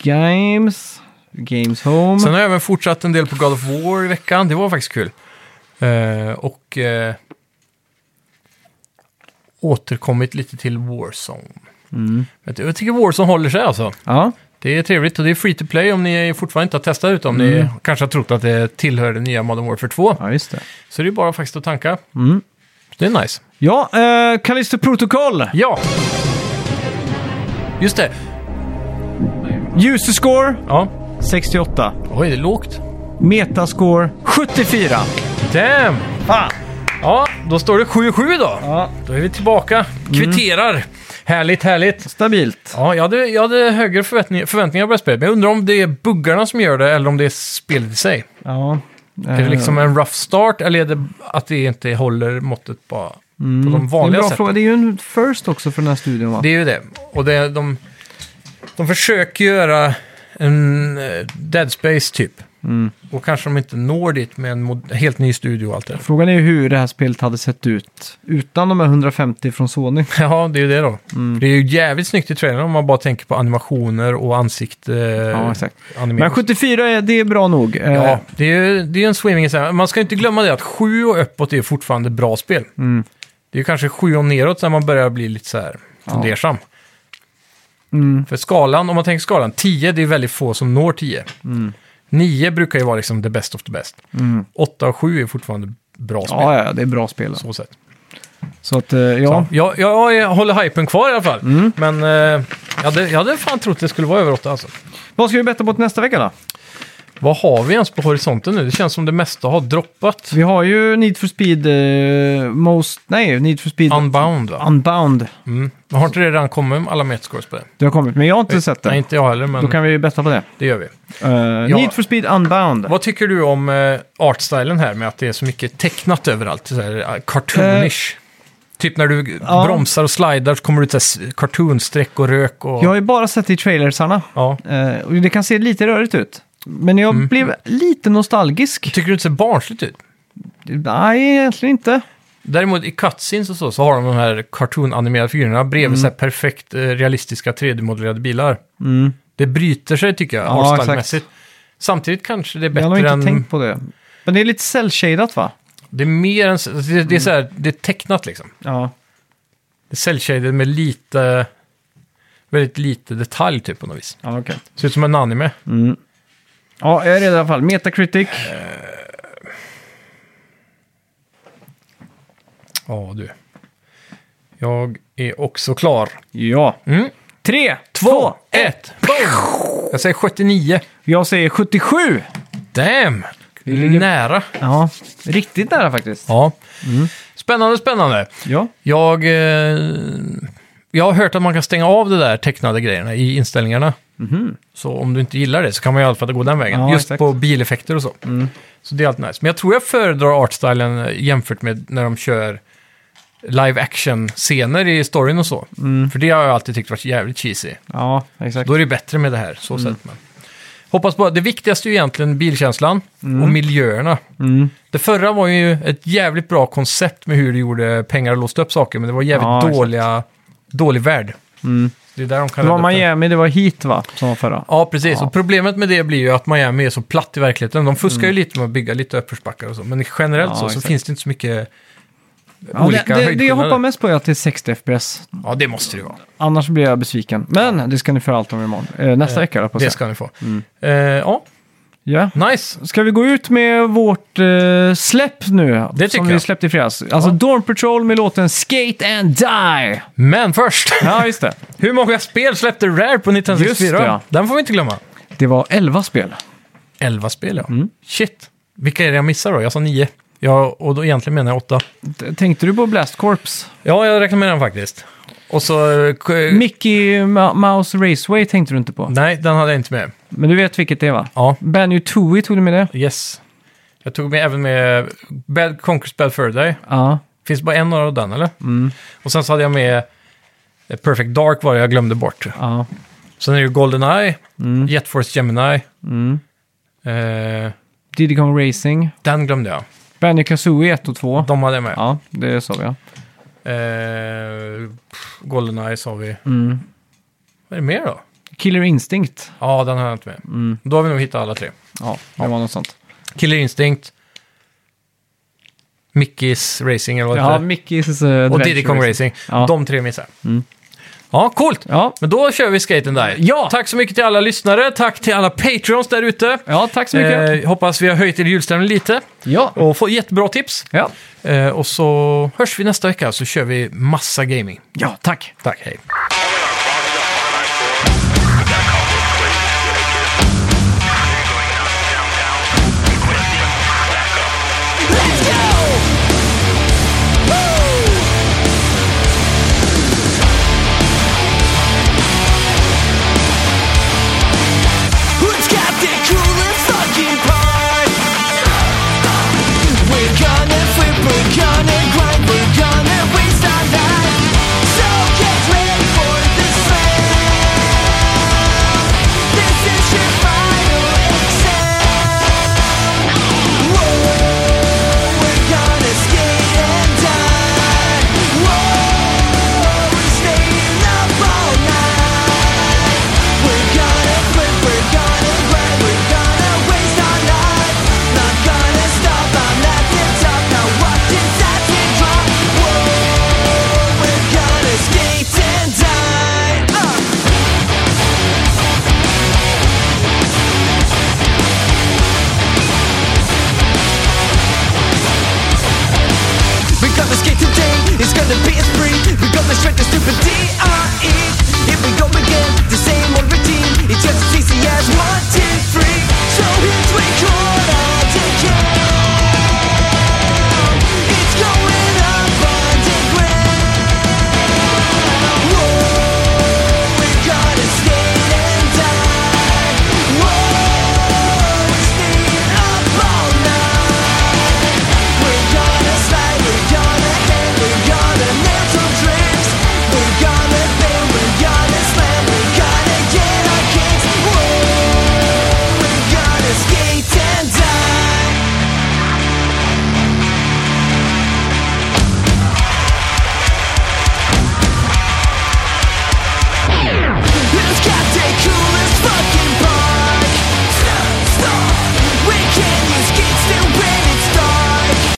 Speaker 1: Games. Games Home.
Speaker 2: Sen har jag även fortsatt en del på God of War i veckan. Det var faktiskt kul. Eh, och eh, återkommit lite till Warzone.
Speaker 1: Mm.
Speaker 2: Vet du, Jag tycker Warzone håller sig alltså.
Speaker 1: Ja.
Speaker 2: Det är trevligt och det är free to play om ni fortfarande inte har testat ut om ni kanske har trott att det tillhör det nya Modern Warfare 2.
Speaker 1: Mm. ja, just det.
Speaker 2: Så det är bara faktiskt att tanka.
Speaker 1: Mm.
Speaker 2: Det är nice.
Speaker 1: Ja, eh, Callisto Protocol.
Speaker 2: Ja! Just det.
Speaker 1: User score
Speaker 2: Ja.
Speaker 1: 68.
Speaker 2: Oj, det är lågt.
Speaker 1: Metascore 74.
Speaker 2: Damn!
Speaker 1: Fan!
Speaker 2: Ja, då står det 7-7 då.
Speaker 1: Ja.
Speaker 2: Då är vi tillbaka. Kvitterar. Härligt, härligt.
Speaker 1: Stabilt.
Speaker 2: Ja, jag hade, jag hade högre förväntningar, förväntningar på det här spelet, men jag undrar om det är buggarna som gör det eller om det är spelet i sig.
Speaker 1: Ja. Eh,
Speaker 2: Är det liksom en rough start eller är det att det inte håller måttet bara på de
Speaker 1: Mm, det är en
Speaker 2: vanliga
Speaker 1: bra
Speaker 2: sätten?
Speaker 1: fråga. Det är ju en first också för den här studion va?
Speaker 2: Det är ju det. Och det, de, de försöker göra en eh, Dead Space typ.
Speaker 1: Mm.
Speaker 2: Och kanske de inte når dit med en mod- helt ny studio och allt det där.
Speaker 1: Frågan är ju hur det här spelet hade sett ut utan de här 150 från Sony.
Speaker 2: Ja, det är ju det då.
Speaker 1: Mm.
Speaker 2: Det är ju jävligt snyggt i trailern om man bara tänker på animationer och ansikte.
Speaker 1: Ja, exakt.
Speaker 2: animering.
Speaker 1: Men 74 är, det är bra nog. Eh,
Speaker 2: Ja, det är ju det är ju en swimming exam. Man ska ju inte glömma det att 7 och uppåt är fortfarande bra spel.
Speaker 1: Mm.
Speaker 2: Det är ju kanske 7 och neråt när man börjar bli lite så här fundersam.
Speaker 1: Mm.
Speaker 2: För skalan, om man tänker skalan, 10 det är väldigt få som når 10. 9 brukar ju vara liksom the best of the best.
Speaker 1: Mm.
Speaker 2: 8 och 7 är fortfarande bra spel.
Speaker 1: Ja, ja, det är bra spel.
Speaker 2: på
Speaker 1: Så,
Speaker 2: Så sätt.
Speaker 1: så att, eh, ja. Mm.
Speaker 2: Ja. Jag, jag, jag håller hypen kvar i alla fall. Men eh, jag, hade, jag hade fan trott det skulle vara över 8 alltså.
Speaker 1: Vad ska vi betta på till nästa vecka då?
Speaker 2: Vad har vi ens på horisonten nu? Det känns som det mesta har droppat.
Speaker 1: Vi har ju Need for Speed eh, Most... Nej, Need for Speed
Speaker 2: Unbound va?
Speaker 1: Unbound.
Speaker 2: Mm. Men har inte det redan kommit alla metascores på det?
Speaker 1: Det har kommit, men jag har inte sett det.
Speaker 2: Nej, inte jag heller, men
Speaker 1: Då kan vi ju betta på det.
Speaker 2: det gör vi.
Speaker 1: Eh, Need for Speed Unbound.
Speaker 2: Vad tycker du om eh, artstylen här med att det är så mycket tecknat överallt? Så här, eh, cartoonish. Typ när du
Speaker 1: ja.
Speaker 2: bromsar och slidar så kommer det ut så här s- cartoonstreck och rök och...
Speaker 1: Jag har ju bara sett det i trailersarna.
Speaker 2: Ja.
Speaker 1: Eh, och det kan se lite rörigt ut. Men jag
Speaker 2: Mm.
Speaker 1: blev lite nostalgisk.
Speaker 2: Tycker du inte det ser barnsligt ut?
Speaker 1: Nej, egentligen inte.
Speaker 2: Däremot i cutscenes och så, så har de de här cartoon-animerade figurerna bredvid så här perfekt eh, realistiska 3D-modellerade bilar.
Speaker 1: Mm.
Speaker 2: Det bryter sig tycker jag,
Speaker 1: Ja,
Speaker 2: artstyle-mässigt. Samtidigt kanske det är
Speaker 1: Jag har nog
Speaker 2: bättre
Speaker 1: inte
Speaker 2: än...
Speaker 1: tänkt på det. Men det är lite cell-shadat va?
Speaker 2: Det är mer än... Det, det är så här, det är tecknat liksom.
Speaker 1: Ja.
Speaker 2: Det är cellshaded med lite... Väldigt lite detalj typ på något vis.
Speaker 1: Ja, okej.
Speaker 2: Ser ut som en anime.
Speaker 1: Ja, jag är redo i alla fall. Metacritic.
Speaker 2: Ja, du. Jag är också klar.
Speaker 1: Ja.
Speaker 2: Mm.
Speaker 1: Tre, två.
Speaker 2: Två, ett, boom! Jag säger 79.
Speaker 1: Jag säger 77.
Speaker 2: Damn!
Speaker 1: ligger-
Speaker 2: Nära.
Speaker 1: Ja, riktigt nära faktiskt.
Speaker 2: Ja. Mm. Spännande, spännande.
Speaker 1: Ja.
Speaker 2: Jag, eh, jag har hört att man kan stänga av det där tecknade grejerna i inställningarna. Så om du inte gillar det så kan man i alla fall gå den vägen.
Speaker 1: Mhm. Ja,
Speaker 2: Just
Speaker 1: exakt. Mm.
Speaker 2: på bileffekter och så. Så det är alltid nice. Men jag tror jag föredrar artstylen eh, jämfört med när de kör live action-scener i storyn och så.
Speaker 1: Mm.
Speaker 2: För det har jag alltid tyckt varit jävligt cheesy.
Speaker 1: Ja, exakt.
Speaker 2: Då är det bättre med det här, så
Speaker 1: Mm.
Speaker 2: sett. Men. Hoppas på, det viktigaste är ju egentligen bilkänslan och miljöerna.
Speaker 1: Mm.
Speaker 2: Det förra var ju ett jävligt bra koncept med hur du gjorde pengar och låste upp saker, men det var jävligt
Speaker 1: Ja, exakt. Mm.
Speaker 2: dåliga, dålig värld. Det är där de kan
Speaker 1: Det var
Speaker 2: rädda upp det.
Speaker 1: Miami, det var Heat va? Som var förra.
Speaker 2: Ja, precis. Och problemet med det blir ju att Miami är så platt i verkligheten. De fuskar ju lite med att bygga lite uppförsbackar och så, men generellt
Speaker 1: Mm. Ja,
Speaker 2: så, så
Speaker 1: exakt.
Speaker 2: finns det inte så mycket
Speaker 1: Ja, det,
Speaker 2: olika
Speaker 1: det, det jag hoppar
Speaker 2: höjdskillnader.
Speaker 1: mest på är att det är 60 FPS.
Speaker 2: Ja, det måste det ju vara.
Speaker 1: Annars blir jag besviken. Men det ska ni få allt om imorgon. Eh, nästa vecka höll jag på att
Speaker 2: Det
Speaker 1: säga.
Speaker 2: ska ni få.
Speaker 1: Mm.
Speaker 2: Eh, ja,
Speaker 1: Ja.
Speaker 2: nice.
Speaker 1: Ska vi gå ut med vårt eh, släpp nu?
Speaker 2: Det tycker
Speaker 1: som vi
Speaker 2: jag.
Speaker 1: släppte i fredags. Alltså Dawn Patrol med låten Skate and Die.
Speaker 2: Men först!
Speaker 1: Ja, just det.
Speaker 2: Hur många spel släppte Rare på 1964?
Speaker 1: Just det, ja.
Speaker 2: Den får vi inte glömma.
Speaker 1: Det var 11 spel.
Speaker 2: 11 spel, ja. Mm. Shit. Vilka är det jag missar då? Jag sa 9. Ja, och då egentligen menar jag 8.
Speaker 1: T- Tänkte du på Blast Corps?
Speaker 2: Ja, jag räknar med den faktiskt. Och så... eh, k-
Speaker 1: Mickey Ma- Mouse Raceway tänkte du inte på.
Speaker 2: Nej, den hade jag inte med.
Speaker 1: Men du vet vilket det är va?
Speaker 2: Ja,
Speaker 1: Banjo Tooie tog du med det?
Speaker 2: yes. Jag tog med även med Bad Conquerors Bad Fur Day.
Speaker 1: Ja.
Speaker 2: Finns det bara en av den, eller? Och sen så hade jag med eh, Perfect Dark var det jag glömde bort.
Speaker 1: ja.
Speaker 2: Sen är det ju Goldeneye, Jet Force Gemini.
Speaker 1: Mm.
Speaker 2: Eh,
Speaker 1: Diddy Kong Racing.
Speaker 2: den glömde jag.
Speaker 1: Banjo Kazooie 1 och 2.
Speaker 2: De hade jag med.
Speaker 1: Ja, det sa vi ja.
Speaker 2: Eh, pff, Goldeneye sa vi.
Speaker 1: Mm.
Speaker 2: Vad är det mer då?
Speaker 1: Killer Instinct.
Speaker 2: Ja, den har jag inte med.
Speaker 1: Mm.
Speaker 2: Då har vi nog hittat alla tre.
Speaker 1: Ja, det var något sånt.
Speaker 2: Killer Instinct, Mickeys Racing eller vad det
Speaker 1: Ja,
Speaker 2: heter.
Speaker 1: Mickeys uh,
Speaker 2: Och Diddy Kong Racing.
Speaker 1: Ja. Mm.
Speaker 2: De tre missar Ja, coolt!
Speaker 1: Ja.
Speaker 2: Men då kör vi skaten där. Ja! Tack så mycket till alla lyssnare. Tack till alla Patreons där ute.
Speaker 1: ja, tack så mycket.
Speaker 2: Eh, hoppas vi har höjt er julstämning lite
Speaker 1: ja.
Speaker 2: och får jättebra tips.
Speaker 1: ja.
Speaker 2: Eh, och så hörs vi nästa vecka så kör vi massa gaming.
Speaker 1: Ja, tack.
Speaker 2: Tack, hej.
Speaker 3: Let's go! Uh. gonna be a spree. E. We got the strength of stupid D-R-E.